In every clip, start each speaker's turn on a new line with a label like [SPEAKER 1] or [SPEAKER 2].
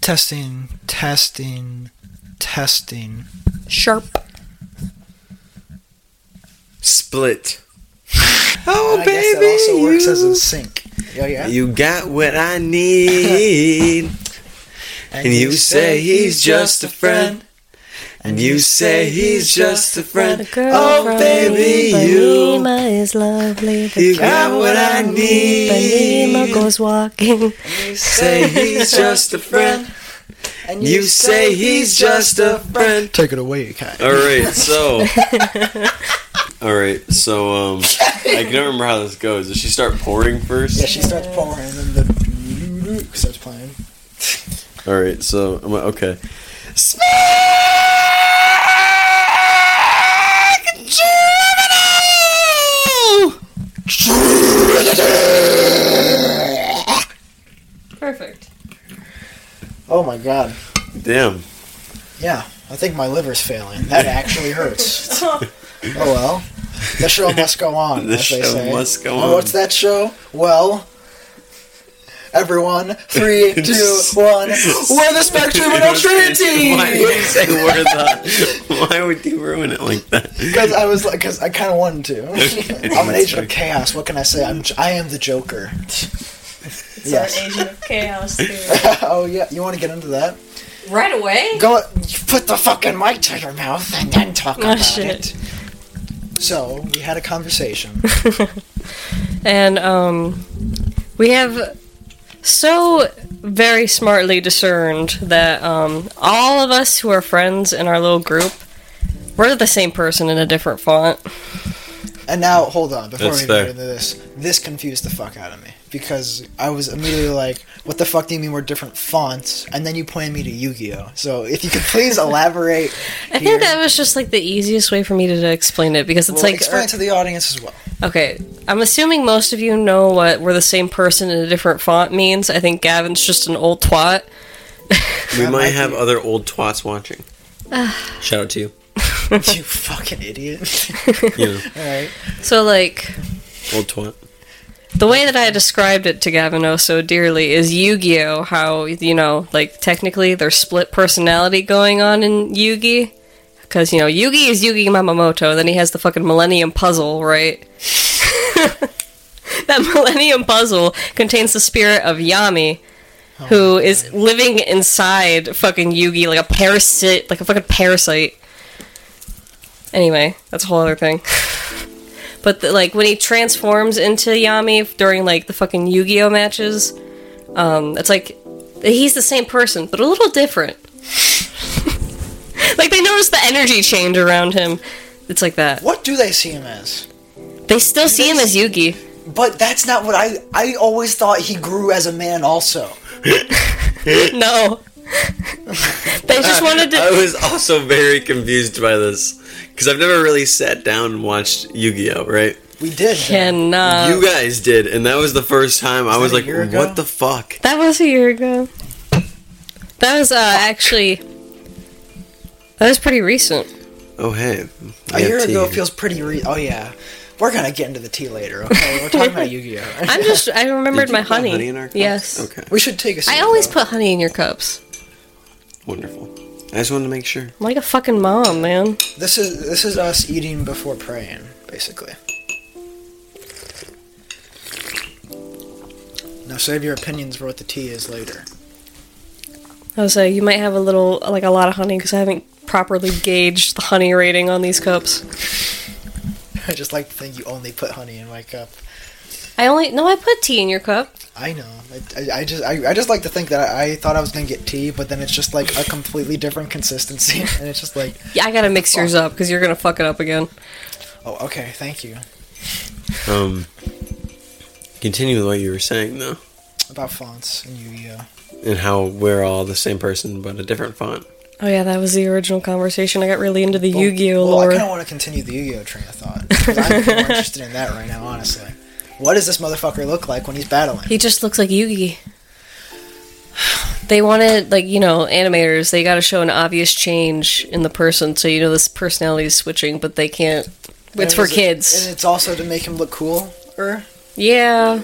[SPEAKER 1] Testing, testing, testing.
[SPEAKER 2] Sharp.
[SPEAKER 3] Split.
[SPEAKER 1] Oh,
[SPEAKER 2] I
[SPEAKER 1] baby.
[SPEAKER 2] guess that also works as a
[SPEAKER 1] you-
[SPEAKER 2] sync. Oh yeah.
[SPEAKER 3] You got what I need. And you say he's just a friend. And you say he's just a friend. Oh, baby, you.
[SPEAKER 4] Lima is lovely. The
[SPEAKER 3] You got what I
[SPEAKER 4] Lima
[SPEAKER 3] need.
[SPEAKER 4] goes walking.
[SPEAKER 3] Say he's just a friend.
[SPEAKER 2] And
[SPEAKER 3] You say he's just a friend.
[SPEAKER 2] Take it away, Kai.
[SPEAKER 3] All right, so. All right, so um, I can not remember how this goes. Does she start pouring first?
[SPEAKER 2] Yeah, she starts pouring, and then the starts playing.
[SPEAKER 3] All right, so I'm like, okay.
[SPEAKER 5] Perfect.
[SPEAKER 2] Oh my god.
[SPEAKER 3] Damn.
[SPEAKER 2] Yeah, I think my liver's failing. That actually hurts. Oh well. The show must go on,
[SPEAKER 3] The
[SPEAKER 2] as they
[SPEAKER 3] show
[SPEAKER 2] say.
[SPEAKER 3] must go
[SPEAKER 2] And What's
[SPEAKER 3] on.
[SPEAKER 2] that show? Well, everyone, three, two, one. We're the Spectrum and
[SPEAKER 3] Why
[SPEAKER 2] Trinity.
[SPEAKER 3] did you say we're the? Why would you ruin it like that?
[SPEAKER 2] Because I was like, because I kind of wanted to. I'm an
[SPEAKER 3] that's
[SPEAKER 2] agent
[SPEAKER 3] fair.
[SPEAKER 2] of chaos. What can I say? I'm, j- I am the Joker.
[SPEAKER 5] It's
[SPEAKER 2] Yes.
[SPEAKER 5] our agent of chaos theory.
[SPEAKER 2] oh yeah, you want to get into that?
[SPEAKER 5] right away?
[SPEAKER 2] Go. Put the fucking mic to your mouth and then talk
[SPEAKER 4] Oh
[SPEAKER 2] about it.
[SPEAKER 4] shit.
[SPEAKER 2] So we had a conversation.
[SPEAKER 4] And um, we have so very smartly discerned that um, all of us who are friends in our little group, we're the same person in a different font.
[SPEAKER 2] And now, hold on, before
[SPEAKER 3] That's
[SPEAKER 2] we get
[SPEAKER 3] fair.
[SPEAKER 2] into this, this confused the fuck out of me because I was immediately like, "What the fuck do you mean we're different fonts?" And then you pointed me to Yu-Gi-Oh. So if you could please elaborate,
[SPEAKER 4] I
[SPEAKER 2] here.
[SPEAKER 4] think that was just like the easiest way for me to, explain it because it's
[SPEAKER 2] Well,
[SPEAKER 4] like er, uh,
[SPEAKER 2] explain it to the audience as well.
[SPEAKER 4] Okay, I'm assuming most of you know what "we're the same person in a different font" means. I think Gavin's just an old twat.
[SPEAKER 3] We
[SPEAKER 2] That might
[SPEAKER 3] might have
[SPEAKER 2] be-
[SPEAKER 3] other old twats watching. Shout out to you.
[SPEAKER 2] you fucking idiot!
[SPEAKER 3] You know,
[SPEAKER 2] All right,
[SPEAKER 4] So, like,
[SPEAKER 3] old twat.
[SPEAKER 4] the way that I described it to Gavin oh so dearly is Yu-Gi-Oh. How you know, like, technically there's split personality going on in Yu-Gi, because you know Yu-Gi is Yu-Gi Mamamoto. Then he has the fucking Millennium Puzzle, right? that Millennium Puzzle contains the spirit of Yami. who is living inside fucking Yugi like a parasite, like a fucking parasite. Anyway, that's a whole other thing. but the, like when he transforms into Yami during like the fucking Yu-Gi-Oh matches, um, it's like he's the same person but a little different. like they notice the energy change around him. It's like that.
[SPEAKER 2] what do they see him as?
[SPEAKER 4] They still see him as Yugi.
[SPEAKER 2] But that's not what I. I always thought he grew as a man. Also,
[SPEAKER 4] No. they just wanted to
[SPEAKER 3] I was also very confused by this because I've never really sat down and watched Yu-Gi-Oh. Right?
[SPEAKER 2] we did.
[SPEAKER 4] cannot.
[SPEAKER 3] you guys did, and that was the first time I
[SPEAKER 2] Uh, that
[SPEAKER 3] was
[SPEAKER 2] a
[SPEAKER 3] like,
[SPEAKER 2] year ago?
[SPEAKER 3] "What the fuck?"
[SPEAKER 4] That was a year ago. That was uh, actually. That was pretty recent.
[SPEAKER 3] Oh hey,
[SPEAKER 2] a year
[SPEAKER 3] EFT.
[SPEAKER 2] ago feels pretty. Re- oh yeah, we're gonna get into the tea later. Okay, we're talking about Yu-Gi-Oh.
[SPEAKER 4] I'm just. I remembered
[SPEAKER 3] Did you
[SPEAKER 4] my
[SPEAKER 3] put
[SPEAKER 4] honey.
[SPEAKER 3] in our cups?
[SPEAKER 4] Yes.
[SPEAKER 3] Okay.
[SPEAKER 2] We should take a.
[SPEAKER 4] I
[SPEAKER 2] sip,
[SPEAKER 4] always
[SPEAKER 2] though.
[SPEAKER 4] put honey in your cups.
[SPEAKER 3] Wonderful. I just wanted to make sure.
[SPEAKER 4] I'm like a fucking mom, man.
[SPEAKER 2] This is this is us eating before praying, basically. Now save your opinions for what the tea is later.
[SPEAKER 4] I was like, you might have a little, like a lot of honey because I haven't properly gauged the honey rating on these cups.
[SPEAKER 2] I just like to think you only put honey in my cup.
[SPEAKER 4] I only. No, I put tea in your cup.
[SPEAKER 2] I know. I, I, I just I, I just like to think that I, I thought I was gonna get tea, but then it's just like a completely different consistency, and it's just like,
[SPEAKER 4] Yeah, I gotta mix yours up because you're gonna fuck it up again.
[SPEAKER 2] oh, okay, thank you.
[SPEAKER 3] Um, continue with what you were saying though,
[SPEAKER 2] About fonts and Yu-Gi-Oh.
[SPEAKER 3] and how we're all the same person but a different font.
[SPEAKER 4] Oh yeah, that was the original conversation. I got really into the
[SPEAKER 2] Well-
[SPEAKER 4] Yu-Gi-Oh
[SPEAKER 2] Well, I
[SPEAKER 4] lore.
[SPEAKER 2] kind of want to continue the Yu-Gi-Oh train of thought. 'cause I'm more interested in that right now, honestly. What does this motherfucker look like when he's battling?
[SPEAKER 4] He just looks like Yugi. They wanted, like, you know, animators, they gotta show an obvious change in the person so you know this personality is switching, but they can't.
[SPEAKER 2] And
[SPEAKER 4] It's for
[SPEAKER 2] is it-
[SPEAKER 4] kids.
[SPEAKER 2] and it's also to make him look cool. Or
[SPEAKER 4] yeah.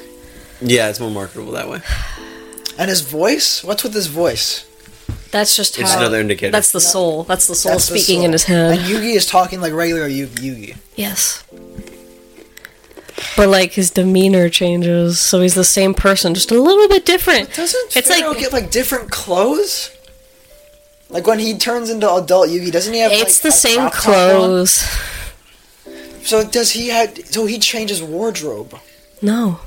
[SPEAKER 3] Yeah, it's more marketable that way.
[SPEAKER 2] and his voice. What's with his voice?
[SPEAKER 4] That's just
[SPEAKER 3] It's
[SPEAKER 4] how.
[SPEAKER 3] another indicator.
[SPEAKER 4] That's the soul. That's the soul
[SPEAKER 6] That's the
[SPEAKER 4] speaking
[SPEAKER 6] soul.
[SPEAKER 4] in his head.
[SPEAKER 6] And Yugi is talking like regular Yu- Yugi.
[SPEAKER 4] Yes. But like his demeanor changes, so he's the same person, just a little bit different.
[SPEAKER 6] Doesn't
[SPEAKER 4] It's
[SPEAKER 6] it's
[SPEAKER 4] like-
[SPEAKER 6] Pharaoh get like different clothes? Like when he turns into adult Yugi, doesn't he have? like,
[SPEAKER 4] It's the
[SPEAKER 6] a
[SPEAKER 4] same
[SPEAKER 6] crop top on?
[SPEAKER 4] clothes.
[SPEAKER 6] So does he had? So he changes wardrobe.
[SPEAKER 4] No,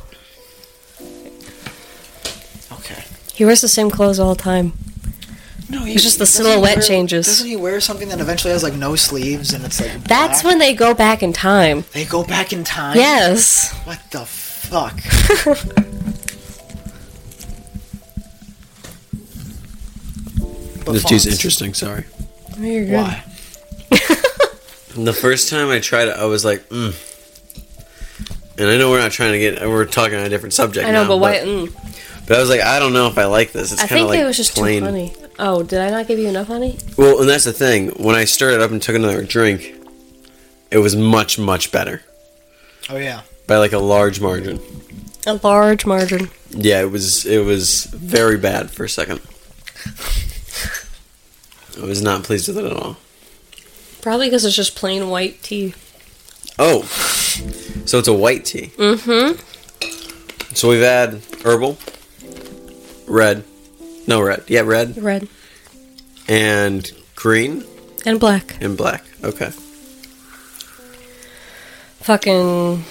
[SPEAKER 6] Okay.
[SPEAKER 4] he wears the same clothes all the time.
[SPEAKER 6] No, he,
[SPEAKER 4] It's just the
[SPEAKER 6] doesn't
[SPEAKER 4] silhouette
[SPEAKER 6] he wear-
[SPEAKER 4] changes.
[SPEAKER 6] Doesn't he wear something that eventually has like no sleeves and it's like?
[SPEAKER 4] That's
[SPEAKER 6] black?
[SPEAKER 4] when they go back in time.
[SPEAKER 6] they go back in time.
[SPEAKER 4] Yes.
[SPEAKER 6] What the fuck? But
[SPEAKER 3] This dude's
[SPEAKER 6] fonts,
[SPEAKER 3] interesting. Sorry.
[SPEAKER 6] Oh,
[SPEAKER 4] You're good.
[SPEAKER 6] Why?
[SPEAKER 3] The first time I tried it, I was like, mm. and I know we're not trying to get. We're talking on a different subject.
[SPEAKER 4] I know,
[SPEAKER 3] now,
[SPEAKER 4] but why? mm.
[SPEAKER 3] But, I was like, I don't know if I like this. It's
[SPEAKER 4] I
[SPEAKER 3] kind of
[SPEAKER 4] think
[SPEAKER 3] like
[SPEAKER 4] it was just
[SPEAKER 3] plain.
[SPEAKER 4] too funny. Oh, did I not give you enough honey?
[SPEAKER 3] Well, and that's the thing. When I stirred it up and took another drink, it was much much better
[SPEAKER 6] Oh yeah.
[SPEAKER 3] by like a large margin.
[SPEAKER 4] A large margin.
[SPEAKER 3] Yeah, it was it was very bad for a second. I was not pleased with it at all.
[SPEAKER 4] Probably because it's just plain white tea.
[SPEAKER 3] Oh, so it's a white tea.
[SPEAKER 4] Mm-hmm.
[SPEAKER 3] So we've had herbal, red, no red, yeah, red
[SPEAKER 4] Red
[SPEAKER 3] and green
[SPEAKER 4] and black.
[SPEAKER 3] and black. Okay,
[SPEAKER 4] Fucking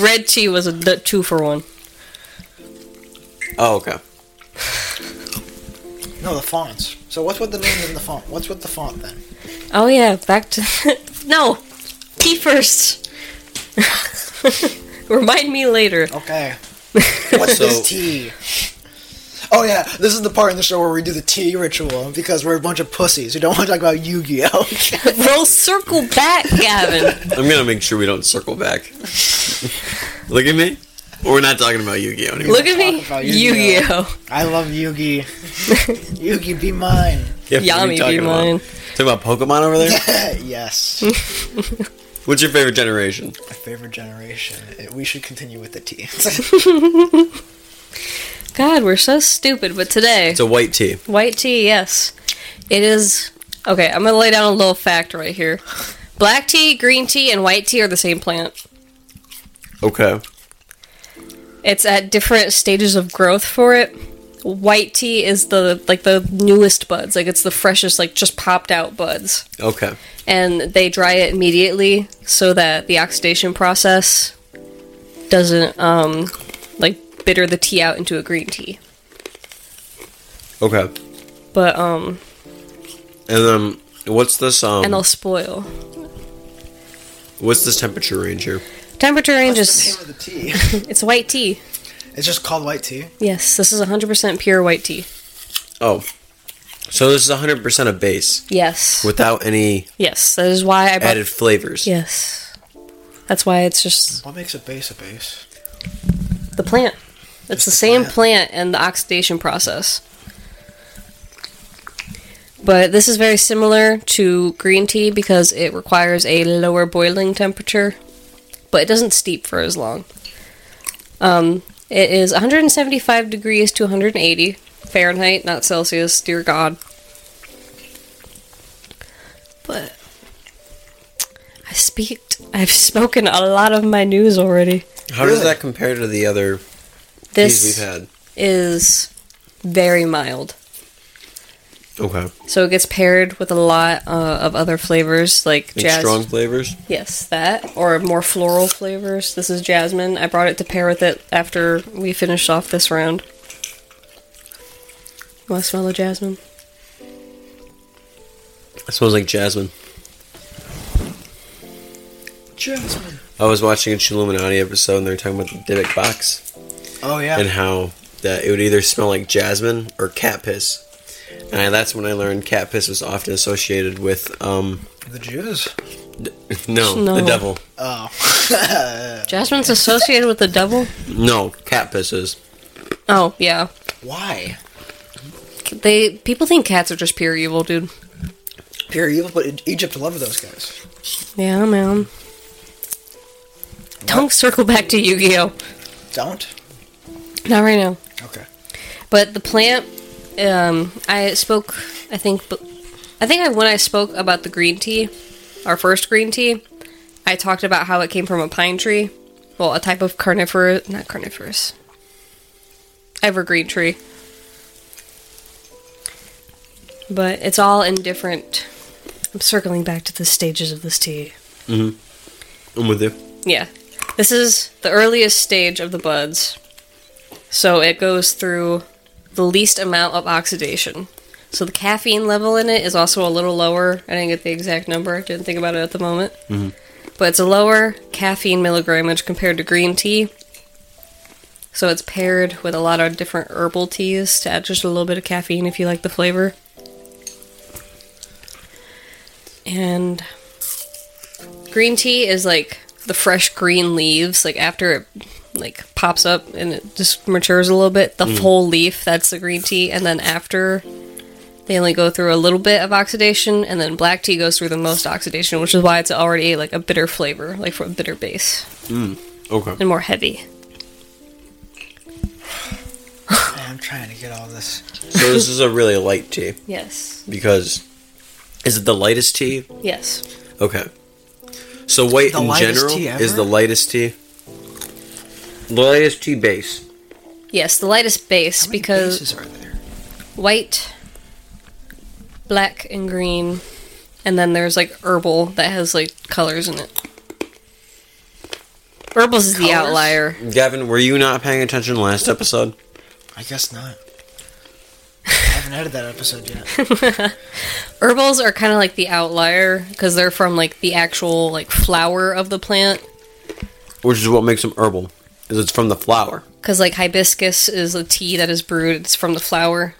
[SPEAKER 4] red tea was a d- two for one.
[SPEAKER 3] oh okay.
[SPEAKER 6] No, the fonts. So what's with the names in the font? What's with the font then?
[SPEAKER 4] Oh yeah, back to no tea first. Remind me later.
[SPEAKER 6] Okay. What's
[SPEAKER 3] So-
[SPEAKER 6] this tea? Oh yeah, this is the part in the show where we do the tea ritual because we're a bunch of pussies who don't want to talk about Yu-Gi-Oh.
[SPEAKER 4] We'll circle back, Gavin.
[SPEAKER 3] I'm gonna make sure we don't circle back. Look at me. We're not talking about Yu-Gi-Oh anymore.
[SPEAKER 4] Look at me,
[SPEAKER 6] Talk about Yu-Gi-Oh.
[SPEAKER 4] Yu-Gi-Oh.
[SPEAKER 6] I love Yugi. Yugi, be mine.
[SPEAKER 3] Yeah, what are
[SPEAKER 4] Yami
[SPEAKER 3] you talking
[SPEAKER 4] be
[SPEAKER 3] about?
[SPEAKER 4] mine.
[SPEAKER 3] Talking about Pokemon over there.
[SPEAKER 6] yes.
[SPEAKER 3] What's your favorite generation?
[SPEAKER 6] My favorite generation. We should continue with the tea.
[SPEAKER 4] God, we're so stupid. But today,
[SPEAKER 3] It's a white tea.
[SPEAKER 4] White tea, yes. It is. Okay, I'm going to lay down a little fact right here. Black tea, green tea, and white tea are the same plant.
[SPEAKER 3] Okay.
[SPEAKER 4] It's at different stages of growth for it. White tea is the like the newest buds, like it's the freshest, like just popped out buds,
[SPEAKER 3] Okay.
[SPEAKER 4] and they dry it immediately so that the oxidation process doesn't um like bitter the tea out into a green tea.
[SPEAKER 3] Okay.
[SPEAKER 4] But um,
[SPEAKER 3] And um, what's this um?
[SPEAKER 4] and they'll spoil.
[SPEAKER 3] what's this temperature range here?
[SPEAKER 4] Temperature range
[SPEAKER 6] What's
[SPEAKER 4] is
[SPEAKER 6] the name of the tea?
[SPEAKER 4] it's white tea.
[SPEAKER 6] It's just called white tea.
[SPEAKER 4] Yes, this is 100% pure white tea.
[SPEAKER 3] Oh, so this is 100 percent a base
[SPEAKER 4] Yes.
[SPEAKER 3] without any
[SPEAKER 4] yes, that is why I bought
[SPEAKER 3] added flavors.
[SPEAKER 4] Yes. That's why it's just
[SPEAKER 6] What makes a base a base?
[SPEAKER 4] the plant. It's
[SPEAKER 6] Just
[SPEAKER 4] the
[SPEAKER 6] the
[SPEAKER 4] same
[SPEAKER 6] plant.
[SPEAKER 4] plant and the oxidation process. But this is very similar to green tea because it requires a lower boiling temperature, but it doesn't steep for as long. Um, it is 175 degrees to 180 Fahrenheit, not Celsius, dear God. But I speak. I've spoken a lot of my news already.
[SPEAKER 3] How does that compare to the other
[SPEAKER 4] This
[SPEAKER 3] teas we've had?
[SPEAKER 4] is very mild.
[SPEAKER 3] Okay.
[SPEAKER 4] So it gets paired with a lot uh, of other flavors like
[SPEAKER 3] And
[SPEAKER 4] jazz.
[SPEAKER 3] strong flavors.
[SPEAKER 4] Yes, that or more floral flavors. This is jasmine. I brought it to pair with it after we finished off this round. Want to smell the jasmine?
[SPEAKER 3] It smells like jasmine.
[SPEAKER 6] Jasmine.
[SPEAKER 3] I was watching a Chilluminati episode and they were talking about the Dybbuk box
[SPEAKER 6] Oh yeah.
[SPEAKER 3] and how that it would either smell like jasmine or cat piss. And I, that's when I learned cat piss was often associated with um
[SPEAKER 6] the Jews.
[SPEAKER 3] no, the
[SPEAKER 4] No.
[SPEAKER 3] devil.
[SPEAKER 6] Oh.
[SPEAKER 4] Jasmine's associated with the devil.
[SPEAKER 3] No, cat pisses.
[SPEAKER 4] Oh yeah,
[SPEAKER 6] Why?
[SPEAKER 4] they people think cats are just pure evil, dude.
[SPEAKER 6] Pure evil, but E- Egypt loved those guys.
[SPEAKER 4] Yeah, man. Don't circle back to Yu-Gi-Oh.
[SPEAKER 6] Don't?
[SPEAKER 4] Not right now.
[SPEAKER 6] Okay.
[SPEAKER 4] But the plant um, I spoke. I think, but I think I, when I spoke about the green tea, our first green tea, I talked about how it came from a pine tree. Well, a type of carnivorous, not carnivorous, evergreen tree. But it's all in different. I'm circling back to the stages of this tea.
[SPEAKER 3] I'm with you.
[SPEAKER 4] Yeah. This is the earliest stage of the buds. So it goes through the least amount of oxidation. So the caffeine level in it is also a little lower. I didn't get the exact number. I didn't think about it at the moment. But it's a lower caffeine milligrammage compared to green tea. So it's paired with a lot of different herbal teas to add just a little bit of caffeine if you like the flavor. And green tea is like the fresh green leaves like after it like pops up and it just matures a little bit the
[SPEAKER 6] Mm.
[SPEAKER 4] full leaf that's the green tea and then after they only go through a little bit of oxidation and then black tea goes through the most oxidation which is why it's already like a bitter flavor like for a bitter base
[SPEAKER 3] Okay.
[SPEAKER 4] and more heavy
[SPEAKER 6] I'm trying to get all this.
[SPEAKER 3] So this is a really light tea
[SPEAKER 4] yes
[SPEAKER 3] because is it the lightest tea?
[SPEAKER 4] yes
[SPEAKER 3] Okay. So white
[SPEAKER 6] The
[SPEAKER 3] in
[SPEAKER 6] lightest
[SPEAKER 3] general
[SPEAKER 6] tea
[SPEAKER 3] is
[SPEAKER 6] ever?
[SPEAKER 3] the lightest tea. The lightest tea base.
[SPEAKER 4] yes the lightest base
[SPEAKER 6] How many
[SPEAKER 4] because
[SPEAKER 6] bases are there?
[SPEAKER 4] white, black, and green, and then there's like herbal that has like colors in it. Herbals is the
[SPEAKER 6] Colors?
[SPEAKER 4] outlier.
[SPEAKER 3] Gavin, were you not paying attention last episode?
[SPEAKER 6] I guess not. I haven't edited that episode yet.
[SPEAKER 4] Herbals are kind of like the outlier because they're from like the actual like flower of the plant.
[SPEAKER 3] Which is what makes them herbal. Is it's from the flower.
[SPEAKER 4] Because like hibiscus is a tea that is brewed. It's from the flower,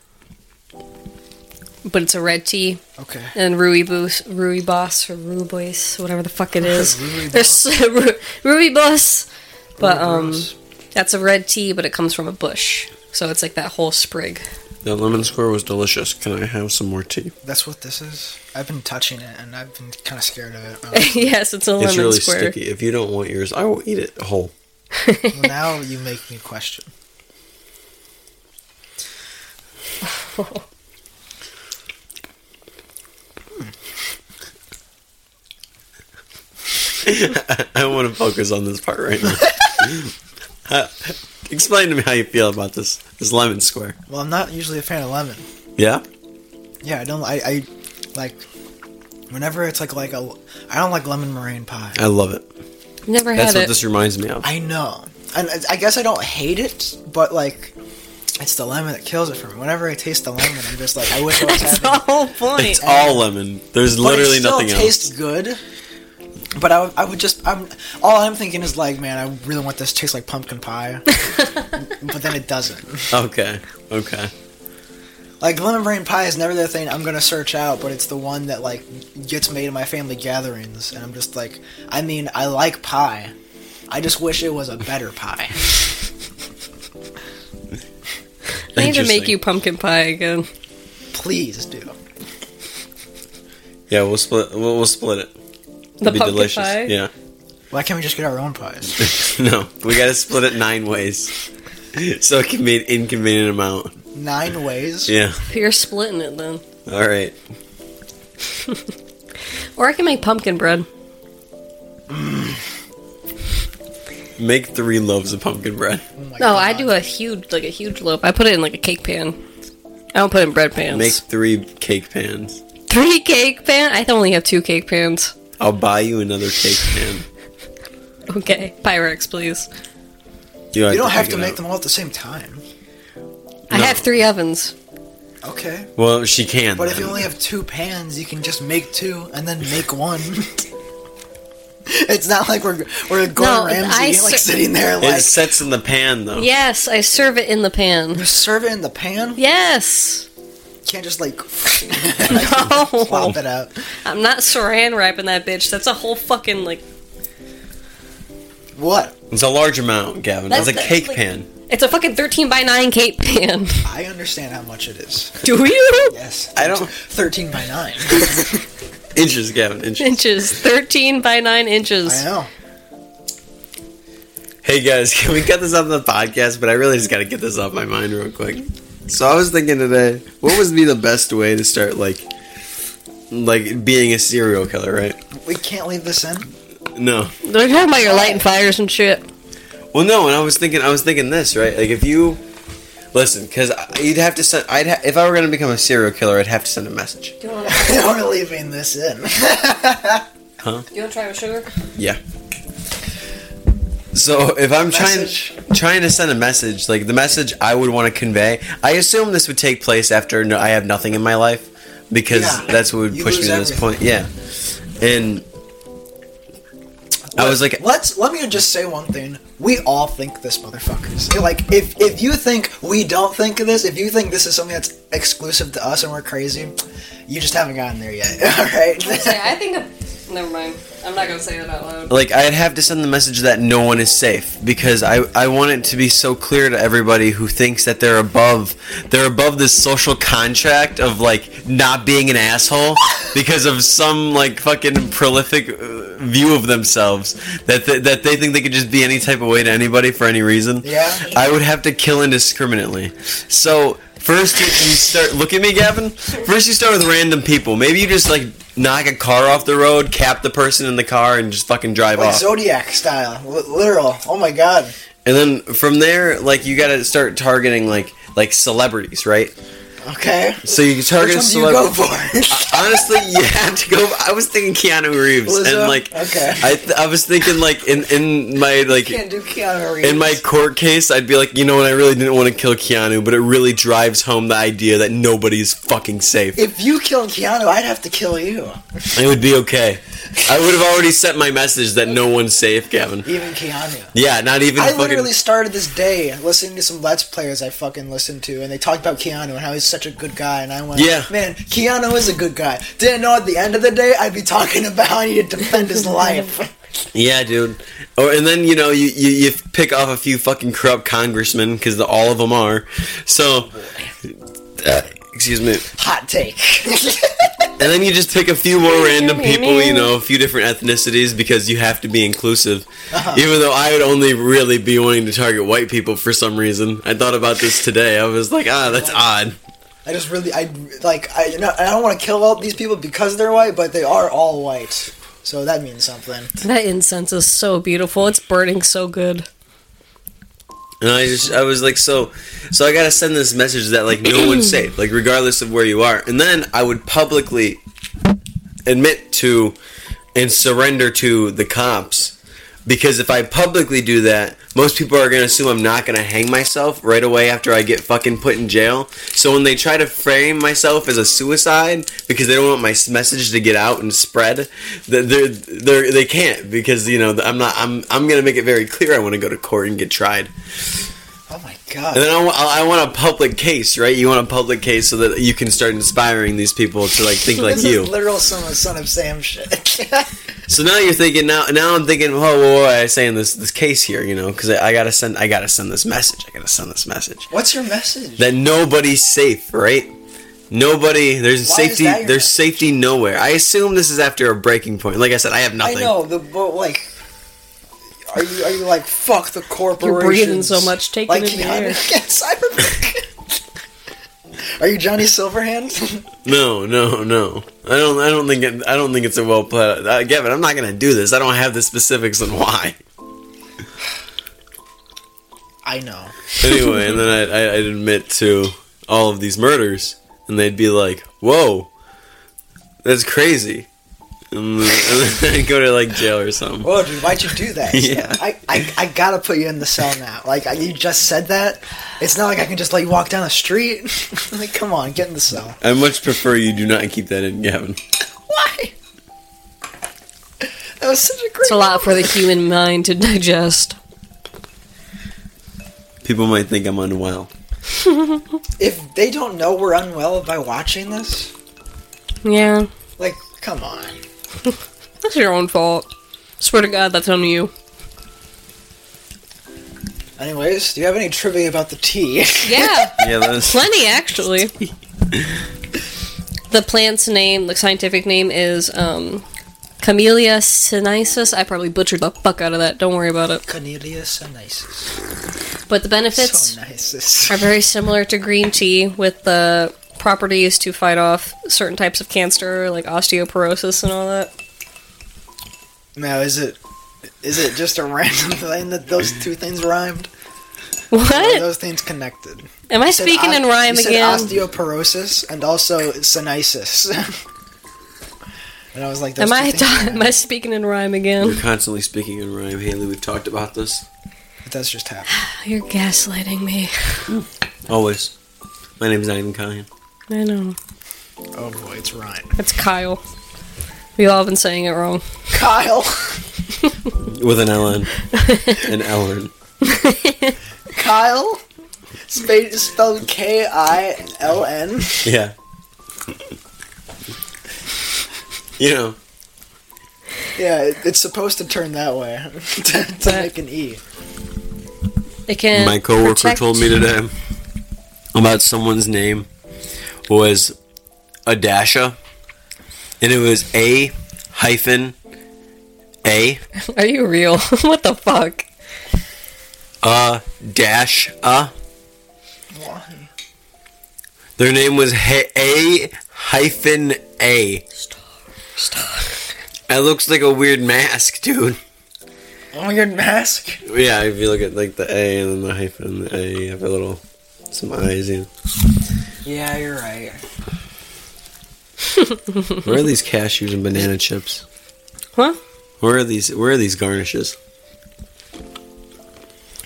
[SPEAKER 4] but it's a red tea.
[SPEAKER 6] Okay.
[SPEAKER 4] and Rui Boos, Rui Boss, or Rui Bois, whatever the fuck it is.
[SPEAKER 6] Rui
[SPEAKER 4] There's Ru- Rui Boss, but
[SPEAKER 6] Rui
[SPEAKER 4] um,
[SPEAKER 6] Boss.
[SPEAKER 4] that's a red tea, but it comes from a bush, so it's like that whole sprig.
[SPEAKER 3] That lemon square was delicious. Can I have some more tea?
[SPEAKER 6] That's what this is. I've been touching it and I've been kind of scared of it. Um,
[SPEAKER 4] yes, it's a
[SPEAKER 3] it's
[SPEAKER 4] lemon
[SPEAKER 3] really
[SPEAKER 4] square.
[SPEAKER 3] sticky. If you don't want yours, I will eat it whole.
[SPEAKER 6] well, now you make me question.
[SPEAKER 3] I want to focus on this part right now. Uh, explain to me how you feel about this this lemon square.
[SPEAKER 6] Well, I'm not usually a fan of lemon.
[SPEAKER 3] Yeah,
[SPEAKER 6] Yeah, I don't. I, I like whenever it's like like a. I don't like lemon meringue pie.
[SPEAKER 3] I love it.
[SPEAKER 4] Never
[SPEAKER 3] That's
[SPEAKER 4] had
[SPEAKER 3] what
[SPEAKER 4] it.
[SPEAKER 3] this reminds me of.
[SPEAKER 6] I know, and I- I guess I don't hate it, but like. It's the lemon that kills it for me. Whenever I taste the lemon, I'm just like, I wish I was
[SPEAKER 4] That's
[SPEAKER 6] having.
[SPEAKER 4] the whole point.
[SPEAKER 3] It's all lemon. There's
[SPEAKER 6] but
[SPEAKER 3] literally
[SPEAKER 6] it still
[SPEAKER 3] nothing
[SPEAKER 6] tastes good. But I would, I would just I'm all I'm thinking is like man I really want this to taste like pumpkin pie, but then it doesn't.
[SPEAKER 3] else. Okay, okay.
[SPEAKER 6] Like lemon meringue pie is never the thing I'm gonna search out, but it's the one that like gets made in my family gatherings, and I'm just like I mean I like pie, I just wish it was a better pie.
[SPEAKER 4] I need to make
[SPEAKER 3] Interesting.
[SPEAKER 4] you pumpkin pie again.
[SPEAKER 6] Please do.
[SPEAKER 3] Yeah, we'll split. We'll, we'll split it.
[SPEAKER 4] The
[SPEAKER 3] It'll be
[SPEAKER 4] pumpkin
[SPEAKER 3] delicious.
[SPEAKER 4] pie.
[SPEAKER 3] Yeah.
[SPEAKER 6] Why can't we just get our own pies?
[SPEAKER 3] no, we gotta split it nine ways, so it can be an inconvenient amount.
[SPEAKER 6] Nine ways.
[SPEAKER 3] Yeah.
[SPEAKER 4] You're splitting it then,
[SPEAKER 3] All right.
[SPEAKER 4] or I can make pumpkin bread.
[SPEAKER 3] Make three loaves of pumpkin bread.
[SPEAKER 6] Oh my
[SPEAKER 4] No, I
[SPEAKER 6] God.
[SPEAKER 4] do a huge, like a huge loaf. I put it in like a cake pan. I don't put it in bread pans.
[SPEAKER 3] Make three cake pans.
[SPEAKER 4] three cake pan. I only have two cake pans.
[SPEAKER 3] I'll buy you another cake pan.
[SPEAKER 4] Okay, Pyrex, please.
[SPEAKER 6] You don't have to make them all at the same time.
[SPEAKER 4] I
[SPEAKER 3] No.
[SPEAKER 4] have three ovens.
[SPEAKER 6] Okay.
[SPEAKER 3] Well, she can.
[SPEAKER 6] But if you
[SPEAKER 3] then.
[SPEAKER 6] only have two pans, you can just make two and then make one. it's not like we're we're Gordon
[SPEAKER 4] No, I
[SPEAKER 6] Ramsay like
[SPEAKER 4] ser-
[SPEAKER 6] sitting there
[SPEAKER 3] it
[SPEAKER 6] like
[SPEAKER 3] sets in the pan though.
[SPEAKER 4] Yes, I serve it in the pan.
[SPEAKER 6] you serve it in the pan. You
[SPEAKER 4] Yes.
[SPEAKER 6] can't just like
[SPEAKER 4] No,
[SPEAKER 6] plop it out.
[SPEAKER 4] I'm not saran wrapping that bitch. That's a whole fucking like.
[SPEAKER 6] What?
[SPEAKER 3] It's a large amount, Gavin. It's
[SPEAKER 4] That's
[SPEAKER 3] a
[SPEAKER 4] the-
[SPEAKER 3] cake
[SPEAKER 4] like-
[SPEAKER 3] pan.
[SPEAKER 4] It's a fucking 13 by 9 cake pan.
[SPEAKER 6] I understand how much it is.
[SPEAKER 4] Do you?
[SPEAKER 6] Yes.
[SPEAKER 3] I don't-
[SPEAKER 6] Thirteen by nine.
[SPEAKER 3] Inches, Gavin. Inches.
[SPEAKER 4] Inches. 13 by 9
[SPEAKER 6] I
[SPEAKER 4] inches.
[SPEAKER 6] know.
[SPEAKER 3] hey guys, can we cut this off the podcast? But I really just got to get this off my mind real quick. So I was thinking today, what would be the best way to start like, like being a serial killer, right?
[SPEAKER 6] We can't leave this in.
[SPEAKER 3] No.
[SPEAKER 4] They're talking about your lighting fires and shit.
[SPEAKER 3] Well, no. And I was thinking, I was thinking this, right? Like if you listen, because you'd have to send. I'd ha- if I were gonna become a serial killer, I'd have to send a message.
[SPEAKER 5] Do you want to
[SPEAKER 6] We're leaving this in.
[SPEAKER 5] you wanna try with sugar?
[SPEAKER 3] Yeah. So if I'm
[SPEAKER 6] Message.
[SPEAKER 3] trying trying to send a message, like the message I would want to convey, I assume this would take place after no, I have nothing in my life, because
[SPEAKER 6] Yeah.
[SPEAKER 3] that's what would
[SPEAKER 6] You
[SPEAKER 3] push me
[SPEAKER 6] lose
[SPEAKER 3] to this point. Yeah, and I was like,
[SPEAKER 6] Let's let me just say one thing. We all think this, motherfuckers. Like, if if you think we don't think of this, if you think this is something that's exclusive to us and we're crazy, you just haven't gotten there yet. All right.
[SPEAKER 4] I think. Of, never mind. I'm not gonna say that out loud.
[SPEAKER 3] like I'd have to send the message that no one is safe because I I want it to be so clear to everybody who thinks that they're above they're above this social contract of like not being an asshole because of some like fucking prolific uh, view of themselves that th- that they think they could just be any type of way to anybody for any reason.
[SPEAKER 6] Yeah.
[SPEAKER 3] I would have to kill indiscriminately. So first you, you start look at me, Gavin. First you start with random people. Maybe you just like knock a car off the road, cap the person in the car, and just fucking drive
[SPEAKER 6] like
[SPEAKER 3] off.
[SPEAKER 6] zodiac style, li- literal. Oh my god.
[SPEAKER 3] and then from there, like you gotta start targeting like like celebrities, right?
[SPEAKER 6] Okay.
[SPEAKER 3] So you
[SPEAKER 6] Which
[SPEAKER 3] target
[SPEAKER 6] one
[SPEAKER 3] a
[SPEAKER 6] do you go
[SPEAKER 3] celebrity.
[SPEAKER 6] for?
[SPEAKER 3] Honestly, you have to go. I was thinking Keanu Reeves,
[SPEAKER 6] Lizzo?
[SPEAKER 3] and like,
[SPEAKER 6] Okay.
[SPEAKER 3] I, th- I was thinking like in in my like
[SPEAKER 6] Can't do Keanu Reeves.
[SPEAKER 3] in my court case, I'd be like, you know what? I really didn't want to kill Keanu, but it really drives home the idea that nobody's fucking safe.
[SPEAKER 6] if you killed Keanu, I'd have to kill you.
[SPEAKER 3] It would be okay. I would have already sent my message that no one's safe, Gavin.
[SPEAKER 6] Even Keanu.
[SPEAKER 3] Yeah, not even
[SPEAKER 6] I
[SPEAKER 3] fucking.
[SPEAKER 6] literally started this day listening to some Let's Players I fucking listened to, and they talked about Keanu and how he's such a good guy, and I went,
[SPEAKER 3] Yeah.
[SPEAKER 6] man, Keanu is a good guy." Didn't know at the end of the day I'd be talking about how I need to defend his life.
[SPEAKER 3] Yeah, dude. Or and then you know you, you you pick off a few fucking corrupt congressmen because all of them are. So, uh, excuse me.
[SPEAKER 6] Hot take.
[SPEAKER 3] And then you just pick a few more random people, you know, a few different ethnicities because you have to be inclusive. Even though I would only really be wanting to target white people for some reason. I thought about this today. I was like, ah, that's odd.
[SPEAKER 6] I just really, I like, I you know, I don't want to kill all these people because they're white, but they are all white, so that means something.
[SPEAKER 4] That incense is so beautiful. It's burning so good.
[SPEAKER 3] And I just I was like so so I gotta send this message that like no one's safe, like regardless of where you are. And then I would publicly admit to and surrender to the cops. Because if I publicly do that, most people are gonna assume I'm not gonna hang myself right away after I get fucking put in jail. So when they try to frame myself as a suicide because they don't want my s- message to get out and spread, th- they're, they're, they can't because you know I'm not I'm I'm gonna make it very clear I want to go to court and get tried.
[SPEAKER 6] Oh my god.
[SPEAKER 3] And then I, wa- I want a public case, right? You want a public case so that you can start inspiring these people to like think like
[SPEAKER 6] this
[SPEAKER 3] you.
[SPEAKER 6] is literal son of, son of Sam shit.
[SPEAKER 3] so now you're thinking now. Now I'm thinking, oh, well, why am I saying this this case here? You know, because I, I gotta send I gotta send this message. I gotta send this message
[SPEAKER 6] What's your message?
[SPEAKER 3] that nobody's safe, right? Nobody. There's
[SPEAKER 6] Why is
[SPEAKER 3] safety.
[SPEAKER 6] that your
[SPEAKER 3] There's
[SPEAKER 6] message?
[SPEAKER 3] safety nowhere. I assume this is after a breaking point. Like I said, I have
[SPEAKER 6] I
[SPEAKER 3] nothing.
[SPEAKER 6] know the but like. Are you are you like fuck the corporations?
[SPEAKER 4] breathing so much, take it in the air.
[SPEAKER 6] Cyberpunk. are you Johnny Silverhand?
[SPEAKER 3] No, no, no. I don't. I don't think. It, I don't think it's a well planned. Uh, Gavin, I'm not gonna do this. I don't have the specifics on why.
[SPEAKER 6] I know.
[SPEAKER 3] anyway, and then I'd, I- I'd admit to all of these murders, and they'd be like, "Whoa, that's crazy," and then, and then I'd go to like jail or something.
[SPEAKER 6] Whoa, dude, why'd you do that?
[SPEAKER 3] Yeah.
[SPEAKER 6] I, I, I gotta put you in the cell now. Like I, you just said that. It's not like I can just let you walk down the street. like, come on, get in the cell.
[SPEAKER 3] I much prefer you do not keep that in, Gavin.
[SPEAKER 6] Why? That was such a great.
[SPEAKER 4] It's a lot for the human mind to digest.
[SPEAKER 3] People might think I'm unwell.
[SPEAKER 6] If they don't know we're unwell by watching this,
[SPEAKER 4] Yeah,
[SPEAKER 6] like, come on.
[SPEAKER 4] that's your own fault. Swear to God, that's on you.
[SPEAKER 6] Anyways, do you have any trivia about the tea?
[SPEAKER 4] Yeah,
[SPEAKER 3] Yeah, that's
[SPEAKER 4] plenty actually. The plant's name, the scientific name is um, Camellia sinensis. I probably butchered the fuck out of that. Don't worry about it.
[SPEAKER 6] Cornelia sinensis.
[SPEAKER 4] But the benefits
[SPEAKER 6] so nice.
[SPEAKER 4] are very similar to green tea with the properties to fight off certain types of cancer, like osteoporosis and all that.
[SPEAKER 6] Now, is it is it just a random thing that those two things rhymed? Or are
[SPEAKER 4] What?
[SPEAKER 6] those things connected?
[SPEAKER 4] Am I
[SPEAKER 6] You said
[SPEAKER 4] speaking
[SPEAKER 6] os-
[SPEAKER 4] in rhyme
[SPEAKER 6] you
[SPEAKER 4] again?
[SPEAKER 6] Said osteoporosis and also sinisis. and I was like, those
[SPEAKER 4] Am
[SPEAKER 6] two
[SPEAKER 4] I,
[SPEAKER 6] things
[SPEAKER 4] ta- am
[SPEAKER 6] connect.
[SPEAKER 4] I speaking in rhyme again?
[SPEAKER 3] You're constantly speaking in rhyme, Haley. We've talked about this.
[SPEAKER 6] But That's just happened.
[SPEAKER 4] You're gaslighting me.
[SPEAKER 3] Always. My name is Aiden Kyan.
[SPEAKER 4] I know.
[SPEAKER 6] Oh boy, it's rhyme.
[SPEAKER 4] It's Kyle. We've all been saying it wrong.
[SPEAKER 6] Kyle,
[SPEAKER 3] With an Ellen. an Ellen.
[SPEAKER 6] Kyle, spa- spelled K I L N.
[SPEAKER 3] Yeah. you know,
[SPEAKER 6] Yeah, it- it's supposed to turn that way to, to make an E.
[SPEAKER 4] It can.
[SPEAKER 3] my coworker
[SPEAKER 4] protect-
[SPEAKER 3] told me today about someone's name was Adasha, and it was A hyphen A
[SPEAKER 4] Are you real? what the fuck?
[SPEAKER 3] uh dash uh.
[SPEAKER 6] Why?
[SPEAKER 3] Their name was he- A hyphen A. It looks like a weird mask, dude.
[SPEAKER 6] Oh my god, mask.
[SPEAKER 3] Yeah, if you look at like the A and then the hyphen the A, you have a little some eyes. You
[SPEAKER 6] Yeah, you're right.
[SPEAKER 3] Where are these cashews and banana chips?
[SPEAKER 4] Huh?
[SPEAKER 3] Where are these? Where are these garnishes?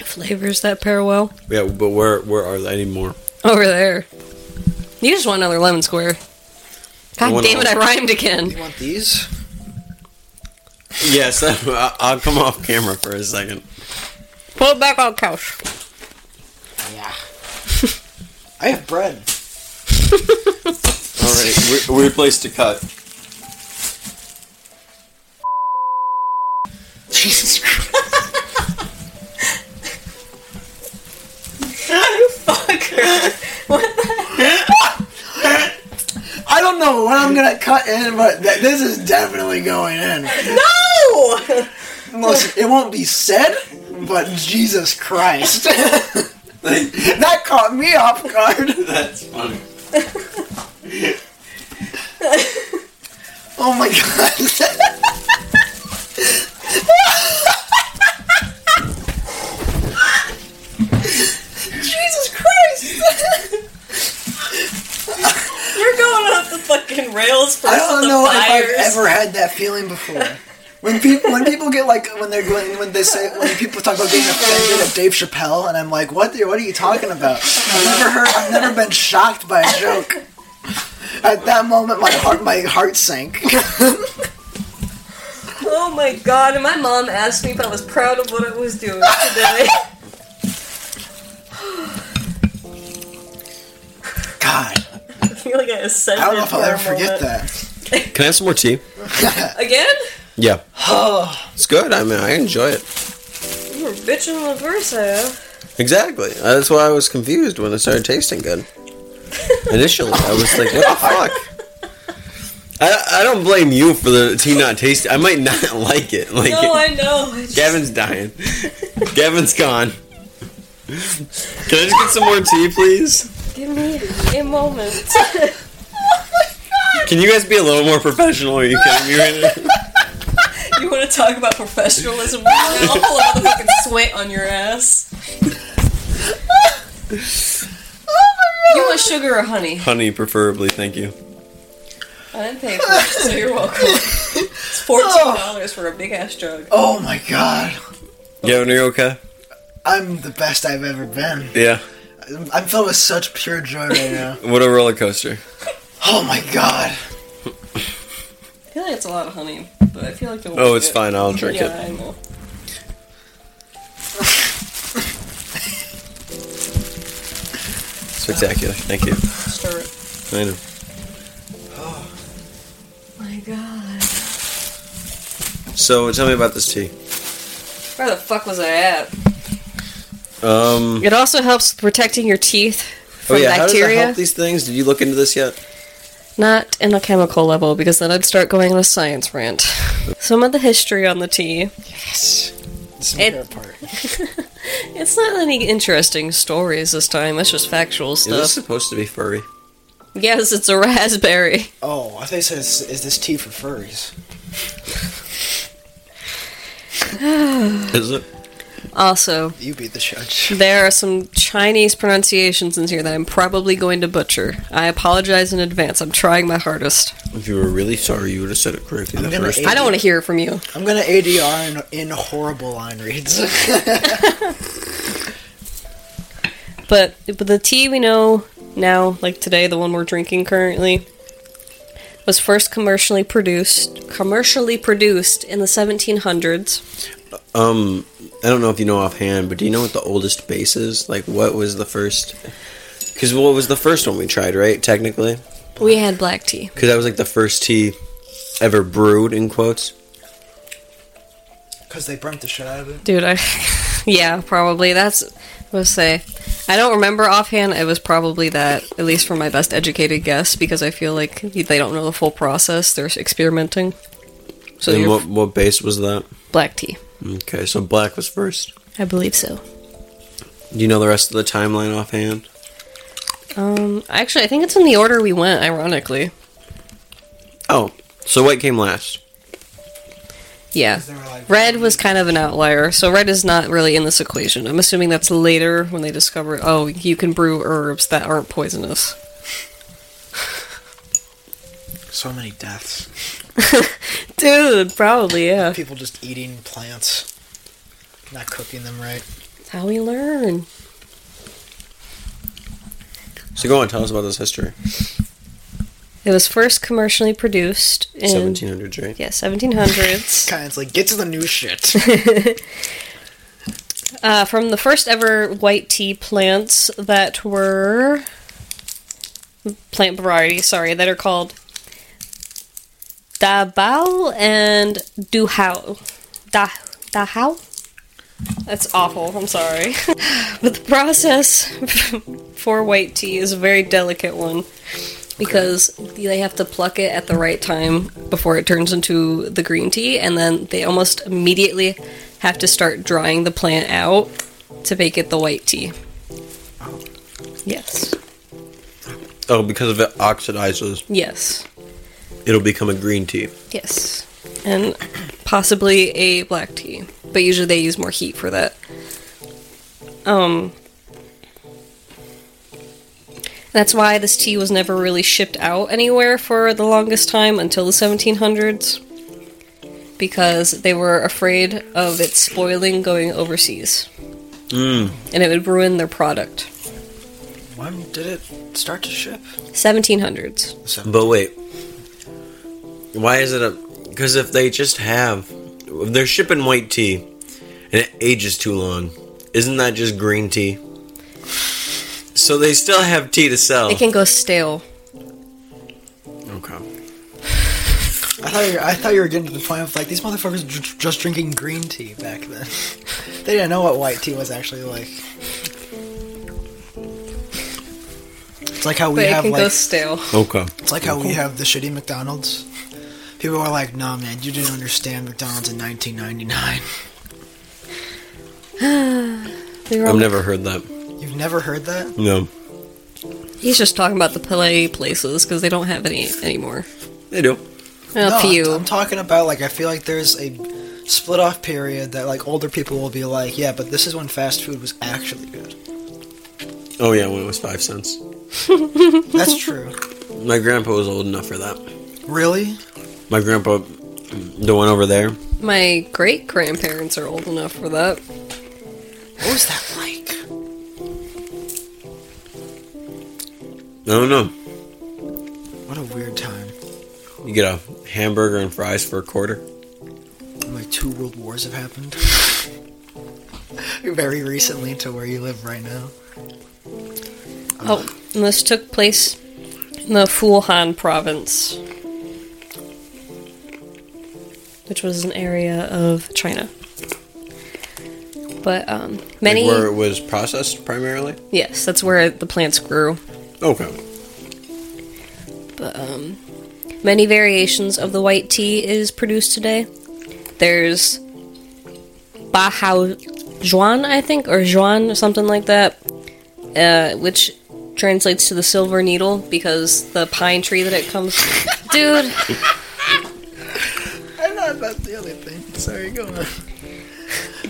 [SPEAKER 4] Flavors that pair well.
[SPEAKER 3] Yeah, but where where are any more?
[SPEAKER 4] Over there. You just want another lemon square.
[SPEAKER 3] I
[SPEAKER 4] God
[SPEAKER 3] want
[SPEAKER 4] damn it, I
[SPEAKER 3] another-
[SPEAKER 4] rhymed again.
[SPEAKER 6] You want these?
[SPEAKER 3] Yes, I- I'll come off camera for a second.
[SPEAKER 4] Pull it back on couch.
[SPEAKER 6] Yeah. I have bread.
[SPEAKER 3] All right, weird place to cut.
[SPEAKER 6] Jesus Christ. I don't know when I'm gonna cut in, but th- this is definitely going in.
[SPEAKER 4] No!
[SPEAKER 6] Listen, it won't be said, but Jesus Christ. that caught me off guard.
[SPEAKER 3] That's funny.
[SPEAKER 6] Oh my god.
[SPEAKER 4] Jesus Christ! You're going off the fucking rails for
[SPEAKER 6] I don't know if I've ever had that feeling before. When people when people get like when they're going when they say when people talk about getting offended at Dave Chappelle and I'm like what the, what are you talking about? I've never heard I've never been shocked by a joke. At that moment, my heart my heart sank.
[SPEAKER 4] Oh my god, and my mom asked me if I was proud of what I was doing today.
[SPEAKER 6] God,
[SPEAKER 4] I feel like I ascended.
[SPEAKER 6] I don't know if I'll
[SPEAKER 4] for a
[SPEAKER 6] ever forget
[SPEAKER 4] moment.
[SPEAKER 6] that.
[SPEAKER 3] Can I have some more tea?
[SPEAKER 4] Again?
[SPEAKER 3] Yeah,
[SPEAKER 6] Oh,
[SPEAKER 3] it's good. I mean, I enjoy it.
[SPEAKER 4] You were bitching on the first half.
[SPEAKER 3] Exactly. That's why I was confused when it started tasting good. Initially, I was like, "What the fuck." I, I don't blame you for the tea not tasting. I might not like it. Like
[SPEAKER 4] No, I know. I just-
[SPEAKER 3] Gavin's dying. Gavin's gone. Can I just get some more tea, please?
[SPEAKER 4] Give me a moment.
[SPEAKER 3] Can you guys be a little more professional? Are you kidding me right now?
[SPEAKER 4] you want to talk about professionalism? I'll pull out the fucking sweat on your ass. Oh You want sugar or honey?
[SPEAKER 3] Honey, preferably, thank you.
[SPEAKER 4] I'm paying for it, so you're welcome. It's fourteen dollars for a big ass jug.
[SPEAKER 6] oh my God,
[SPEAKER 3] Gavin, are you okay?
[SPEAKER 6] I'm the best I've ever been.
[SPEAKER 3] Yeah.
[SPEAKER 6] I'm- I'm filled with such pure joy right now.
[SPEAKER 3] What a roller coaster.
[SPEAKER 6] Oh my God,
[SPEAKER 4] I feel like it's a lot of honey, but I feel like the
[SPEAKER 3] Oh, it's fine. I'll drink
[SPEAKER 4] yeah,
[SPEAKER 3] it.
[SPEAKER 4] I know.
[SPEAKER 3] Spectacular. Thank you.
[SPEAKER 4] Stir it.
[SPEAKER 3] I know.
[SPEAKER 4] My God,
[SPEAKER 3] So, tell me about this tea.
[SPEAKER 4] where the fuck was I at?
[SPEAKER 3] Um.
[SPEAKER 4] It also helps protecting your teeth
[SPEAKER 3] Oh
[SPEAKER 4] from
[SPEAKER 3] yeah. How does it
[SPEAKER 4] bacteria.
[SPEAKER 3] help these things? Did you look into this yet?
[SPEAKER 4] Not in a chemical level, because then I'd start going on a science rant. Some of the history on the tea.
[SPEAKER 6] Yes. It's my
[SPEAKER 4] It-
[SPEAKER 6] favorite part.
[SPEAKER 4] It's not any interesting stories this time, it's just factual
[SPEAKER 3] Is this
[SPEAKER 4] stuff.
[SPEAKER 3] supposed to be furry?
[SPEAKER 4] Yes, it's a raspberry.
[SPEAKER 6] Oh, I think it says, is this tea for furries?
[SPEAKER 3] Is it?
[SPEAKER 4] Also,
[SPEAKER 6] You be the judge.
[SPEAKER 4] There are some Chinese pronunciations in here that I'm probably going to butcher. I apologize in advance. I'm trying my hardest.
[SPEAKER 3] If you were really sorry, you would have said it correctly
[SPEAKER 6] I'm
[SPEAKER 3] the
[SPEAKER 6] gonna
[SPEAKER 3] first
[SPEAKER 6] eat-
[SPEAKER 3] time.
[SPEAKER 4] I don't want to hear from you.
[SPEAKER 6] I'm gonna ADR in, in horrible line reads.
[SPEAKER 4] But but the tea we know now, like today, the one we're drinking currently, was first commercially produced commercially produced in the 1700s.
[SPEAKER 3] Um, I don't know if you know offhand, but do you know what the oldest base is? Like, what was the first? Because what was the first one we tried, right? Technically,
[SPEAKER 4] We had black tea.
[SPEAKER 3] because that was like the first tea ever brewed in quotes.
[SPEAKER 6] Because they burnt the shit out of it.
[SPEAKER 4] Dude, I yeah, probably that's let's say. I don't remember offhand. It was probably that, at least for my best educated guess, because I feel like they don't know the full process. They're experimenting. So
[SPEAKER 3] and
[SPEAKER 4] your
[SPEAKER 3] what what base was that?
[SPEAKER 4] black tea,
[SPEAKER 3] Okay, so black was first.
[SPEAKER 4] I believe so.
[SPEAKER 3] Do you know the rest of the timeline offhand?
[SPEAKER 4] Um, actually, I think it's in the order we went. Ironically,
[SPEAKER 3] Oh, so white came last.
[SPEAKER 4] yeah.
[SPEAKER 6] 'Cause they were like,
[SPEAKER 4] Red was kind of an outlier, so red is not really in this equation. I'm assuming that's later when they discover, oh, you can brew herbs that aren't poisonous.
[SPEAKER 6] So many deaths.
[SPEAKER 4] Dude, probably yeah.
[SPEAKER 6] People just eating plants, not cooking them right.
[SPEAKER 4] How we learn.
[SPEAKER 3] So go on, tell us about this history.
[SPEAKER 4] It was first commercially produced in
[SPEAKER 3] Seventeen hundred, right?
[SPEAKER 4] yeah, 1700s.
[SPEAKER 6] Kind of like get to the new shit.
[SPEAKER 4] uh, from the first ever white tea plants that were plant variety, sorry, that are called Dabao and Duhao. Da Dahao? That's awful. I'm sorry. but the process for white tea is a very delicate one because they have to pluck it at the right time before it turns into the green tea and then they almost immediately have to start drying the plant out to make it the white tea. Yes.
[SPEAKER 3] Oh, because if it oxidizes,
[SPEAKER 4] Yes.
[SPEAKER 3] it'll become a green tea.
[SPEAKER 4] Yes. And possibly a black tea. But usually they use more heat for that. Um That's why this tea was never really shipped out anywhere for the longest time until the 1700s because they were afraid of it spoiling going overseas
[SPEAKER 3] Mm.
[SPEAKER 4] and it would ruin their product.
[SPEAKER 6] when did it start to ship?
[SPEAKER 4] 1700s.
[SPEAKER 3] But wait, why is it a? Because if they just have, if they're shipping white tea, and it ages too long, isn't that just green tea? So they still have tea to sell.
[SPEAKER 6] Oh.
[SPEAKER 4] It can go stale.
[SPEAKER 3] okay.
[SPEAKER 6] I thought you were, I thought you were getting to the point of like these motherfuckers j- just drinking green tea back then. they didn't know what white tea was actually like. It's like how we
[SPEAKER 4] But it
[SPEAKER 6] have
[SPEAKER 4] can
[SPEAKER 6] like
[SPEAKER 4] go stale.
[SPEAKER 3] Okay.
[SPEAKER 6] It's like how we have the shitty McDonald's. People are like, nah, man, you didn't understand McDonald's in 1999.
[SPEAKER 4] We were
[SPEAKER 3] I've
[SPEAKER 4] on-
[SPEAKER 3] never heard that.
[SPEAKER 6] You've never heard that?
[SPEAKER 3] No,
[SPEAKER 4] He's just talking about the play places because they don't have any anymore.
[SPEAKER 3] they do.
[SPEAKER 4] A
[SPEAKER 6] no, I'm-
[SPEAKER 4] few.
[SPEAKER 6] I'm, talking about, like, I feel like there's a split off period that, like, older people will be like, yeah, but this is when fast food was actually good.
[SPEAKER 3] Oh yeah, when it was five cents.
[SPEAKER 6] That's true.
[SPEAKER 3] My grandpa was old enough for that.
[SPEAKER 6] Really?
[SPEAKER 3] My grandpa, the one over there.
[SPEAKER 4] My great grandparents are old enough for that.
[SPEAKER 6] What was that like?
[SPEAKER 3] I don't know.
[SPEAKER 6] What a weird time.
[SPEAKER 3] You get a hamburger and fries for a quarter.
[SPEAKER 6] Like, two world wars have happened. Very recently to where you live right now.
[SPEAKER 4] Oh, and this took place in the Fulhan province, which was an area of China. But um, many,
[SPEAKER 3] Like where it was processed primarily.
[SPEAKER 4] yes, that's where the plants grew.
[SPEAKER 3] Okay.
[SPEAKER 4] But um, many variations of the white tea is produced today. There's Bahao Juan, I think, or Juan or something like that, uh, which translates to the silver needle because the pine tree that it comes. Dude,
[SPEAKER 6] I know that's the other thing. Sorry, go on.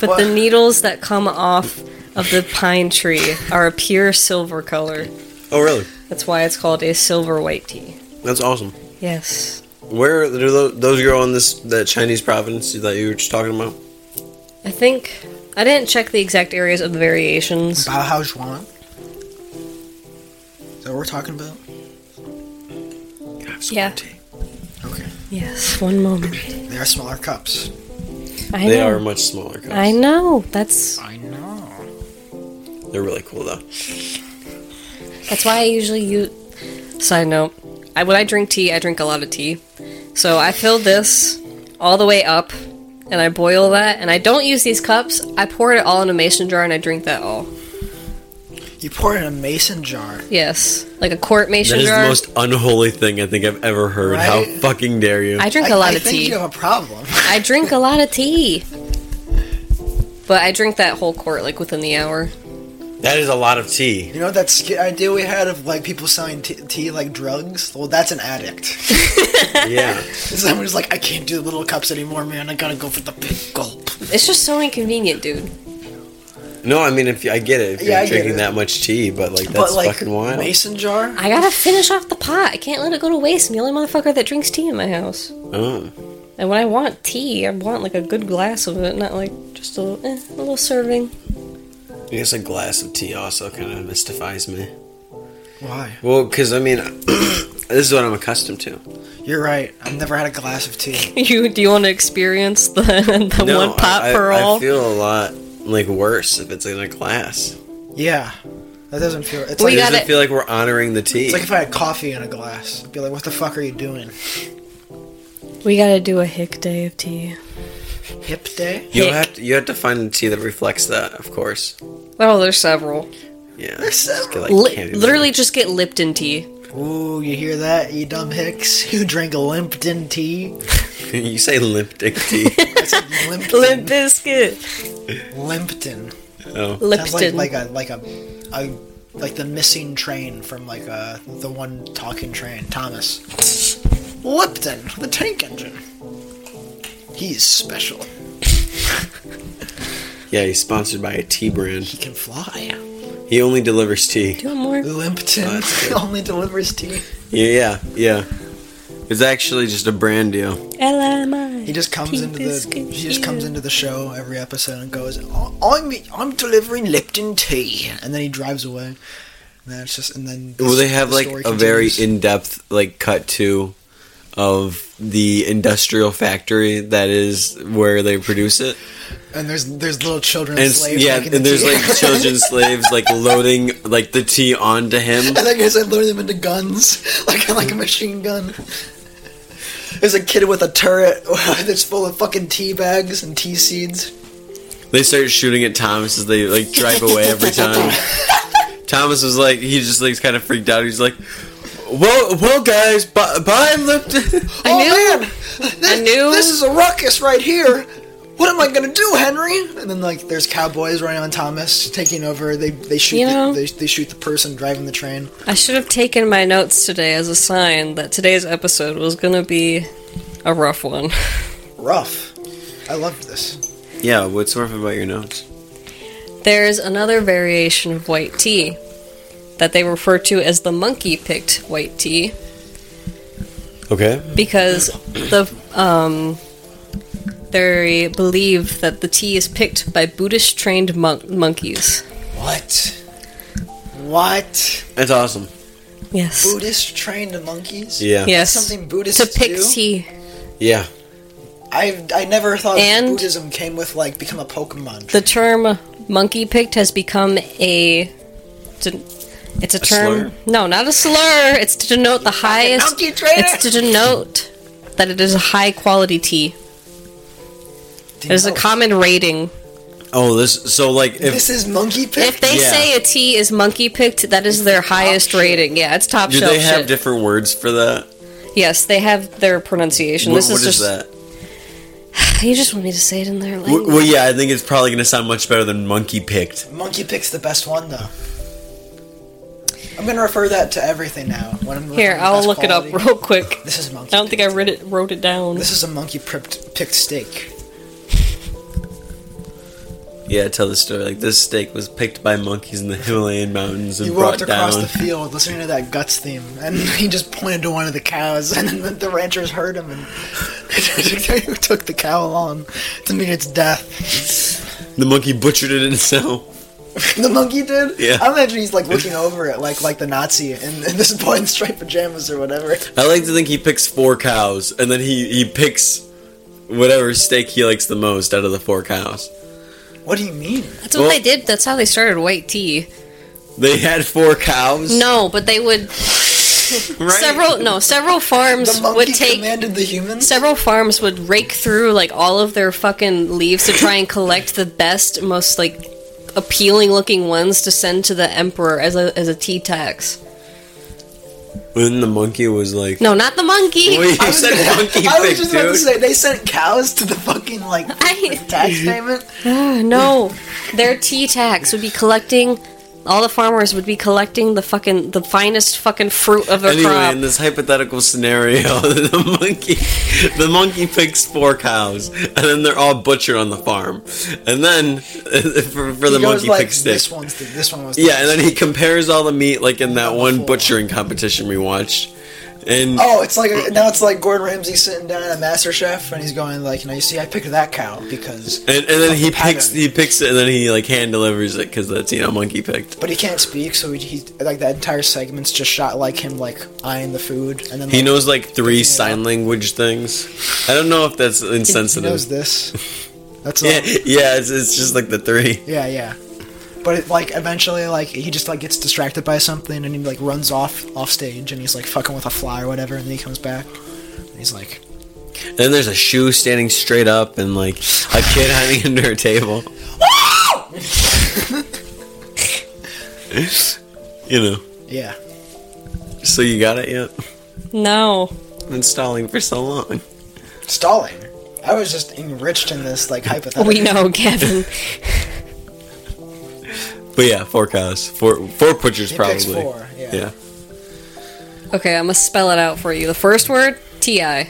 [SPEAKER 4] but the needles that come off of the pine tree are a pure silver color.
[SPEAKER 3] Oh, really?
[SPEAKER 4] That's why it's called a silver white tea.
[SPEAKER 3] That's awesome.
[SPEAKER 4] Yes.
[SPEAKER 3] Where do tho- those grow on this that Chinese province that you were just talking about?
[SPEAKER 4] I think I didn't check the exact areas of the variations.
[SPEAKER 6] Bao Juan. Is that what we're talking about?
[SPEAKER 4] Yeah.
[SPEAKER 6] Okay.
[SPEAKER 4] Yes, one moment.
[SPEAKER 6] They are smaller cups.
[SPEAKER 4] I
[SPEAKER 3] They
[SPEAKER 4] know.
[SPEAKER 3] are much smaller. Cups.
[SPEAKER 4] I know. That's
[SPEAKER 6] I know.
[SPEAKER 3] They're really cool though.
[SPEAKER 4] that's why I usually use. Side note: I, When I drink tea, I drink a lot of tea. So I fill this all the way up, and I boil that. And I don't use these cups. I pour it all in a mason jar, and I drink that all.
[SPEAKER 6] You pour it in a mason jar.
[SPEAKER 4] Yes, like a quart mason
[SPEAKER 3] That is
[SPEAKER 4] jar.
[SPEAKER 3] the most unholy thing I think I've ever heard. How
[SPEAKER 6] Right?
[SPEAKER 3] fucking dare you?
[SPEAKER 4] I drink a
[SPEAKER 6] I-
[SPEAKER 4] lot
[SPEAKER 6] I
[SPEAKER 4] of
[SPEAKER 6] think
[SPEAKER 4] tea.
[SPEAKER 6] you have a problem.
[SPEAKER 4] I drink a lot of tea. But I drink that whole quart like within the hour.
[SPEAKER 3] that is a lot of tea.
[SPEAKER 6] You know that sk- idea we had of like people selling t- tea like drugs? Well, that's an addict.
[SPEAKER 3] Yeah.
[SPEAKER 6] Someone's like, I can't do the little cups anymore, man. I gotta go for the big gulp.
[SPEAKER 4] It's just so inconvenient, dude.
[SPEAKER 3] No, I mean if you- I get it, if
[SPEAKER 6] Yeah, I
[SPEAKER 3] you're
[SPEAKER 6] get
[SPEAKER 3] drinking
[SPEAKER 6] it.
[SPEAKER 3] that much tea, but like that's
[SPEAKER 6] but like
[SPEAKER 3] fucking wild.
[SPEAKER 6] mason jar,
[SPEAKER 4] I gotta finish off the pot. I can't let it go to waste. I'm the only motherfucker that drinks tea in my house.
[SPEAKER 3] Oh.
[SPEAKER 4] And when I want tea, I want like a good glass of it, not like just a little, eh, a little serving.
[SPEAKER 3] I guess a glass of tea also kind of mystifies me.
[SPEAKER 6] why?
[SPEAKER 3] Well, because I mean, this is what I'm accustomed to.
[SPEAKER 6] You're right. I've never had a glass of tea.
[SPEAKER 4] You do you want to experience the the
[SPEAKER 3] No,
[SPEAKER 4] one pot
[SPEAKER 3] I,
[SPEAKER 4] for
[SPEAKER 3] I,
[SPEAKER 4] all?
[SPEAKER 3] I feel a lot like worse if it's in a glass.
[SPEAKER 6] Yeah, that doesn't feel.
[SPEAKER 4] We
[SPEAKER 6] It's like
[SPEAKER 3] It
[SPEAKER 4] got
[SPEAKER 3] doesn't
[SPEAKER 4] it.
[SPEAKER 3] feel like we're honoring the tea.
[SPEAKER 6] it's like if I had coffee in a glass. I'd be like, what the fuck are you doing?
[SPEAKER 4] we gotta do a hick day of tea.
[SPEAKER 6] Hip day?
[SPEAKER 3] you
[SPEAKER 4] hick.
[SPEAKER 3] have to, you have to find a tea that reflects that, of course.
[SPEAKER 4] Oh, there's several.
[SPEAKER 3] Yeah. Just get, like,
[SPEAKER 4] Li-
[SPEAKER 3] candy
[SPEAKER 4] literally, just get Lipton tea.
[SPEAKER 6] Ooh, you hear that, you dumb hicks? You drink Limpton tea?
[SPEAKER 3] bar. you say limp dick tea.
[SPEAKER 6] I said Limpton.
[SPEAKER 4] Limp biscuit.
[SPEAKER 6] Limpton.
[SPEAKER 3] oh.
[SPEAKER 6] Sounds like
[SPEAKER 4] Lipton.
[SPEAKER 6] like a like a, a like the missing train from like uh the one talking train, Thomas. Lipton, the tank engine. He's special.
[SPEAKER 3] Yeah, he's sponsored by a tea brand.
[SPEAKER 6] He can fly.
[SPEAKER 3] He only delivers tea.
[SPEAKER 4] do you want more?
[SPEAKER 6] Limpton
[SPEAKER 3] That's good.
[SPEAKER 6] only delivers tea.
[SPEAKER 3] Yeah, yeah, yeah. It's actually just a brand deal.
[SPEAKER 4] LMI.
[SPEAKER 6] He just comes
[SPEAKER 4] Tea
[SPEAKER 6] into the
[SPEAKER 4] biscuit
[SPEAKER 6] he just
[SPEAKER 4] here.
[SPEAKER 6] comes into the show every episode and goes, "I- "I'm I'm delivering Lipton tea," and then he drives away. And then it's just and then
[SPEAKER 3] Well, they have
[SPEAKER 6] the
[SPEAKER 3] like
[SPEAKER 6] story
[SPEAKER 3] a very
[SPEAKER 6] continues.
[SPEAKER 3] in-depth like cut to of the industrial factory that is where they produce it.
[SPEAKER 6] and there's there's little children
[SPEAKER 3] And s-
[SPEAKER 6] slaves
[SPEAKER 3] yeah,
[SPEAKER 6] making
[SPEAKER 3] and
[SPEAKER 6] the
[SPEAKER 3] there's
[SPEAKER 6] tea.
[SPEAKER 3] like children slaves like loading like the tea onto him.
[SPEAKER 6] And that guy said load them into guns, like like a machine gun. There's a kid with a turret that's full of fucking tea bags and tea seeds.
[SPEAKER 3] They start shooting at Thomas as they like drive away every time. Thomas was like he just like kind of freaked out. He's like, "Well, well, guys, bye, bye Lipton."
[SPEAKER 4] I
[SPEAKER 6] oh
[SPEAKER 4] knew-
[SPEAKER 6] man,
[SPEAKER 4] I knew-
[SPEAKER 6] this is a ruckus right here. What am I gonna do, Henry? And then like there's cowboys running on Thomas, taking over. They they shoot
[SPEAKER 4] You
[SPEAKER 6] the,
[SPEAKER 4] know-
[SPEAKER 6] they, they shoot the person driving the train.
[SPEAKER 4] I should have taken my notes today as a sign that today's episode was gonna be a rough one.
[SPEAKER 6] Rough. I loved this.
[SPEAKER 3] yeah, what's rough about your notes?
[SPEAKER 4] There's another variation of white tea that they refer to as the monkey picked white tea
[SPEAKER 3] Okay.
[SPEAKER 4] because the um they believe that the tea is picked by Buddhist trained monk- monkeys.
[SPEAKER 6] What? What?
[SPEAKER 3] That's awesome.
[SPEAKER 4] Yes.
[SPEAKER 6] Buddhist trained monkeys?
[SPEAKER 3] Yeah.
[SPEAKER 4] Yes.
[SPEAKER 6] Something
[SPEAKER 4] to
[SPEAKER 6] Buddhists
[SPEAKER 4] pick
[SPEAKER 6] do?
[SPEAKER 4] tea.
[SPEAKER 3] Yeah.
[SPEAKER 6] I I never thought
[SPEAKER 4] And-
[SPEAKER 6] Buddhism came with like become a Pokemon.
[SPEAKER 4] The term monkey picked has become a. It's a, it's a term.
[SPEAKER 3] slur?
[SPEAKER 4] No, not a slur. It's to denote the highest.
[SPEAKER 6] monkey trader!
[SPEAKER 4] It's to denote that it is a high quality tea. It is a
[SPEAKER 6] Denote.
[SPEAKER 4] common rating
[SPEAKER 3] Oh, this so like if
[SPEAKER 6] this is monkey
[SPEAKER 4] If
[SPEAKER 6] pick.
[SPEAKER 4] they
[SPEAKER 3] Yeah.
[SPEAKER 4] say a tea is monkey picked, that is their highest rating. Yeah, it's top
[SPEAKER 3] do
[SPEAKER 4] shelf
[SPEAKER 3] they have
[SPEAKER 4] shit.
[SPEAKER 3] different words for that?
[SPEAKER 4] yes, they have their pronunciation.
[SPEAKER 3] What-
[SPEAKER 4] this
[SPEAKER 3] what is
[SPEAKER 4] is just
[SPEAKER 3] that?
[SPEAKER 4] you just want me to say it in their language.
[SPEAKER 3] W- well, yeah, I think it's probably gonna sound much better than monkey picked.
[SPEAKER 6] monkey pick's the best one though. I'm gonna refer that to everything now. When I'm
[SPEAKER 4] Here,
[SPEAKER 6] referring to
[SPEAKER 4] I'll
[SPEAKER 6] best
[SPEAKER 4] look it up
[SPEAKER 6] quality.
[SPEAKER 4] real quick.
[SPEAKER 6] This is monkey.
[SPEAKER 4] I don't think I
[SPEAKER 6] picked.
[SPEAKER 4] read it, wrote it down.
[SPEAKER 6] This is a monkey pripped, picked steak.
[SPEAKER 3] Yeah, tell the story. Like this steak was picked by monkeys in the Himalayan mountains and
[SPEAKER 6] You
[SPEAKER 3] brought
[SPEAKER 6] walked across
[SPEAKER 3] down.
[SPEAKER 6] the field listening to that guts theme, and he just pointed to one of the cows, and then the, the ranchers heard him and took the cow along to meet its death.
[SPEAKER 3] the monkey butchered it himself.
[SPEAKER 6] The monkey did.
[SPEAKER 3] Yeah.
[SPEAKER 6] I imagine he's like looking over it, like like the Nazi in, in this boy in striped pajamas or whatever.
[SPEAKER 3] I like to think he picks four cows and then he he picks whatever steak he likes the most out of the four cows.
[SPEAKER 6] What do you mean?
[SPEAKER 4] That's what
[SPEAKER 3] Well-
[SPEAKER 4] they did. That's how they started white tea.
[SPEAKER 3] They had four cows.
[SPEAKER 4] No, but they would
[SPEAKER 3] right?
[SPEAKER 4] several no several
[SPEAKER 6] The
[SPEAKER 4] farms
[SPEAKER 6] monkey
[SPEAKER 4] would take
[SPEAKER 6] commanded the humans.
[SPEAKER 4] several farms would rake through like all of their fucking leaves to try and collect the best, most like appealing looking ones to send to the emperor as a as a tea tax.
[SPEAKER 3] When the monkey was like,
[SPEAKER 4] No, not the monkey.
[SPEAKER 3] Well, you said monkey
[SPEAKER 6] I was
[SPEAKER 3] pick,
[SPEAKER 6] just about
[SPEAKER 3] dude.
[SPEAKER 6] to say they sent cows to the fucking like
[SPEAKER 4] I-
[SPEAKER 6] tax payment.
[SPEAKER 4] Ah, no, their tea tax would be collecting. All the farmers would be collecting the fucking the finest fucking fruit of their
[SPEAKER 3] Anyway,
[SPEAKER 4] crop.
[SPEAKER 3] in this hypothetical scenario, the monkey, the monkey picks four cows, and then they're all butchered on the farm. And then for, for the
[SPEAKER 6] He goes
[SPEAKER 3] monkey
[SPEAKER 6] like,
[SPEAKER 3] pick stick,
[SPEAKER 6] This one's the, this one was. The
[SPEAKER 3] yeah. And then he compares all the meat, like in that one
[SPEAKER 6] Wonderful.
[SPEAKER 3] butchering competition we watched. And
[SPEAKER 6] Oh, it's like now it's like Gordon Ramsay sitting down at Master Chef and he's going like, you know, you see, I picked that cow because,
[SPEAKER 3] and, and then he
[SPEAKER 6] Pattern.
[SPEAKER 3] picks he picks it, and then he like hand delivers it because that's you know monkey picked.
[SPEAKER 6] but he can't speak, so he, he like that entire segment's just shot like him like eyeing the food and then
[SPEAKER 3] He
[SPEAKER 6] like,
[SPEAKER 3] knows like three sign language things. I don't know if that's
[SPEAKER 6] he
[SPEAKER 3] insensitive.
[SPEAKER 6] knows this. That's all.
[SPEAKER 3] yeah,
[SPEAKER 6] yeah,
[SPEAKER 3] yeah, it's, it's just like the three.
[SPEAKER 6] yeah, But it, like eventually, like he just like gets distracted by something and he like runs off off stage and he's like fucking with a fly or whatever, and then he comes back and he's like,
[SPEAKER 3] Then there's a shoe standing straight up and like a kid hiding under a table. you know.
[SPEAKER 6] yeah.
[SPEAKER 3] So you got it yet?
[SPEAKER 4] no,
[SPEAKER 3] I've been stalling for so long.
[SPEAKER 6] Stalling. I was just enriched in this like hypothetical.
[SPEAKER 4] we know, Gavin.
[SPEAKER 3] But yeah, four cows. Four four butchers
[SPEAKER 6] He
[SPEAKER 3] probably.
[SPEAKER 6] picks four, yeah.
[SPEAKER 3] yeah.
[SPEAKER 4] Okay, I'm gonna spell it out for you. The first word, T I.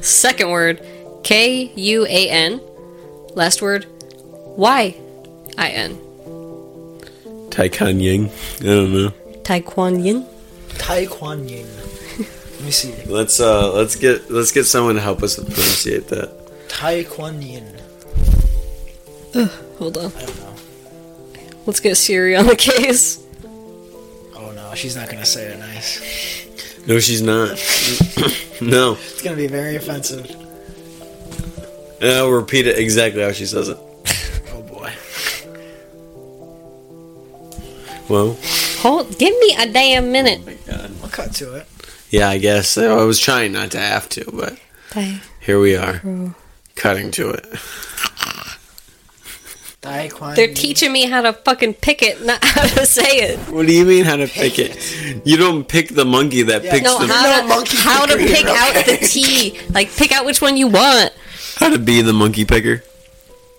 [SPEAKER 4] Second word, K U A N. Last word, Y I N.
[SPEAKER 3] Tai Kan Ying. I don't know.
[SPEAKER 4] Taekwon Yin.
[SPEAKER 6] Tai Kwan Yin. Let me see.
[SPEAKER 3] Let's uh let's get let's get someone to help us pronunciate that.
[SPEAKER 6] Tai Kwan Yin.
[SPEAKER 4] Hold on.
[SPEAKER 6] I don't know.
[SPEAKER 4] Let's get Siri on the case.
[SPEAKER 6] Oh no, she's not gonna say it nice.
[SPEAKER 3] No, she's not. no.
[SPEAKER 6] It's gonna be very offensive.
[SPEAKER 3] And I'll repeat it exactly how she says it.
[SPEAKER 6] Oh boy. Oh,
[SPEAKER 3] Well,
[SPEAKER 4] Hold give me a damn minute.
[SPEAKER 6] I'll cut to it.
[SPEAKER 3] yeah, I guess Oh, I was trying not to have to, but
[SPEAKER 4] Tae-
[SPEAKER 3] Here we are, cutting to it.
[SPEAKER 6] Tai Kwan
[SPEAKER 4] They're
[SPEAKER 6] Yin.
[SPEAKER 4] teaching me how to fucking pick it, not how to say it.
[SPEAKER 3] What do you mean how to pick it? You don't pick the monkey that picks
[SPEAKER 4] No,
[SPEAKER 3] the
[SPEAKER 4] how,
[SPEAKER 6] No monkey
[SPEAKER 4] to, how to
[SPEAKER 6] picker
[SPEAKER 4] pick
[SPEAKER 6] here,
[SPEAKER 4] out the T. Like, pick out which one you want.
[SPEAKER 3] how to be the monkey picker.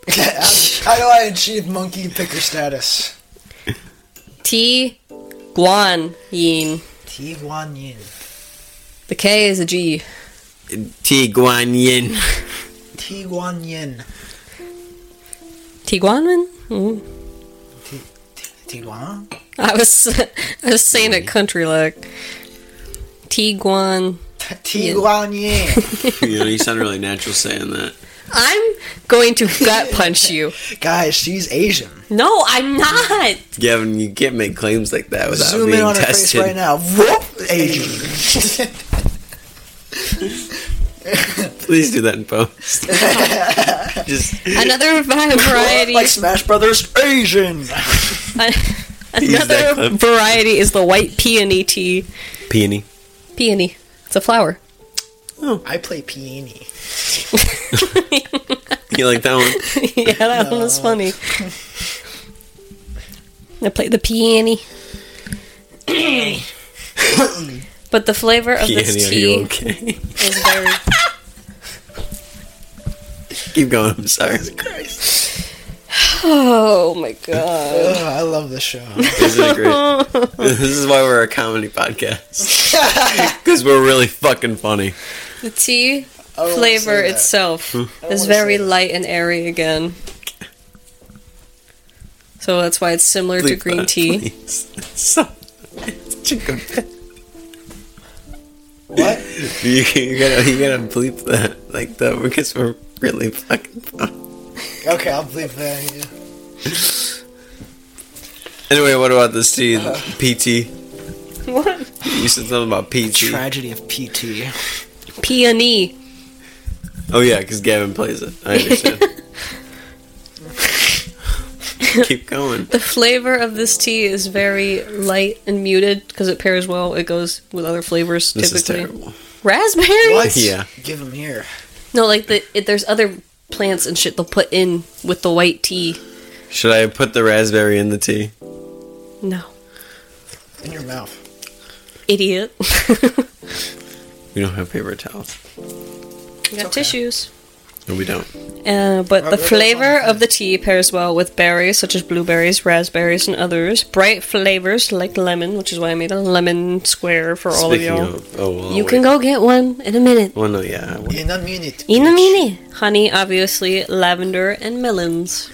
[SPEAKER 6] How do I achieve monkey picker status?
[SPEAKER 4] T Guan Yin.
[SPEAKER 6] Ti Guan Yin.
[SPEAKER 4] The K is a G.
[SPEAKER 3] Ti Guan Yin.
[SPEAKER 6] Ti Guan Yin.
[SPEAKER 4] T Guanman? Mm.
[SPEAKER 6] Ti Guan?
[SPEAKER 4] I was I was saying it country like Tiguan.
[SPEAKER 6] Ti Guan Yin.
[SPEAKER 3] you know, you sound really natural saying that.
[SPEAKER 4] I'm going to gut punch you.
[SPEAKER 6] Guys, she's Asian.
[SPEAKER 4] No, I'm not.
[SPEAKER 3] Gavin, you can't make claims like that without
[SPEAKER 6] Zoom
[SPEAKER 3] being
[SPEAKER 6] in on her face
[SPEAKER 3] tested.
[SPEAKER 6] right now. Whoop! Asian.
[SPEAKER 3] Please do that in post. Just
[SPEAKER 4] Another vi- variety.
[SPEAKER 6] like Smash Brothers, Asian.
[SPEAKER 3] that
[SPEAKER 4] another
[SPEAKER 3] clip.
[SPEAKER 4] variety is the white peony tea.
[SPEAKER 3] peony.
[SPEAKER 4] Peony. It's a flower.
[SPEAKER 6] I play peony.
[SPEAKER 3] You like that one?
[SPEAKER 4] yeah, that one was funny. I played the peony. but the flavor of
[SPEAKER 3] Peony,
[SPEAKER 4] this
[SPEAKER 3] are you
[SPEAKER 4] tea
[SPEAKER 3] okay?
[SPEAKER 4] is very.
[SPEAKER 3] Keep going. I'm sorry.
[SPEAKER 4] Oh my god.
[SPEAKER 6] Ugh, I love this show.
[SPEAKER 3] This is great. this is why we're a comedy podcast. Because we're really fucking funny.
[SPEAKER 4] The tea
[SPEAKER 6] wanna
[SPEAKER 4] flavor
[SPEAKER 6] say that.
[SPEAKER 4] itself
[SPEAKER 3] Hmm.
[SPEAKER 4] is
[SPEAKER 6] wanna
[SPEAKER 4] very
[SPEAKER 6] say
[SPEAKER 4] light and airy again. So that's why it's similar to
[SPEAKER 3] Leave
[SPEAKER 4] green
[SPEAKER 3] that,
[SPEAKER 4] tea.
[SPEAKER 3] please. So, it's a good-
[SPEAKER 6] What?
[SPEAKER 3] you, you gotta, you gotta bleep that like that because we're really fucking funny.
[SPEAKER 6] Okay, I'll believe that. yeah.
[SPEAKER 3] Anyway, what about this tea? PT.
[SPEAKER 4] What?
[SPEAKER 3] You said something about PT.
[SPEAKER 6] Tragedy of PT.
[SPEAKER 4] Peony.
[SPEAKER 3] Oh yeah, because Gavin plays it. I understand. Keep going.
[SPEAKER 4] The flavor of this tea is very light and muted because it pairs well. It goes with other flavors
[SPEAKER 3] This is
[SPEAKER 4] typically.
[SPEAKER 3] terrible.
[SPEAKER 4] Raspberry?
[SPEAKER 6] What?
[SPEAKER 3] Yeah.
[SPEAKER 6] Give him here.
[SPEAKER 4] No, like the, it, there's other plants and shit they'll put in with the white tea.
[SPEAKER 3] Should I put the raspberry in the tea?
[SPEAKER 4] No.
[SPEAKER 6] In your mouth.
[SPEAKER 4] Idiot.
[SPEAKER 3] We don't have paper towels.
[SPEAKER 4] got tissues.
[SPEAKER 3] No, we don't.
[SPEAKER 4] Uh, but the
[SPEAKER 6] Oh, that's on
[SPEAKER 4] flavor
[SPEAKER 6] the
[SPEAKER 4] of the tea pairs well with berries such as blueberries, raspberries, and others. Bright flavors like lemon, which is why I made a lemon square for all of
[SPEAKER 3] Speaking
[SPEAKER 4] y'all.
[SPEAKER 3] of, oh well,
[SPEAKER 4] you
[SPEAKER 3] wait.
[SPEAKER 4] can go get one in a minute.
[SPEAKER 3] Well, no, yeah. I will.
[SPEAKER 6] In a minute.
[SPEAKER 4] In a minute. Honey, obviously, lavender, and melons.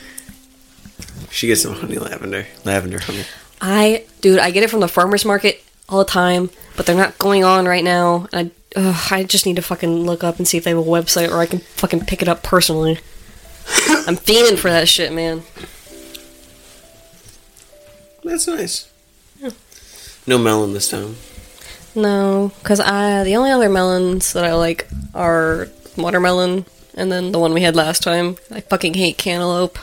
[SPEAKER 3] She gets some honey lavender, lavender honey.
[SPEAKER 4] I, dude, I get it from the farmer's market all the time, but they're not going on right now. I, ugh, I just need to fucking look up and see if they have a website or I can fucking pick it up personally. I'm fiending for that shit, man.
[SPEAKER 3] That's nice. No melon this time.
[SPEAKER 4] No, because I the only other melons that I like are watermelon and then the one we had last time. I fucking hate cantaloupe.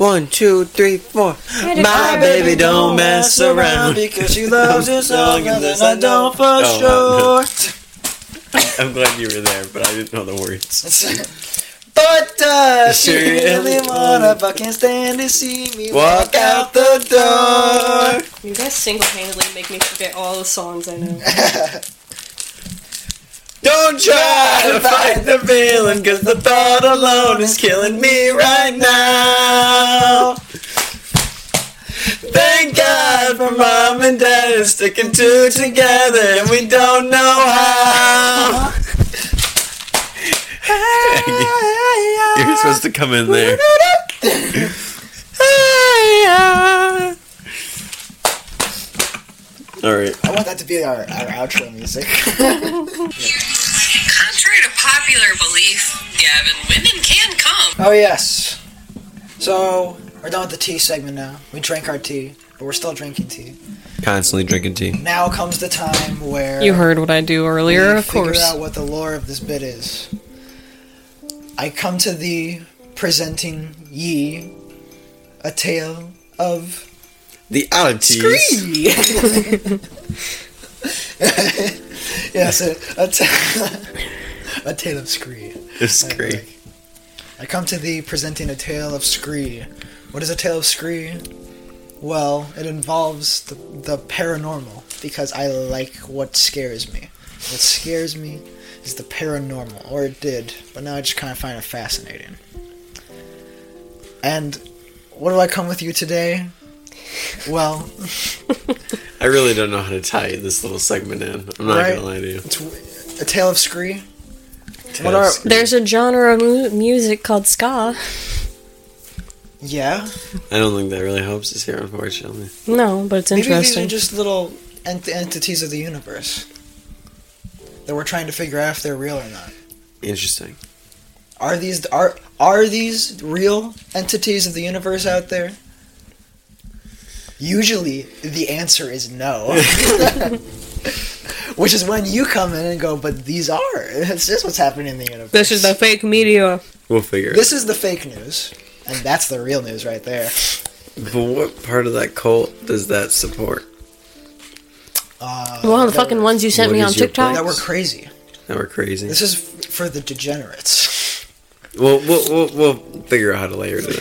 [SPEAKER 3] One, two, three, four. My baby don't mess around.
[SPEAKER 6] Because she loves you so
[SPEAKER 3] Longer
[SPEAKER 6] and
[SPEAKER 3] than
[SPEAKER 6] I don't for
[SPEAKER 3] Oh,
[SPEAKER 6] sure.
[SPEAKER 3] I'm glad you were there, but I didn't know the words.
[SPEAKER 6] But uh, she
[SPEAKER 3] Sure is.
[SPEAKER 6] really wanna fucking stand to see me
[SPEAKER 3] Walk out the door.
[SPEAKER 4] You guys single handedly make me forget all the songs I know.
[SPEAKER 3] Don't try to fight the feeling, cause the thought alone is killing me right now. Thank God for mom and dad and sticking two together, and we don't know how. You're supposed to come in there. Alright.
[SPEAKER 6] I want that to be our, our outro music.
[SPEAKER 5] Contrary to popular belief, Gavin, women can come.
[SPEAKER 6] oh yes. So we're done with the tea segment now. We drank our tea, but we're still drinking tea.
[SPEAKER 3] Constantly drinking tea.
[SPEAKER 6] Now comes the time where
[SPEAKER 4] You heard what I do
[SPEAKER 6] we
[SPEAKER 4] earlier, of
[SPEAKER 6] figure
[SPEAKER 4] course.
[SPEAKER 6] out what the lore of this bit is. I come to thee presenting ye a tale of
[SPEAKER 3] The oddities.
[SPEAKER 6] yes, a, a, ta- a tale of Scree.
[SPEAKER 3] It's great.
[SPEAKER 6] I come to thee presenting a tale of Scree. What is a tale of Scree? Well, it involves the, the paranormal because I like what scares me. What scares me is the paranormal, or it did, but now I just kind of find it fascinating. And what do I come with you today? Well,
[SPEAKER 3] I really don't know how to tie this little segment in. I'm not
[SPEAKER 6] Right.
[SPEAKER 3] gonna lie to you.
[SPEAKER 6] it's w- a tale of Scree. What are-
[SPEAKER 4] There's a genre of mu- music called ska.
[SPEAKER 6] Yeah.
[SPEAKER 3] I don't think that really helps us here, unfortunately.
[SPEAKER 4] No, but it's
[SPEAKER 6] Maybe these are
[SPEAKER 4] interesting.
[SPEAKER 6] just little ent- entities of the universe that we're trying to figure out if they're real or not.
[SPEAKER 3] Interesting.
[SPEAKER 6] Are these are are these real entities of the universe out there? Usually, the answer is no. Which is when you come in and go, but these are. It's just what's happening in the universe.
[SPEAKER 4] This is the fake media.
[SPEAKER 3] We'll figure it.
[SPEAKER 6] This is the fake news, and that's the real news right there.
[SPEAKER 3] But what part of that cult does that support?
[SPEAKER 6] Uh,
[SPEAKER 4] One of the
[SPEAKER 6] that
[SPEAKER 4] fucking
[SPEAKER 6] we're-
[SPEAKER 4] ones you sent
[SPEAKER 3] What
[SPEAKER 4] me
[SPEAKER 3] is
[SPEAKER 4] on
[SPEAKER 3] your
[SPEAKER 4] TikTok.
[SPEAKER 6] that were crazy.
[SPEAKER 3] That we're crazy.
[SPEAKER 6] This is f- for the degenerates.
[SPEAKER 3] We'll, we'll, we'll, we'll figure out how to layer it in.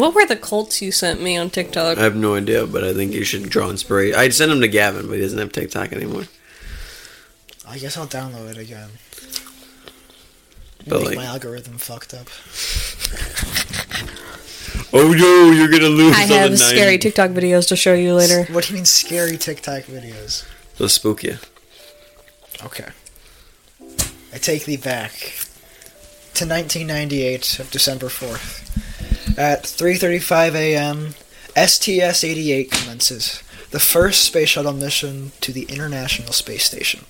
[SPEAKER 4] What were the cults you sent me on TikTok?
[SPEAKER 6] Uh,
[SPEAKER 3] I have no idea, but I think you should draw inspiration. I'd send them to Gavin, but he doesn't have TikTok anymore.
[SPEAKER 6] I guess I'll download it again.
[SPEAKER 3] But
[SPEAKER 6] Make
[SPEAKER 3] like,
[SPEAKER 6] my algorithm fucked up.
[SPEAKER 3] oh no, you're gonna lose.
[SPEAKER 4] I
[SPEAKER 3] on the
[SPEAKER 4] have
[SPEAKER 3] nine."
[SPEAKER 4] scary TikTok videos to show you later.
[SPEAKER 6] What do you mean scary TikTok videos?
[SPEAKER 3] They'll spook you.
[SPEAKER 6] Okay. I take thee back to 1998 of December 4th. At 3:35 a.m., STS-88 commences, the first space shuttle mission to the International Space Station.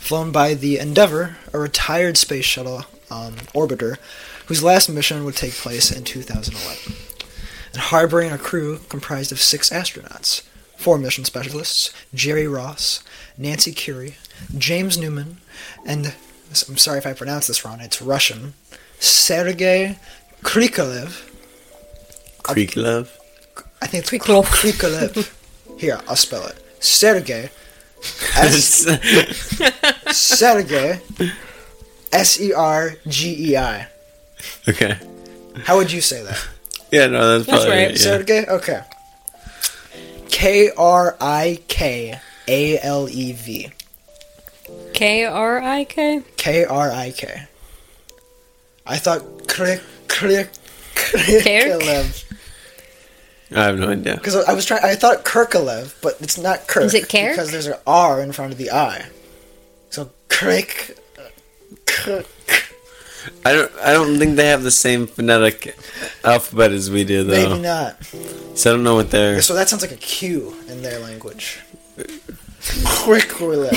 [SPEAKER 6] Flown by the Endeavour, a retired space shuttle um, orbiter whose last mission would take place in 2011. And harboring a crew comprised of 6 astronauts, 4 mission specialists, Jerry Ross, Nancy Curie, James Newman, and I'm sorry if I pronounce this wrong, it's Russian, Sergei Krikalev.
[SPEAKER 3] Creek love.
[SPEAKER 6] I think it's
[SPEAKER 4] Krikalev.
[SPEAKER 6] Krikalev. Here, I'll spell it. Sergei. S-
[SPEAKER 3] That's-
[SPEAKER 6] Sergei. S E R G E I.
[SPEAKER 3] okay.
[SPEAKER 6] How would you say that?
[SPEAKER 3] Yeah, no, that's probably
[SPEAKER 4] right.
[SPEAKER 3] right. yeah.
[SPEAKER 6] Sergei? Okay. K R I K A L E V.
[SPEAKER 4] K R I K.
[SPEAKER 6] K R I K. I thought Krik Krik Krikalev.
[SPEAKER 3] I have no idea.
[SPEAKER 6] Because I was trying, I thought Kirkalev, but it's not Kirk.
[SPEAKER 4] Is it Kirk?
[SPEAKER 6] Because there's an R in front of the I. So Kirk. Kirk.
[SPEAKER 3] I don't. I don't think they have the same phonetic alphabet as we do, though.
[SPEAKER 6] Maybe not.
[SPEAKER 3] So I don't know what they're.
[SPEAKER 6] So that sounds like a Q in their language. Kirkalev.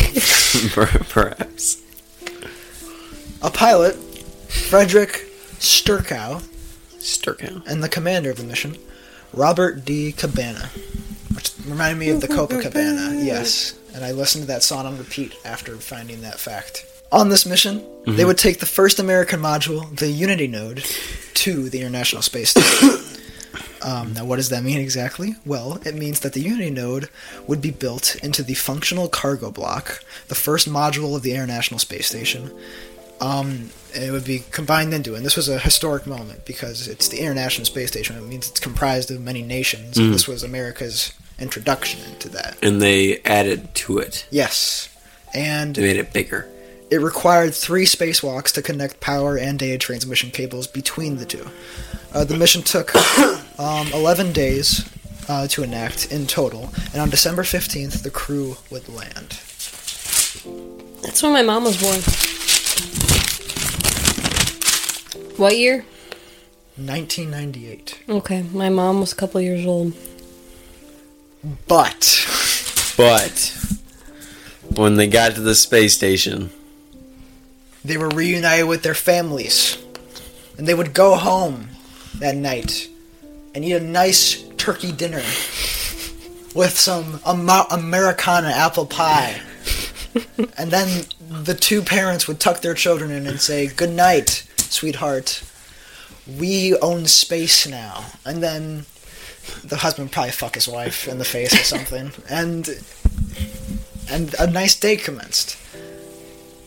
[SPEAKER 3] perhaps.
[SPEAKER 6] A pilot, Frederick Sturkow,
[SPEAKER 3] Sturkow.
[SPEAKER 6] and the commander of the mission, Robert D. Cabana. Which reminded me of the Copacabana, yes. And I listened to that song on repeat after finding that fact. On this mission, they would take the first American module, the Unity node, to the International Space Station. um, now, what does that mean exactly? Well, it means that the Unity node would be built into the functional cargo block, the first module of the International Space Station, um, it would be combined into. And this was a historic moment because it's the International Space Station. It means it's comprised of many nations. and This was America's introduction into that.
[SPEAKER 3] And they added to it.
[SPEAKER 6] Yes. And
[SPEAKER 3] They made it bigger.
[SPEAKER 6] it required three spacewalks to connect power and data transmission cables between the two. Uh, the mission took um, 11 days uh, to enact in total, and on December 15th, the crew would land.
[SPEAKER 4] That's when my mom was born. What year?
[SPEAKER 6] 1998.
[SPEAKER 4] Okay, my mom was a couple years old.
[SPEAKER 6] But
[SPEAKER 3] But when they got to the space station,
[SPEAKER 6] they were reunited with their families and they would go home that night and eat a nice turkey dinner with some Ama- americana apple pie and then the two parents would tuck their children in and say good night sweetheart we own space now and then the husband would probably fuck his wife in the face or something and and a nice day commenced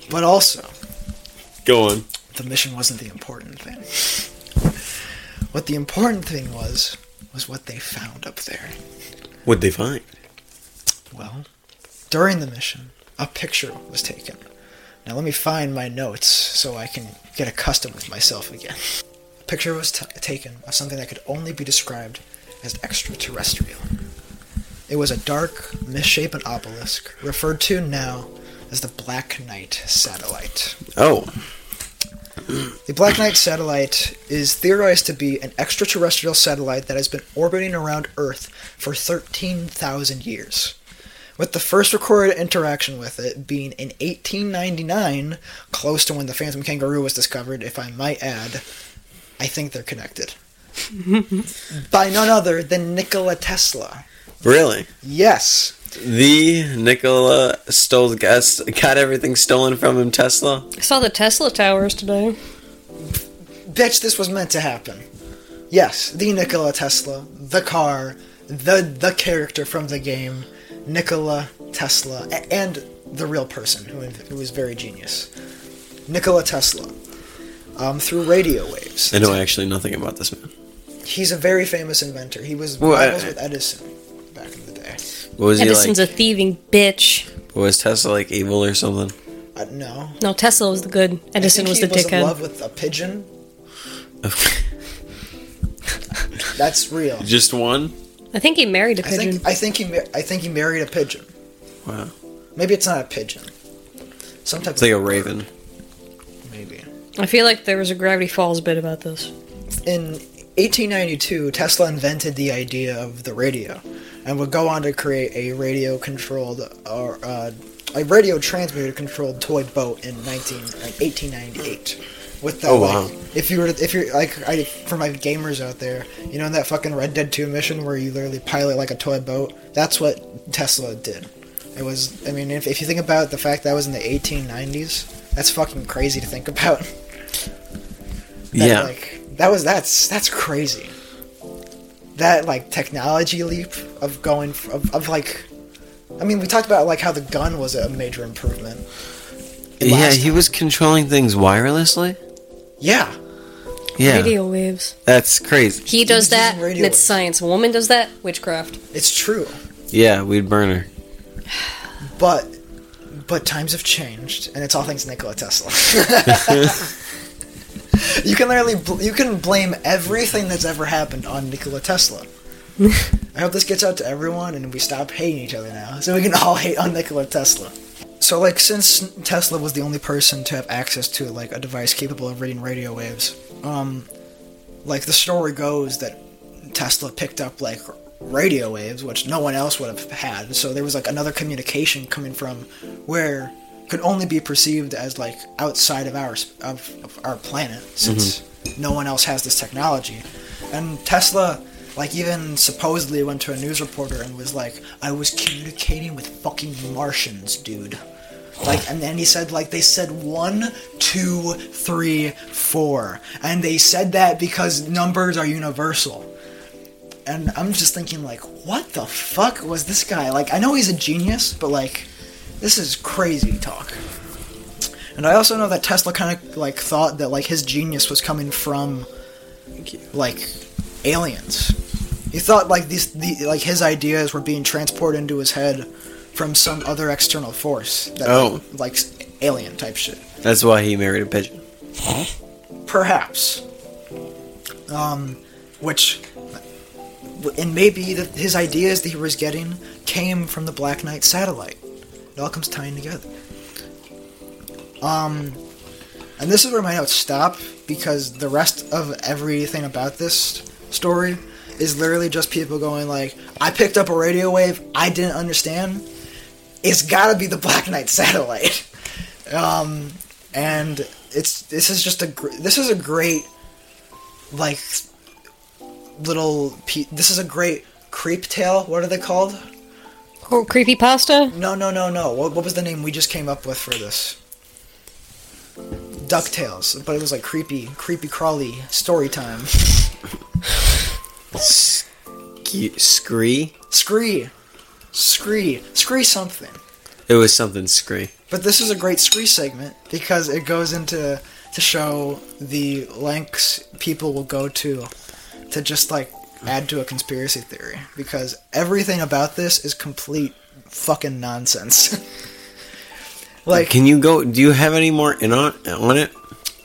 [SPEAKER 6] but also
[SPEAKER 3] go on.
[SPEAKER 6] the mission wasn't the important thing. What the important thing was was what they found up there.
[SPEAKER 3] What'd they find?
[SPEAKER 6] Well, during the mission, a picture was taken. Now let me find my notes so I can get accustomed with myself again. A picture was t- taken of something that could only be described as extraterrestrial. It was a dark, misshapen obelisk, referred to now as the Black Knight satellite.
[SPEAKER 3] Oh,
[SPEAKER 6] The Black Knight satellite is theorized to be an extraterrestrial satellite that has been orbiting around Earth for 13,000 years, with the first recorded interaction with it being in 1899, close to when the phantom kangaroo was discovered, if I might add. I think they're connected. By none other than Nikola Tesla.
[SPEAKER 3] really?
[SPEAKER 6] Yes.
[SPEAKER 3] The Nikola stole got, got everything stolen from him. Tesla.
[SPEAKER 4] I saw the Tesla towers today.
[SPEAKER 6] Bitch, this was meant to happen. Yes, the Nikola Tesla, the car, the the character from the game, Nikola Tesla, a- and the real person who, who is very genius, Nikola Tesla. um, through radio waves.
[SPEAKER 3] I know actually nothing about this man.
[SPEAKER 6] He's a very famous inventor. He was
[SPEAKER 3] Well, I-
[SPEAKER 6] rivals with Edison back in the day.
[SPEAKER 3] What was
[SPEAKER 4] Edison's
[SPEAKER 3] he
[SPEAKER 4] a thieving bitch.
[SPEAKER 3] like? was Tesla like evil or something?
[SPEAKER 6] Uh, I don't know.
[SPEAKER 4] No, Tesla was the good.
[SPEAKER 6] I
[SPEAKER 4] Edison
[SPEAKER 6] think
[SPEAKER 4] was
[SPEAKER 6] he
[SPEAKER 4] the
[SPEAKER 6] was in
[SPEAKER 4] dickhead.
[SPEAKER 6] love with a pigeon. That's real.
[SPEAKER 3] Just one?
[SPEAKER 4] I think he married a
[SPEAKER 6] I
[SPEAKER 4] pigeon.
[SPEAKER 6] think I think he ma- I think he married a pigeon.
[SPEAKER 3] Wow.
[SPEAKER 6] Maybe it's not a pigeon. Some type
[SPEAKER 3] It's like a
[SPEAKER 6] of
[SPEAKER 3] raven.
[SPEAKER 6] maybe.
[SPEAKER 4] I feel like there was a Gravity Falls bit about this.
[SPEAKER 6] In 1892, Tesla invented the idea of the radio, and would go on to create a radio-controlled or uh, a radio transmitter-controlled toy boat in 19, like 1898. With that,
[SPEAKER 3] Oh,
[SPEAKER 6] like,
[SPEAKER 3] wow.
[SPEAKER 6] if you were, to- if you're like, I, for my gamers out there, you know that fucking Red Dead 2 mission where you literally pilot like a toy boat. That's what Tesla did. It was, I mean, if, if you think about it, the fact that was in the 1890s, that's fucking crazy to think about. That,
[SPEAKER 3] yeah.
[SPEAKER 6] Like, that was that's that's crazy. That like technology leap of going f- of, of like, I mean, we talked about like how the gun was a major improvement.
[SPEAKER 3] yeah,
[SPEAKER 6] last
[SPEAKER 3] he was controlling things wirelessly.
[SPEAKER 6] Yeah,
[SPEAKER 3] Yeah.
[SPEAKER 4] Radio waves.
[SPEAKER 3] That's crazy.
[SPEAKER 4] He does
[SPEAKER 6] was using
[SPEAKER 4] that,
[SPEAKER 6] radio
[SPEAKER 4] and it's
[SPEAKER 6] waves.
[SPEAKER 4] science. A woman does that, witchcraft.
[SPEAKER 6] it's true.
[SPEAKER 3] Yeah, we'd burn her.
[SPEAKER 6] But but times have changed, and it's all thanks to Nikola Tesla. you can literally bl- you can blame everything that's ever happened on Nikola Tesla. I hope this gets out to everyone, and we stop hating each other now, so we can all hate on Nikola Tesla. So, like, since Tesla was the only person to have access to like a device capable of reading radio waves, um, like the story goes that Tesla picked up like radio waves, which no one else would have had. So there was like another communication coming from where could only be perceived as like outside of our sp- of, of our planet, since no one else has this technology. And Tesla, like even supposedly went to a news reporter and was like, "I was communicating with fucking Martians, dude." Like, and then he said, like, they said one, two, three, four. And they said that because numbers are universal. And I'm just thinking, like, what the fuck was this guy? Like, I know he's a genius, but, like, this is crazy talk. And I also know that Tesla kind of, like, thought that, like, his genius was coming from, like, aliens. He thought, like, these, the, like, his ideas were being transported into his head from some other external force. That,
[SPEAKER 3] Oh.
[SPEAKER 6] Like, s- alien type shit.
[SPEAKER 3] That's why he married a pigeon.
[SPEAKER 6] Perhaps. Um, which, and maybe that his ideas that he was getting came from the Black Knight satellite. It all comes tying together. Um, and this is where my notes stop because the rest of everything about this story is literally just people going like, "I picked up a radio wave I didn't understand. It's got to be the Black Knight satellite." um, and it's this is just a gr- this is a great like little pe- this is a great creep tale. What are they called?
[SPEAKER 4] Oh, creepy pasta.
[SPEAKER 6] No, no, no, no. What, what was the name we just came up with for this? Ducktales, but it was like creepy, creepy crawly story time.
[SPEAKER 3] Sk- Scree?
[SPEAKER 6] Scree, scree, scree something.
[SPEAKER 3] It was something scree.
[SPEAKER 6] But this is a great Scree segment because it goes into to show the lengths people will go to to just like add to a conspiracy theory because everything about this is complete fucking nonsense. like,
[SPEAKER 3] Can you go? Do you have any more in on, on it?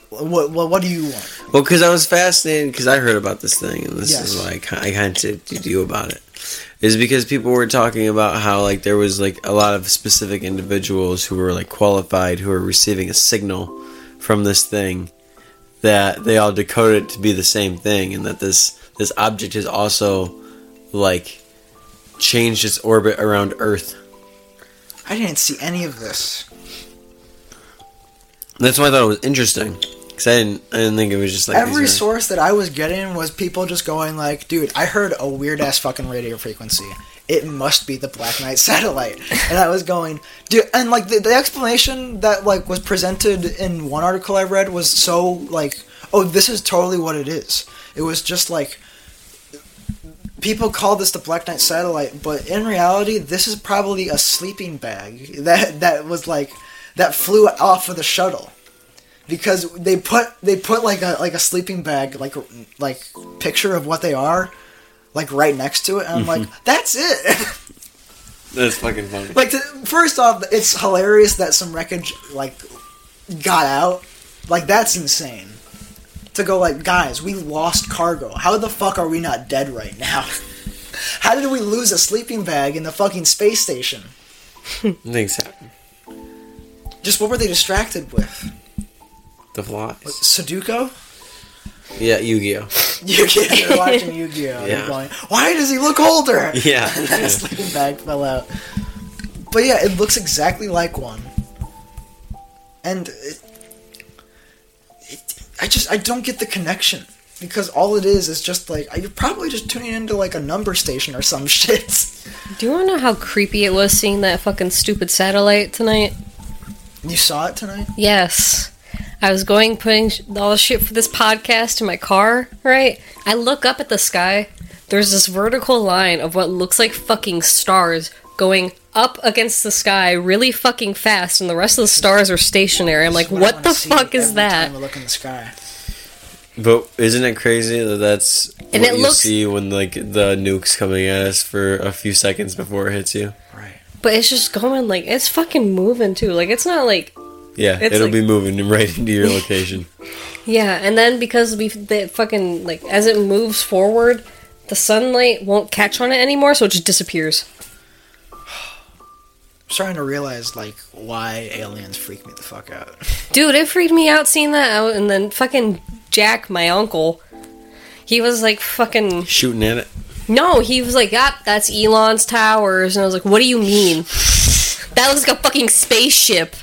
[SPEAKER 6] what, what what do you want?
[SPEAKER 3] Well, because I was fascinated because I heard about this thing, and this
[SPEAKER 6] Yes.
[SPEAKER 3] is why I, ki- I contacted you about it. Is because people were talking about how like there was like a lot of specific individuals who were like qualified who were receiving a signal from this thing that they all decoded it to be the same thing, and that this this object has also like changed its orbit around Earth.
[SPEAKER 6] I didn't see any of this.
[SPEAKER 3] That's why I thought it was interesting because I didn't I didn't think it was just like these
[SPEAKER 6] Every
[SPEAKER 3] uh, are-
[SPEAKER 6] source that I was getting was people just going like, "Dude, I heard a weird ass fucking radio frequency. It must be the Black Knight satellite." and I was going, "Dude," and like the, the explanation that like was presented in one article I read was so like, "Oh, this is totally what it is." It was just like people call this the Black Knight satellite, but in reality, this is probably a sleeping bag that that was like that flew off of the shuttle because they put they put like a like a sleeping bag like like picture of what they are like right next to it and I'm like that's it
[SPEAKER 3] Mm-hmm. That's fucking funny.
[SPEAKER 6] like to, first off it's hilarious that some wreckage like got out like that's insane to go like guys we lost cargo how the fuck are we not dead right now how did we lose a sleeping bag in the fucking space station
[SPEAKER 3] Things happen.
[SPEAKER 6] just what were they distracted with
[SPEAKER 3] The flies.
[SPEAKER 6] Sudoku
[SPEAKER 3] Yeah, Yu-Gi-Oh.
[SPEAKER 6] Yu-Gi-Oh! You're watching Yu-Gi-Oh!
[SPEAKER 3] Yeah.
[SPEAKER 6] You're going, why does he look older?
[SPEAKER 3] Yeah.
[SPEAKER 6] And his sleeping bag fell out. But yeah, it looks exactly like one. And it, it, I just I don't get the connection because all it is is just like you're probably just tuning into like a number station or some shit.
[SPEAKER 4] Do you want to know how creepy it was seeing that fucking stupid satellite tonight?
[SPEAKER 6] You saw it tonight?
[SPEAKER 4] Yes. I was going putting sh- all the shit for this podcast in my car, right? I look up at the sky. There's this vertical line of what looks like fucking stars going up against the sky really fucking fast, and the rest of the stars are stationary. I'm like,
[SPEAKER 6] I
[SPEAKER 4] what
[SPEAKER 6] wanna
[SPEAKER 4] the
[SPEAKER 6] see
[SPEAKER 4] fuck is
[SPEAKER 6] every
[SPEAKER 4] that?
[SPEAKER 6] Time I look in the sky.
[SPEAKER 3] But isn't it crazy that that's
[SPEAKER 4] And
[SPEAKER 3] what
[SPEAKER 4] it
[SPEAKER 3] you
[SPEAKER 4] looks-
[SPEAKER 3] see when like the nuke's coming at us for a few seconds before it hits you?
[SPEAKER 6] Right.
[SPEAKER 4] But it's just going like it's fucking moving too. Like it's not like
[SPEAKER 3] Yeah,
[SPEAKER 4] It's
[SPEAKER 3] it'll
[SPEAKER 4] like-
[SPEAKER 3] be moving right into your location.
[SPEAKER 4] Yeah, and then because we the fucking like as it moves forward, the sunlight won't catch on it anymore, so it just disappears.
[SPEAKER 6] I'm starting to realize like why aliens freak me the fuck out.
[SPEAKER 4] Dude, it freaked me out seeing that. Out, and then fucking Jack, my uncle, he was like fucking
[SPEAKER 3] Shooting at it.
[SPEAKER 4] no, he was like, "Yep, that's Elon's towers," and I was like, "What do you mean? That looks like a fucking spaceship."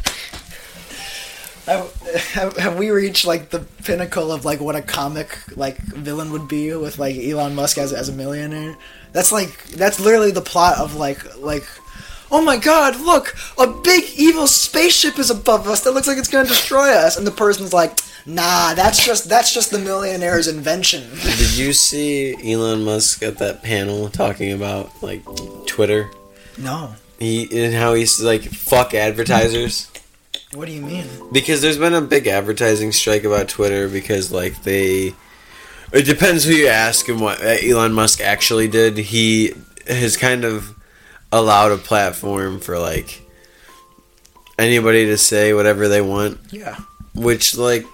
[SPEAKER 6] Have, have, have we reached like the pinnacle of like what a comic like villain would be with like Elon Musk as as a millionaire? That's like that's literally the plot of like like oh my god, look, a big evil spaceship is above us that looks like it's going to destroy us and the person's like, "Nah, that's just that's just the millionaire's invention."
[SPEAKER 3] Did you see Elon Musk at that panel talking about like Twitter?
[SPEAKER 6] No.
[SPEAKER 3] He and how he's like fuck advertisers.
[SPEAKER 6] What do you mean?
[SPEAKER 3] because there's been a big advertising strike about Twitter because like they it depends who you ask and what uh, Elon Musk actually did. He has kind of allowed a platform for like anybody to say whatever they want,
[SPEAKER 6] Yeah.
[SPEAKER 3] which like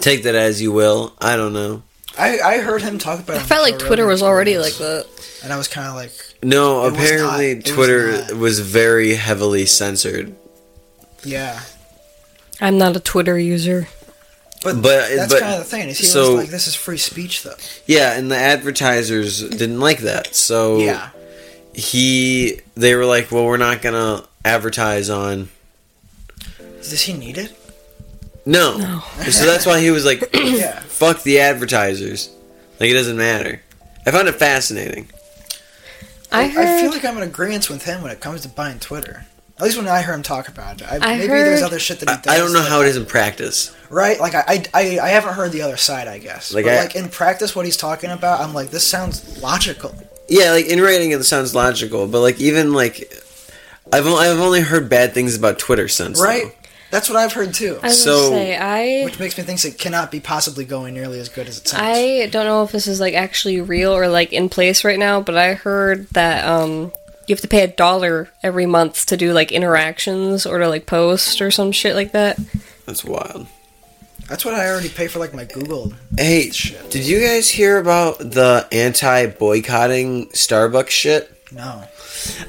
[SPEAKER 3] take that as you will. I don't know.
[SPEAKER 6] I, I heard him talk about it
[SPEAKER 4] I
[SPEAKER 6] on
[SPEAKER 4] felt like
[SPEAKER 6] Joe
[SPEAKER 4] Twitter
[SPEAKER 6] Rogan
[SPEAKER 4] was already like
[SPEAKER 6] once,
[SPEAKER 4] that.
[SPEAKER 6] and I was kind of like
[SPEAKER 3] No,
[SPEAKER 6] It was
[SPEAKER 3] apparently
[SPEAKER 6] not. It was
[SPEAKER 3] Twitter was,
[SPEAKER 6] not.
[SPEAKER 3] very heavily censored.
[SPEAKER 6] yeah.
[SPEAKER 4] I'm not a Twitter user.
[SPEAKER 6] But,
[SPEAKER 3] But-
[SPEAKER 6] that's
[SPEAKER 3] but-
[SPEAKER 6] kind of the thing. Is he
[SPEAKER 3] so-
[SPEAKER 6] was like this is free speech though.
[SPEAKER 3] Yeah, and the advertisers didn't like that. So
[SPEAKER 6] Yeah.
[SPEAKER 3] he they were like, "Well, we're not gonna advertise on."
[SPEAKER 6] Does he need it?
[SPEAKER 3] No. so that's why he was like,
[SPEAKER 6] Yeah.
[SPEAKER 3] "Fuck the advertisers." Like it doesn't matter. I found it fascinating.
[SPEAKER 4] I heard.
[SPEAKER 6] I feel like I'm in agreement with him when it comes to buying Twitter. At least when I hear him talk about it. I,
[SPEAKER 4] I
[SPEAKER 6] maybe there's
[SPEAKER 4] heard-
[SPEAKER 6] other shit that he
[SPEAKER 3] I,
[SPEAKER 6] does.
[SPEAKER 3] I don't know
[SPEAKER 6] that-
[SPEAKER 3] how it is in practice.
[SPEAKER 6] Right? Like, I, I, I, I haven't heard the other side, I guess.
[SPEAKER 3] Like,
[SPEAKER 6] Like, but,
[SPEAKER 3] I-
[SPEAKER 6] like, in practice, what he's talking about, I'm like, this sounds logical.
[SPEAKER 3] Yeah, like in writing it sounds logical, but like even like I've only, I've only heard bad things about Twitter since. though.
[SPEAKER 6] Right? That's what I've heard, too.
[SPEAKER 4] I was
[SPEAKER 3] so-
[SPEAKER 4] gonna say I
[SPEAKER 6] Which makes me think it cannot be possibly going nearly as good as it sounds.
[SPEAKER 4] I don't know if this is like actually real or like in place right now, but I heard that um you have to pay a dollar every month to do like interactions or to like post or some shit like that.
[SPEAKER 3] That's wild.
[SPEAKER 6] That's what I already pay for, like, my Google.
[SPEAKER 3] Hey,
[SPEAKER 6] Shit.
[SPEAKER 3] did you guys hear about the anti-boycotting Starbucks shit?
[SPEAKER 6] No.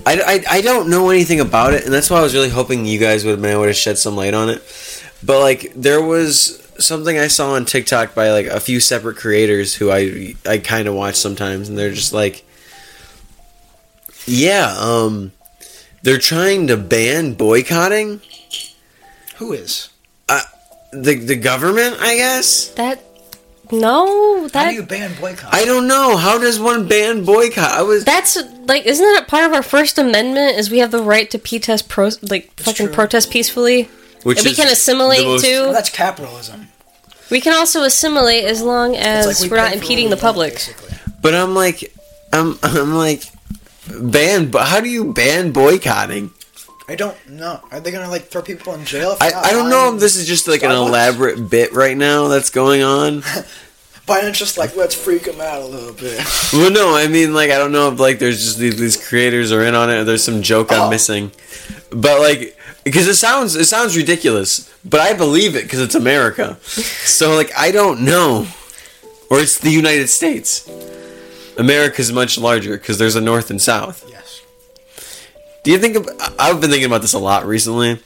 [SPEAKER 3] I, I, I don't know anything about it, and that's why I was really hoping you guys would have been able to shed some light on it. But like, there was something I saw on TikTok by like a few separate creators who I I kind of watch sometimes, and they're just like, yeah, um, they're trying to ban boycotting
[SPEAKER 6] Who is?
[SPEAKER 3] the the government, I guess.
[SPEAKER 4] That no,
[SPEAKER 6] How
[SPEAKER 4] that
[SPEAKER 6] do you ban boycott?
[SPEAKER 3] I don't know how does one ban boycott. I was
[SPEAKER 4] that's like isn't that part of our First Amendment? Is we have the right to protest, pro- like fucking
[SPEAKER 6] true.
[SPEAKER 4] protest peacefully.
[SPEAKER 3] which
[SPEAKER 4] And we
[SPEAKER 3] is
[SPEAKER 4] can assimilate
[SPEAKER 3] the most-
[SPEAKER 6] Well,
[SPEAKER 4] too.
[SPEAKER 6] that's capitalism.
[SPEAKER 4] We can also assimilate as long
[SPEAKER 6] It's
[SPEAKER 4] as
[SPEAKER 6] like we
[SPEAKER 4] we're not
[SPEAKER 6] pay for what
[SPEAKER 4] impeding
[SPEAKER 6] we
[SPEAKER 4] the
[SPEAKER 6] want,
[SPEAKER 4] public.
[SPEAKER 6] basically.
[SPEAKER 3] But I'm like, I'm I'm like, ban. But how do you ban boycotting?
[SPEAKER 6] I don't know. Are they gonna like throw people in jail? For
[SPEAKER 3] I,
[SPEAKER 6] not
[SPEAKER 3] I don't know
[SPEAKER 6] buying-
[SPEAKER 3] if this is just like an
[SPEAKER 6] Starbucks?
[SPEAKER 3] elaborate bit right now that's going on.
[SPEAKER 6] Why not just like let's freak them out a little bit?
[SPEAKER 3] well, no, I mean like I don't know if like there's just these, these creators are in on it or there's some joke
[SPEAKER 6] Oh.
[SPEAKER 3] I'm missing, but like because it sounds it sounds ridiculous, but I believe it because it's America. so like I don't know, or it's the United States. America's much larger because there's a north and south.
[SPEAKER 6] yes.
[SPEAKER 3] Do you think? Of, I- I've been thinking about this a lot recently.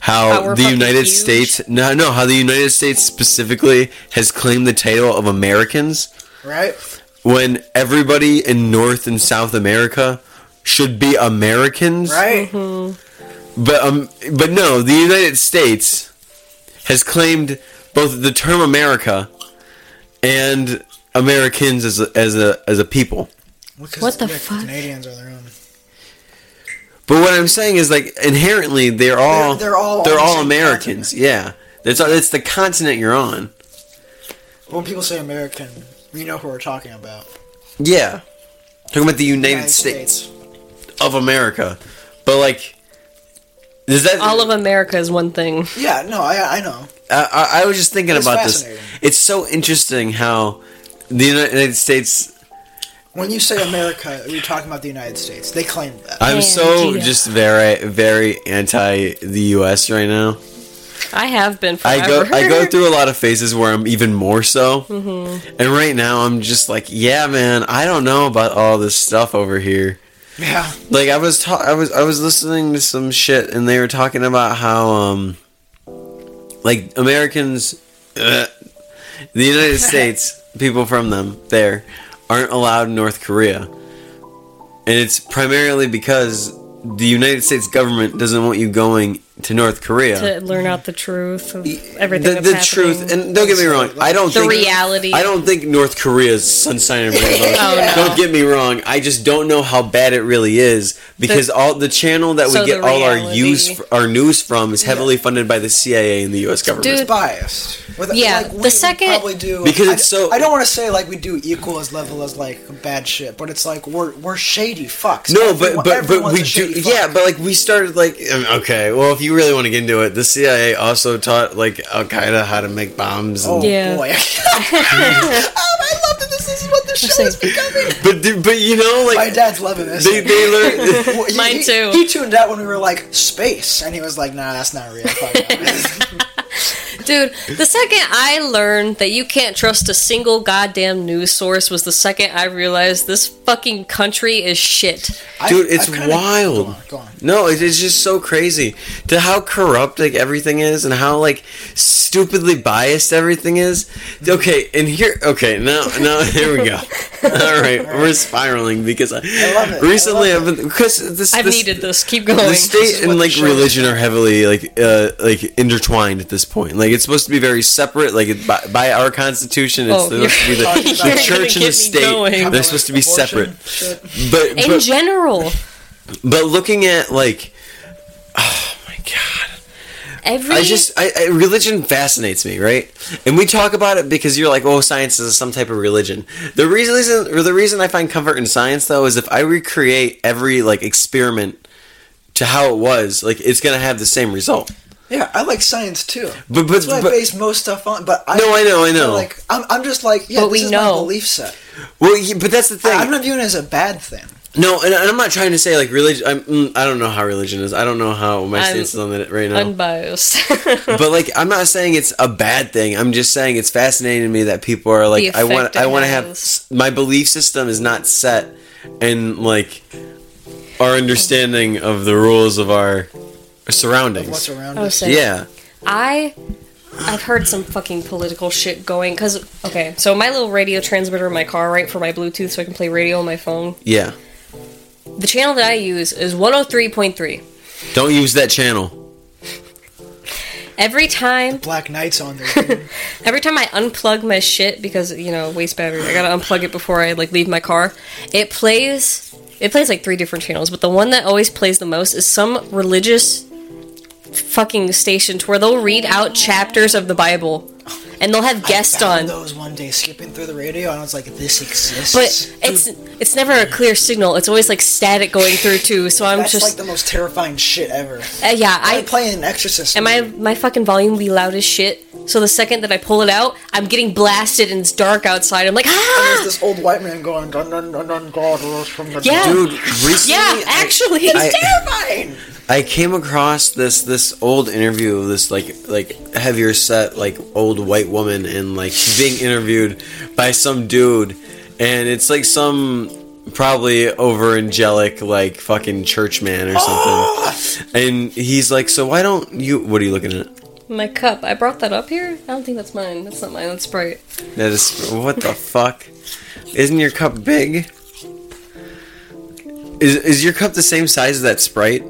[SPEAKER 3] How,
[SPEAKER 4] How we're
[SPEAKER 3] the
[SPEAKER 4] fucking
[SPEAKER 3] United
[SPEAKER 4] huge?
[SPEAKER 3] States? No, no. How the United States specifically has claimed the title of Americans
[SPEAKER 6] Right.
[SPEAKER 3] when everybody in North and South America should be Americans.
[SPEAKER 6] Right.
[SPEAKER 4] Mm-hmm.
[SPEAKER 3] But um, but no, the United States has claimed both the term America and Americans as a, as a as a people.
[SPEAKER 6] Well, 'cause,
[SPEAKER 4] What the
[SPEAKER 6] yeah,
[SPEAKER 4] fuck?
[SPEAKER 6] Canadians are their own.
[SPEAKER 3] But what I'm saying is like inherently they're all
[SPEAKER 6] They're- they're all on
[SPEAKER 3] they're
[SPEAKER 6] the
[SPEAKER 3] all
[SPEAKER 6] same
[SPEAKER 3] Americans. Yeah, that's that's the continent you're on.
[SPEAKER 6] When people say American, we know who we're talking about.
[SPEAKER 3] Yeah, talking about the United, States, of America. But like, is that
[SPEAKER 4] All of America is one thing.
[SPEAKER 6] Yeah. No, I I know.
[SPEAKER 3] I, I- I was just thinking
[SPEAKER 6] It's
[SPEAKER 3] about this.
[SPEAKER 6] fascinating.
[SPEAKER 3] It's so interesting how the United States.
[SPEAKER 6] When you say America, you're talking about the United States. They claim that.
[SPEAKER 3] I'm
[SPEAKER 4] Yeah,
[SPEAKER 3] so
[SPEAKER 4] yeah.
[SPEAKER 3] just very very anti the U.S. right now.
[SPEAKER 4] I have been forever.
[SPEAKER 3] I go I go through a lot of phases where I'm even more so. And right now I'm just like, yeah, man, I don't know about all this stuff over here.
[SPEAKER 6] Yeah.
[SPEAKER 3] Like I was ta- I was I was listening to some shit and they were talking about how um like Americans uh, the United States people from them there aren't allowed in North Korea. And it's primarily because the United States government doesn't want you going to North Korea
[SPEAKER 4] to learn out the truth of everything
[SPEAKER 3] the,
[SPEAKER 4] that's
[SPEAKER 3] the
[SPEAKER 4] happening.
[SPEAKER 3] truth and don't get me wrong i don't
[SPEAKER 4] The
[SPEAKER 3] think
[SPEAKER 4] reality.
[SPEAKER 3] i don't think north korea's sunshine and rainbows
[SPEAKER 4] Oh, no.
[SPEAKER 3] don't get me wrong i just don't know how bad it really is because all the channel that
[SPEAKER 4] So
[SPEAKER 3] we get
[SPEAKER 4] the
[SPEAKER 3] all our
[SPEAKER 4] reality-
[SPEAKER 3] use our news from is heavily funded by the cia and the us government
[SPEAKER 4] Dude,
[SPEAKER 6] It's biased. With,
[SPEAKER 4] Yeah,
[SPEAKER 6] like,
[SPEAKER 4] the
[SPEAKER 6] we would
[SPEAKER 4] second-
[SPEAKER 6] probably do
[SPEAKER 3] Because
[SPEAKER 6] I,
[SPEAKER 3] it's so-
[SPEAKER 6] I don't want to say like we do equal as level as like bad shit, but it's like we're we're shady fucks.
[SPEAKER 3] no
[SPEAKER 6] Everyone-
[SPEAKER 3] but but but
[SPEAKER 6] everyone's
[SPEAKER 3] we
[SPEAKER 6] a
[SPEAKER 3] do
[SPEAKER 6] shady fuck.
[SPEAKER 3] yeah but like we started like um, okay well if you really want to get into it the cia also taught like al-qaeda how to make bombs and
[SPEAKER 6] Oh
[SPEAKER 4] Yeah.
[SPEAKER 6] boy. oh, I love that this is what the show is becoming.
[SPEAKER 3] but but you know
[SPEAKER 6] My
[SPEAKER 3] like
[SPEAKER 6] dad's loving this.
[SPEAKER 3] they, they learn
[SPEAKER 6] Well, he-
[SPEAKER 4] Mine
[SPEAKER 6] he-
[SPEAKER 4] too.
[SPEAKER 6] He, tuned out when we were like space, and he was like, "Nah, that's not real." Fuck that.
[SPEAKER 4] Dude, the second I learned that you can't trust a single goddamn news source was the second I realized this fucking country is shit.
[SPEAKER 6] I-
[SPEAKER 3] Dude, it's
[SPEAKER 6] I've kinda-
[SPEAKER 3] wild.
[SPEAKER 6] Go on, go on.
[SPEAKER 3] No, it is just so crazy to how corrupt like everything is and how like stupidly biased everything is.
[SPEAKER 6] Mm-hmm.
[SPEAKER 3] Okay, and here, okay, now, now, here we go. All right, we're spiraling because I,
[SPEAKER 6] love it, I
[SPEAKER 3] recently
[SPEAKER 6] love
[SPEAKER 3] I've been because this
[SPEAKER 4] I've
[SPEAKER 3] this,
[SPEAKER 4] needed this. Keep going.
[SPEAKER 3] the
[SPEAKER 6] is
[SPEAKER 3] state
[SPEAKER 6] what
[SPEAKER 3] and
[SPEAKER 6] the
[SPEAKER 3] like
[SPEAKER 6] show is
[SPEAKER 3] religion are heavily like uh like intertwined at this point. Like it's supposed to be very separate. Like it, by, by our constitution, it's
[SPEAKER 4] Oh,
[SPEAKER 3] supposed to be
[SPEAKER 4] you're-
[SPEAKER 3] the,
[SPEAKER 6] you're
[SPEAKER 3] the
[SPEAKER 4] gonna
[SPEAKER 3] church
[SPEAKER 4] get
[SPEAKER 3] and
[SPEAKER 4] me
[SPEAKER 3] the state.
[SPEAKER 4] going.
[SPEAKER 3] They're supposed to be
[SPEAKER 6] Abortion,
[SPEAKER 3] separate.
[SPEAKER 6] shit.
[SPEAKER 3] But,
[SPEAKER 4] In
[SPEAKER 3] but
[SPEAKER 4] general,
[SPEAKER 3] but looking at like, oh my god.
[SPEAKER 4] every
[SPEAKER 3] I just I, I religion fascinates me, right? And we talk about it because you're like, oh, science is some type of religion. The reason, or the reason I find comfort in science though is if I recreate every like experiment to how it was, like it's gonna have the same result.
[SPEAKER 6] Yeah, I like science too.
[SPEAKER 3] But but,
[SPEAKER 6] That's what I
[SPEAKER 3] but
[SPEAKER 6] base most stuff on. But I,
[SPEAKER 3] No, I know, I know.
[SPEAKER 6] Like I'm, I'm just like yeah,
[SPEAKER 4] But
[SPEAKER 6] this
[SPEAKER 4] we
[SPEAKER 6] is
[SPEAKER 4] know.
[SPEAKER 6] my belief set.
[SPEAKER 3] well, yeah, but that's the thing.
[SPEAKER 6] I, am not viewing it as a bad thing.
[SPEAKER 3] no, and, and I'm not trying to say like religion. I'm, mm, I don't know how religion is. I don't know how my
[SPEAKER 4] I'm
[SPEAKER 3] stance is on that right now.
[SPEAKER 4] unbiased.
[SPEAKER 3] but like I'm not saying it's a bad thing. I'm just saying it's fascinating to me that people are like
[SPEAKER 4] The
[SPEAKER 3] I want
[SPEAKER 4] effect it
[SPEAKER 3] I want to have
[SPEAKER 4] has.
[SPEAKER 3] my belief system is not set and like our understanding of the rules of our surroundings.
[SPEAKER 6] What's around
[SPEAKER 4] Oh,
[SPEAKER 6] us?
[SPEAKER 4] sick.
[SPEAKER 3] yeah.
[SPEAKER 4] I I've heard some fucking political shit going because okay, so my little radio transmitter in my car, right, for my Bluetooth, so I can play radio on my phone.
[SPEAKER 3] Yeah.
[SPEAKER 4] The channel that I use is 103.3.
[SPEAKER 3] Don't use that channel.
[SPEAKER 4] Every time,
[SPEAKER 6] Black Knight's on there. dude.
[SPEAKER 4] every time I unplug my shit because you know waste battery, I gotta unplug it before I like leave my car. It plays, it plays like three different channels, but the one that always plays the most is some religious fucking station to where they'll read out chapters of the Bible. and they'll have guests
[SPEAKER 6] I found
[SPEAKER 4] on.
[SPEAKER 6] those one day skipping through the radio, and I was like, this exists.
[SPEAKER 4] But it's it's never a clear signal. It's always like static going through too. So I'm
[SPEAKER 6] that's like
[SPEAKER 4] just
[SPEAKER 6] the most terrifying shit ever.
[SPEAKER 4] uh, yeah.
[SPEAKER 6] I
[SPEAKER 4] I
[SPEAKER 6] play an exorcist.
[SPEAKER 4] and my my fucking volume be loud as shit. So the second that I pull it out, I'm getting blasted and it's dark outside. I'm like
[SPEAKER 6] there's
[SPEAKER 4] ah
[SPEAKER 6] this old white man going dun dun dun dun God rose from the
[SPEAKER 4] Yeah.
[SPEAKER 6] dead."
[SPEAKER 3] Dude, recently
[SPEAKER 4] yeah. Actually,
[SPEAKER 3] I-
[SPEAKER 6] terrifying.
[SPEAKER 3] I came across this this old interview of this like like heavier set like old white woman and like she's being interviewed by some dude and it's like some probably over angelic like fucking church man or something and he's like so why don't you what are you looking at
[SPEAKER 4] my cup. I brought that up here. I don't think that's mine. That's not mine. That's Sprite.
[SPEAKER 3] that is what the fuck isn't your cup big is is your cup the same size as that sprite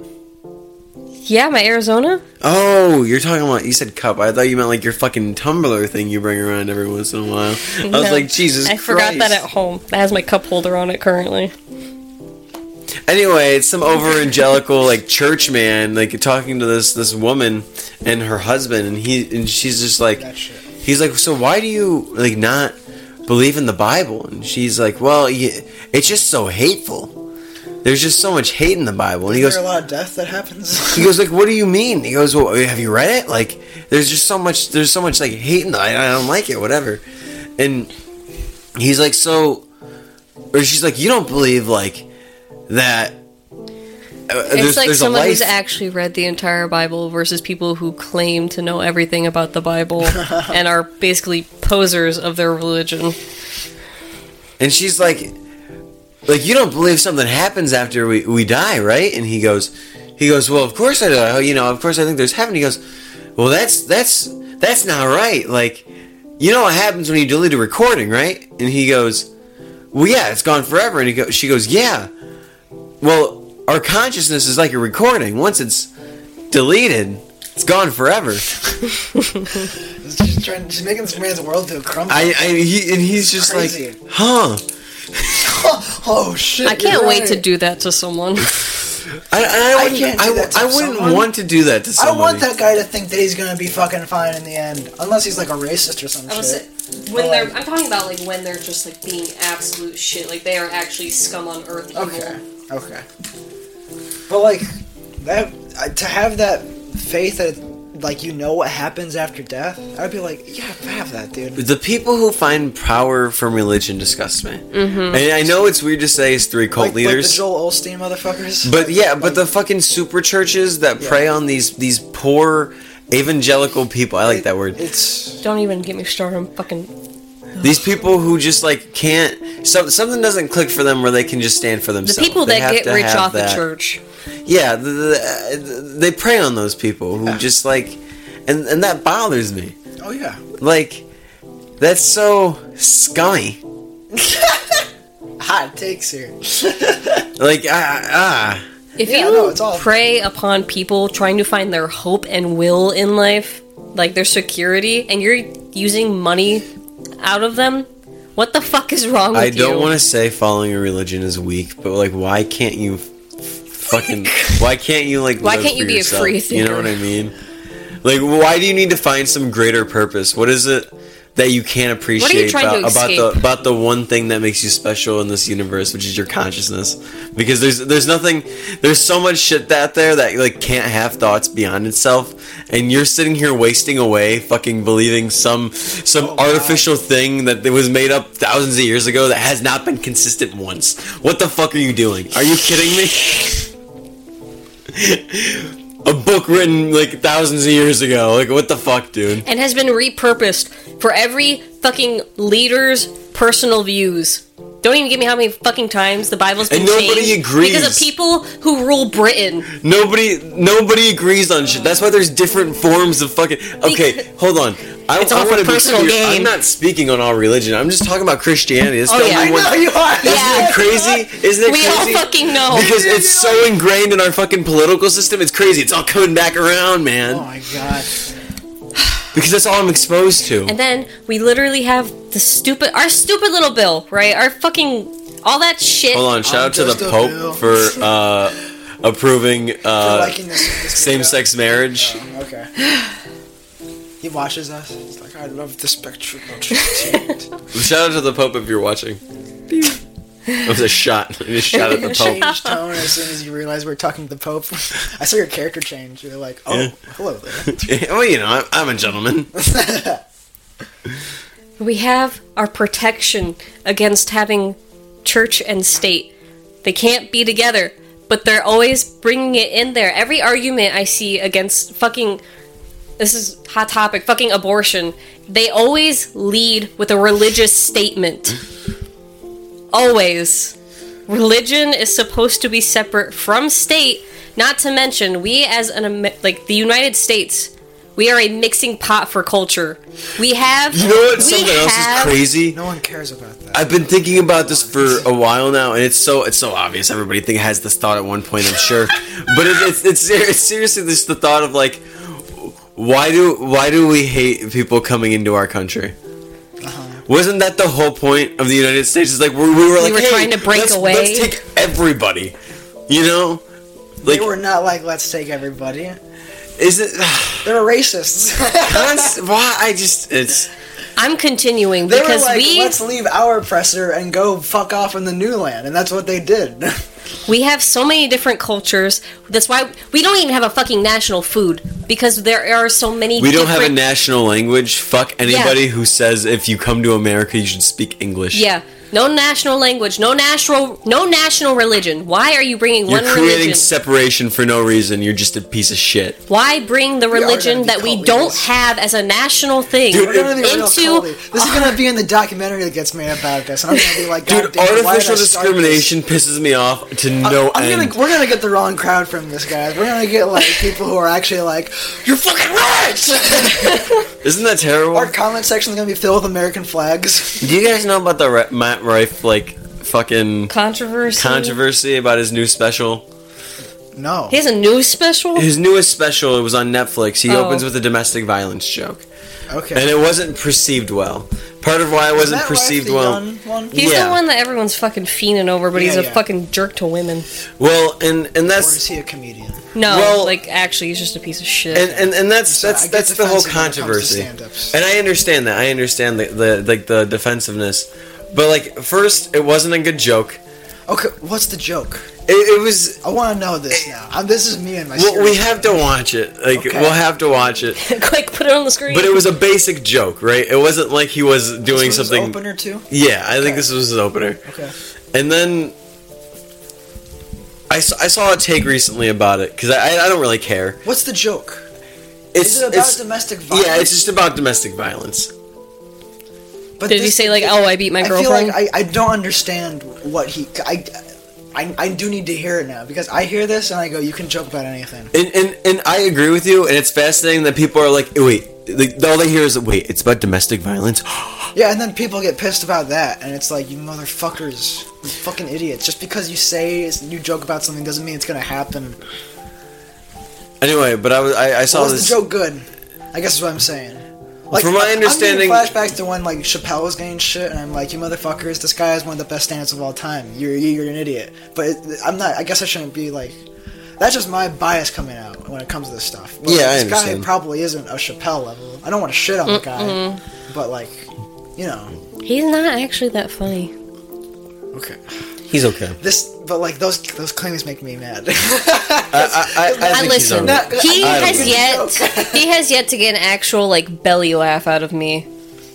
[SPEAKER 4] Yeah, my Arizona.
[SPEAKER 3] Oh, you're talking about you said cup. I thought you meant like your fucking tumbler thing you bring around every once in a while. I was
[SPEAKER 4] No.
[SPEAKER 3] like, Jesus
[SPEAKER 4] I
[SPEAKER 3] Christ. Uh,
[SPEAKER 4] forgot that at home. That has my cup holder on it currently.
[SPEAKER 3] Anyway, it's some over angelical like church man like talking to this this woman and her husband and he and she's just like
[SPEAKER 6] That shit.
[SPEAKER 3] he's like, so why do you like not believe in the Bible? And she's like, well, y- it's just so hateful. There's just so much hate in the Bible. And he
[SPEAKER 6] Is
[SPEAKER 3] goes,
[SPEAKER 6] there a lot of death that happens?
[SPEAKER 3] He goes like, "What do you mean?" He goes, well, "Have you read it? Like, there's just so much. There's so much like hate in the. I, I don't like it. Whatever." And he's like, "So," or she's like, "You don't believe like that." Uh,
[SPEAKER 4] it's
[SPEAKER 3] there's,
[SPEAKER 4] like
[SPEAKER 3] there's a
[SPEAKER 4] someone
[SPEAKER 3] life.
[SPEAKER 4] who's actually read the entire Bible versus people who claim to know everything about the Bible and are basically posers of their religion.
[SPEAKER 3] and she's like, "Like you don't believe something happens after we we die, right?" And he goes, "He goes, well, of course I do. Oh, You know, of course I think there's heaven." He goes, "Well, that's that's that's not right. Like, you know what happens when you delete a recording, right?" And he goes. well yeah it's gone forever and he go, she goes yeah well our consciousness is like a recording once it's deleted it's gone forever
[SPEAKER 6] she's, trying, she's making this man's world feel crumble.
[SPEAKER 3] i, I he, and he's just
[SPEAKER 6] Crazy.
[SPEAKER 3] like huh
[SPEAKER 6] oh, shit!
[SPEAKER 4] I can't
[SPEAKER 6] you're
[SPEAKER 4] wait
[SPEAKER 6] right.
[SPEAKER 4] to do that to someone.
[SPEAKER 3] i, I, wouldn't,
[SPEAKER 6] can't do
[SPEAKER 3] I-
[SPEAKER 6] that to
[SPEAKER 3] I wouldn't
[SPEAKER 6] someone.
[SPEAKER 3] want to do that to
[SPEAKER 6] I
[SPEAKER 3] someone
[SPEAKER 6] want that guy to think that he's gonna be fucking fine in the end, unless he's like a racist or some
[SPEAKER 4] I
[SPEAKER 6] shit.
[SPEAKER 4] was when they're I'm talking about like when they're just like being absolute shit, like they are actually scum on earth. Evil.
[SPEAKER 6] Okay. Okay. But like that I- to have that faith that like you know what happens after death, I'd be like, yeah, have that, dude.
[SPEAKER 3] the people who find power from religion disgust me
[SPEAKER 4] Mm-hmm.
[SPEAKER 3] and i know it's weird to say it's three cult
[SPEAKER 6] Like, like
[SPEAKER 3] leaders
[SPEAKER 6] the Joel Olstein motherfuckers.
[SPEAKER 3] But yeah, but the fucking super churches that prey on these these poor evangelical people. I like that word.
[SPEAKER 6] It's
[SPEAKER 4] Don't even get me started. I'm fucking
[SPEAKER 3] These people who just like can't some, something doesn't click for them where they can just stand for
[SPEAKER 4] the
[SPEAKER 3] themselves.
[SPEAKER 4] people that
[SPEAKER 3] They have
[SPEAKER 4] get
[SPEAKER 3] to
[SPEAKER 4] rich
[SPEAKER 3] have
[SPEAKER 4] off the
[SPEAKER 3] that.
[SPEAKER 4] church.
[SPEAKER 3] Yeah, the, the, uh, they prey on those people who just like, and and that bothers me.
[SPEAKER 6] oh yeah.
[SPEAKER 3] Like, that's so scummy.
[SPEAKER 6] Hot takes here.
[SPEAKER 3] Like ah ah.
[SPEAKER 4] If
[SPEAKER 6] Yeah,
[SPEAKER 4] you
[SPEAKER 6] no, it's all-
[SPEAKER 4] prey upon people trying to find their hope and will in life, like their security, and you're using money out of them, what the fuck is wrong with
[SPEAKER 3] I
[SPEAKER 4] you?
[SPEAKER 3] don't want to say following a religion is weak, but like, why can't you f- fucking? why can't you like?
[SPEAKER 4] Why
[SPEAKER 3] live
[SPEAKER 4] can't
[SPEAKER 3] for
[SPEAKER 4] you be a
[SPEAKER 3] yourself?
[SPEAKER 4] free
[SPEAKER 3] You know
[SPEAKER 4] thinker?
[SPEAKER 3] what I mean? Like, why do you need to find some greater purpose? What is it that you can't appreciate
[SPEAKER 4] trying to
[SPEAKER 3] about, about the
[SPEAKER 4] escape?
[SPEAKER 3] about the one thing that makes you special in this universe, which is your consciousness? Because there's there's nothing, there's so much shit out there that like can't have thoughts beyond itself, and you're sitting here wasting away, fucking believing some some artificial thing that it was made up thousands of years ago that has not been consistent once. What the fuck are you doing? Are you kidding me? A book written like thousands of years ago. Like what the fuck, dude?
[SPEAKER 4] and has been repurposed for every fucking leader's personal views. Don't even give me how many fucking times the Bible's been
[SPEAKER 3] And nobody
[SPEAKER 4] changed
[SPEAKER 3] agrees.
[SPEAKER 4] because of people who rule Britain.
[SPEAKER 3] Nobody, nobody agrees on shit. That's why there's different forms of fucking. Okay, hold on. I,
[SPEAKER 4] It's
[SPEAKER 3] I
[SPEAKER 4] all for
[SPEAKER 3] want to be
[SPEAKER 4] personal
[SPEAKER 3] clear.
[SPEAKER 4] gain.
[SPEAKER 3] I'm not speaking on all religion. I'm just talking about Christianity. It's
[SPEAKER 4] Oh,
[SPEAKER 3] the
[SPEAKER 4] yeah.
[SPEAKER 3] only
[SPEAKER 4] I
[SPEAKER 3] one.
[SPEAKER 6] No, you are.
[SPEAKER 3] Isn't
[SPEAKER 4] Yeah.
[SPEAKER 3] it crazy? Isn't it
[SPEAKER 4] We all
[SPEAKER 3] crazy?
[SPEAKER 4] fucking know.
[SPEAKER 3] because it's so ingrained in our fucking political system. It's crazy. It's all coming back around,
[SPEAKER 6] Oh
[SPEAKER 3] man.
[SPEAKER 6] my god.
[SPEAKER 3] Because that's all I'm exposed to.
[SPEAKER 4] And then we literally have the stupid, our stupid little bill, right? Our fucking, all that shit.
[SPEAKER 3] Hold on. Shout
[SPEAKER 6] I'm
[SPEAKER 3] out to the
[SPEAKER 6] just a
[SPEAKER 3] Pope
[SPEAKER 6] bill.
[SPEAKER 3] for uh, approving uh,
[SPEAKER 6] liking this, this video.
[SPEAKER 3] same-sex marriage.
[SPEAKER 6] Okay. He watches us. He's like,
[SPEAKER 2] I love the spectrum. of shade.
[SPEAKER 3] Shout out to the Pope if you're watching. That was a shot. You just shot at the Pope.
[SPEAKER 6] Change tone as soon as you realize we're talking to the Pope. I saw your character change. You're like, oh,
[SPEAKER 3] Yeah.
[SPEAKER 6] hello there.
[SPEAKER 3] well, you know, I'm, I'm a gentleman.
[SPEAKER 4] We have our protection against having church and state. They can't be together, but they're always bringing it in there. Every argument I see against fucking this is hot topic, fucking abortion, they always lead with a religious statement. always. Religion is supposed to be separate from state, not to mention we as an Amer- like the United States, we are a mixing pot for culture. We have
[SPEAKER 3] You know what?
[SPEAKER 4] we
[SPEAKER 3] Something else is
[SPEAKER 4] have-
[SPEAKER 3] crazy.
[SPEAKER 6] No one cares about that.
[SPEAKER 3] I've been thinking about this for a while now, and it's so it's so obvious. Everybody think has this thought at one point, I'm sure. but it, it's, it's ser- it's seriously just the thought of like, why do why do we hate people coming into our country? Wasn't that the whole point of the United States? It's like we, we were
[SPEAKER 4] Uh-huh.
[SPEAKER 3] like
[SPEAKER 4] were
[SPEAKER 3] "Hey,
[SPEAKER 4] trying to break
[SPEAKER 3] let's-
[SPEAKER 4] away."
[SPEAKER 3] Let's take everybody. You know,
[SPEAKER 6] they
[SPEAKER 3] like
[SPEAKER 6] were not like, let's take everybody.
[SPEAKER 3] is it?
[SPEAKER 6] They were racists.
[SPEAKER 3] That's why I just it's
[SPEAKER 4] I'm continuing
[SPEAKER 6] they
[SPEAKER 4] because
[SPEAKER 6] were like,
[SPEAKER 4] we
[SPEAKER 6] let's leave our oppressor and go fuck off in the new land. And that's what they did.
[SPEAKER 4] we have so many different cultures. That's why we don't even have a fucking national food because there are so many.
[SPEAKER 3] we don't have a
[SPEAKER 4] different-
[SPEAKER 3] national language. Fuck anybody who says if you come to America you should speak English.
[SPEAKER 4] Yeah, no national language, no national, no national religion. Why are you bringing
[SPEAKER 3] You're
[SPEAKER 4] one
[SPEAKER 3] creating
[SPEAKER 4] religion?
[SPEAKER 3] separation for no reason. You're just a piece of shit.
[SPEAKER 4] Why bring the
[SPEAKER 6] are gonna
[SPEAKER 4] religion
[SPEAKER 6] be
[SPEAKER 4] that we
[SPEAKER 6] cult
[SPEAKER 4] don't
[SPEAKER 6] leaders.
[SPEAKER 4] have as a national thing
[SPEAKER 3] Dude,
[SPEAKER 6] We're gonna be real
[SPEAKER 4] into?
[SPEAKER 6] culty. This is gonna be in the documentary that gets made about this. And I'm gonna be like, God
[SPEAKER 3] Dude,
[SPEAKER 6] damn, why did I
[SPEAKER 3] artificial
[SPEAKER 6] start this? Uh,
[SPEAKER 3] discrimination pisses me off to no
[SPEAKER 6] I'm
[SPEAKER 3] end.
[SPEAKER 6] gonna, we're gonna get the wrong crowd from this, guys. We're gonna get like people who are actually like, "You're fucking right."
[SPEAKER 3] Isn't that terrible?
[SPEAKER 6] Our comment section is gonna be filled with American flags.
[SPEAKER 3] Do you guys know about the Ra- Matt Rife like fucking
[SPEAKER 4] Controversy.
[SPEAKER 3] controversy about his new special?
[SPEAKER 6] No,
[SPEAKER 4] He has a new special.
[SPEAKER 3] His newest special it was on Netflix. He
[SPEAKER 4] Oh.
[SPEAKER 3] opens with a domestic violence joke, and
[SPEAKER 6] okay.
[SPEAKER 3] it wasn't perceived well. Part of why it wasn't
[SPEAKER 6] Matt Rife
[SPEAKER 3] perceived
[SPEAKER 6] the
[SPEAKER 3] well.
[SPEAKER 6] young one?
[SPEAKER 4] He's
[SPEAKER 3] yeah.
[SPEAKER 4] the one that everyone's fucking fiending over, but he's
[SPEAKER 6] Yeah,
[SPEAKER 4] a
[SPEAKER 6] yeah.
[SPEAKER 4] fucking jerk to women.
[SPEAKER 3] Well, and and
[SPEAKER 6] Or is
[SPEAKER 3] that's
[SPEAKER 6] he a comedian?
[SPEAKER 4] No,
[SPEAKER 3] Well-
[SPEAKER 4] like actually, he's just a piece of shit.
[SPEAKER 3] and, and, and that's
[SPEAKER 6] So I
[SPEAKER 3] that's
[SPEAKER 6] get
[SPEAKER 3] that's the whole
[SPEAKER 6] defensive when it comes to
[SPEAKER 3] controversy.
[SPEAKER 6] stand-ups.
[SPEAKER 3] And I understand that. I understand the, the like the defensiveness, but like first, it wasn't a good joke.
[SPEAKER 6] Okay, what's the joke?
[SPEAKER 3] It, it was.
[SPEAKER 6] I want to know this now. i this is me and my.
[SPEAKER 3] Well, we
[SPEAKER 6] serious-
[SPEAKER 3] have to watch it. Like
[SPEAKER 6] Okay.
[SPEAKER 3] we'll have to watch it.
[SPEAKER 4] Quick, put it on the screen.
[SPEAKER 3] But it was a basic joke, right? It wasn't like he was
[SPEAKER 6] This
[SPEAKER 3] doing
[SPEAKER 6] was his
[SPEAKER 3] something.
[SPEAKER 6] opener too.
[SPEAKER 3] Yeah, I think
[SPEAKER 6] Okay.
[SPEAKER 3] this was his opener.
[SPEAKER 6] Okay.
[SPEAKER 3] And then I, s- I saw a take recently about it because I, I don't really care.
[SPEAKER 6] What's the joke?
[SPEAKER 3] It's
[SPEAKER 6] Is it about
[SPEAKER 3] it's,
[SPEAKER 6] domestic violence?
[SPEAKER 3] yeah, it's just about domestic violence.
[SPEAKER 6] But
[SPEAKER 4] Did he
[SPEAKER 6] this-
[SPEAKER 4] say like, "Oh, I beat my
[SPEAKER 6] I feel
[SPEAKER 4] girlfriend"?
[SPEAKER 6] like I, I don't understand what he I, I I do need to hear it now because I hear this and I go, you can joke about anything.
[SPEAKER 3] And, and and I agree with you. And it's fascinating that people are like, "Oh, wait, like, all they hear is wait, it's about domestic violence.
[SPEAKER 6] Yeah, and then people get pissed about that, and it's like, you motherfuckers, you fucking idiots. Just because you say it's- you joke about something doesn't mean it's gonna happen.
[SPEAKER 3] anyway, but I was I, I saw
[SPEAKER 6] was
[SPEAKER 3] this.
[SPEAKER 6] the joke good? I guess is what I'm saying. Like,
[SPEAKER 3] From my
[SPEAKER 6] I'm getting
[SPEAKER 3] understanding-
[SPEAKER 6] flashbacks to when like Chappelle was getting shit, and I'm like, you motherfuckers, this guy is one of the best standards of all time. You're you're an idiot. But it, I'm not. I guess I shouldn't be like. That's just my bias coming out when it comes to this stuff. But,
[SPEAKER 3] Yeah,
[SPEAKER 6] like,
[SPEAKER 3] I
[SPEAKER 6] this
[SPEAKER 3] understand.
[SPEAKER 6] guy probably isn't a Chappelle level. I don't want to shit on the guy, but like, you know,
[SPEAKER 4] He's not actually that funny.
[SPEAKER 6] okay.
[SPEAKER 3] He's okay.
[SPEAKER 6] This, but like those those claims make me mad.
[SPEAKER 3] I, I, I, I
[SPEAKER 4] I
[SPEAKER 3] think he's
[SPEAKER 4] listen.
[SPEAKER 3] alright.
[SPEAKER 4] He
[SPEAKER 3] I don't
[SPEAKER 4] has
[SPEAKER 3] know.
[SPEAKER 4] yet he has yet to get an actual like belly laugh out of me.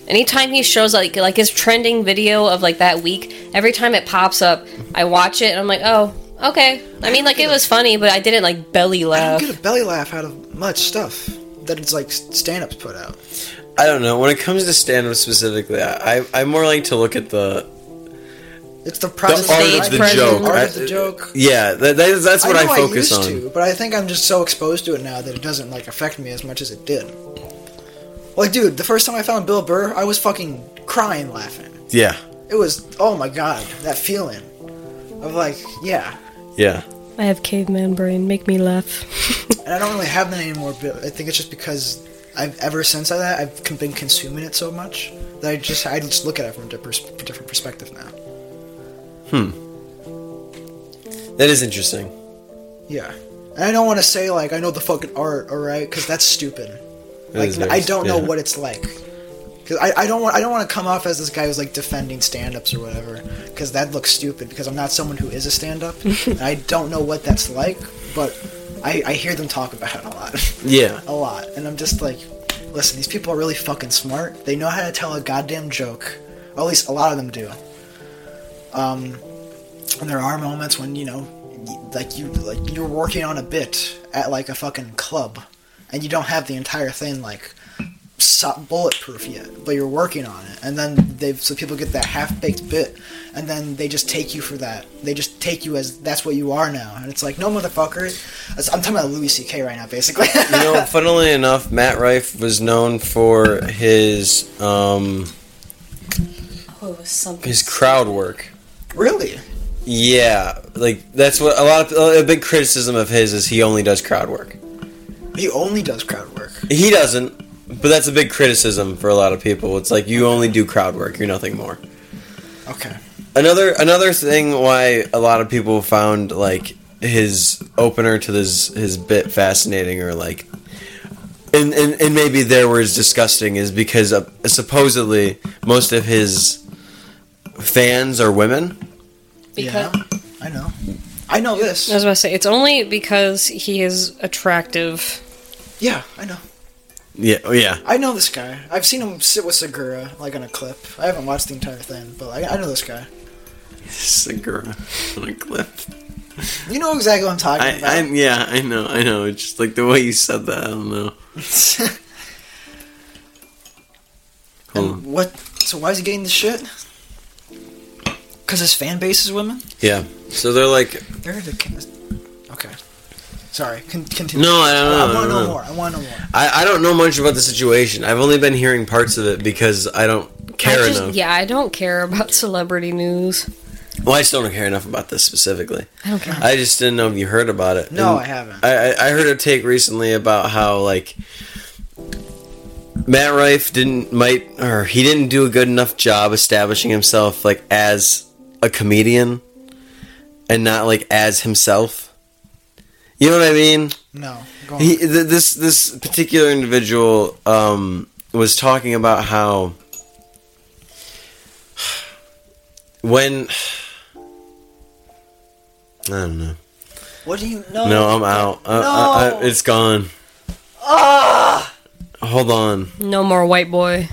[SPEAKER 4] Anytime he shows like like his trending video of like that week, every time it pops up, I watch it and I'm like, oh, okay. I mean, like it was funny, but I didn't like belly
[SPEAKER 6] I
[SPEAKER 4] laugh.
[SPEAKER 6] don't get a belly laugh out of much stuff that it's like stand-ups put out.
[SPEAKER 3] I don't know. When it comes to stand up specifically, I, I I more like to look at the
[SPEAKER 6] It's the
[SPEAKER 3] the
[SPEAKER 6] process.
[SPEAKER 4] stage
[SPEAKER 3] art of the
[SPEAKER 4] presence.
[SPEAKER 3] joke.
[SPEAKER 6] Art
[SPEAKER 3] I-
[SPEAKER 6] of the joke.
[SPEAKER 3] Yeah, that, that is, that's what I,
[SPEAKER 6] know
[SPEAKER 3] focus
[SPEAKER 6] used
[SPEAKER 3] on.
[SPEAKER 6] To, but I think I'm just so exposed to it now that it doesn't like affect me as much as it did. Like, dude, the first time I found Bill Burr, I was fucking crying laughing.
[SPEAKER 3] Yeah,
[SPEAKER 6] It was oh my god, that feeling of like, yeah.
[SPEAKER 3] yeah.
[SPEAKER 4] I have caveman brain. Make me laugh.
[SPEAKER 6] And I don't really have that anymore, but I think it's just because I've ever since that I've con- been consuming it so much that I just I just look at it from a di- pers- different perspective now.
[SPEAKER 3] That is interesting.
[SPEAKER 6] Yeah. And I don't want to say like I know the fucking art, all right, because that's stupid.
[SPEAKER 3] That
[SPEAKER 6] Like
[SPEAKER 3] is very-
[SPEAKER 6] I don't know
[SPEAKER 3] yeah.
[SPEAKER 6] what it's like. Because I, I don't want I don't want to come off as this guy who's like defending stand-ups or whatever. Because that looks stupid. Because I'm not someone who is a stand-up. and I don't know what that's like, but I, I hear them talk about it a lot.
[SPEAKER 3] Yeah.
[SPEAKER 6] a lot. And I'm just like, listen, these people are really fucking smart. They know how to tell a goddamn joke. Or at least a lot of them do. Um, and there are moments when you know, y- like you like you're working on a bit at like a fucking club, and you don't have the entire thing like so- bulletproof yet, but you're working on it. And then they so people get that half baked bit, and then they just take you for that. They just take you as that's what you are now. And it's like, no motherfucker. I'm talking about Louis C.K. right now, basically.
[SPEAKER 3] You know, funnily enough, Matt Rife was known for his um
[SPEAKER 4] Oh, it was something.
[SPEAKER 3] his crowd work.
[SPEAKER 6] Really?
[SPEAKER 3] Yeah, like that's what a lot of a big criticism of his is he only does crowd work.
[SPEAKER 6] He only does crowd work.
[SPEAKER 3] He doesn't, but that's a big criticism for a lot of people. It's like you only do crowd work, you're nothing more.
[SPEAKER 6] Okay.
[SPEAKER 3] Another another thing why a lot of people found like his opener to this his bit fascinating or like and, and, and maybe their words disgusting is because uh, supposedly most of his fans are women.
[SPEAKER 4] Because,
[SPEAKER 6] yeah. I know. I know
[SPEAKER 4] I
[SPEAKER 6] this.
[SPEAKER 4] was about to say, it's only because he is attractive.
[SPEAKER 6] Yeah, I know.
[SPEAKER 3] Yeah, oh, yeah.
[SPEAKER 6] I know this guy. I've seen him sit with Segura, like on a clip. I haven't watched the entire thing, but I, I know this guy.
[SPEAKER 3] Segura on a clip.
[SPEAKER 6] You know exactly what I'm talking
[SPEAKER 3] I,
[SPEAKER 6] about.
[SPEAKER 3] I'm yeah, I know, I know. It's just like the way you said that. I don't know.
[SPEAKER 6] and
[SPEAKER 3] Hold on.
[SPEAKER 6] what? So why is he getting this shit? Because his fan base is women?
[SPEAKER 3] Yeah. So they're like,
[SPEAKER 6] They're the chemist. Okay. Sorry. Con- continue.
[SPEAKER 3] no, I don't know.
[SPEAKER 6] I
[SPEAKER 3] I,
[SPEAKER 6] want
[SPEAKER 3] don't
[SPEAKER 6] to know
[SPEAKER 3] know.
[SPEAKER 6] more. I want to know more.
[SPEAKER 3] I, I don't know much about the situation. I've only been hearing parts of it because I don't care
[SPEAKER 4] I just,
[SPEAKER 3] enough.
[SPEAKER 4] Yeah, I don't care about celebrity news.
[SPEAKER 3] Well, I still don't care enough about this specifically.
[SPEAKER 4] I don't care.
[SPEAKER 3] I just didn't know if you heard about it.
[SPEAKER 6] No,
[SPEAKER 3] And
[SPEAKER 6] I haven't.
[SPEAKER 3] I, I, I heard a take recently about how like Matt Rife didn't might or he didn't do a good enough job establishing himself like as a comedian and not like as himself. You know what I mean?
[SPEAKER 6] No. Go on.
[SPEAKER 3] He, th- this this particular individual um, was talking about how when I don't know.
[SPEAKER 6] what do you know?
[SPEAKER 3] No, I'm out. I, I, I, it's gone. Ah. Hold on.
[SPEAKER 4] No more white boy.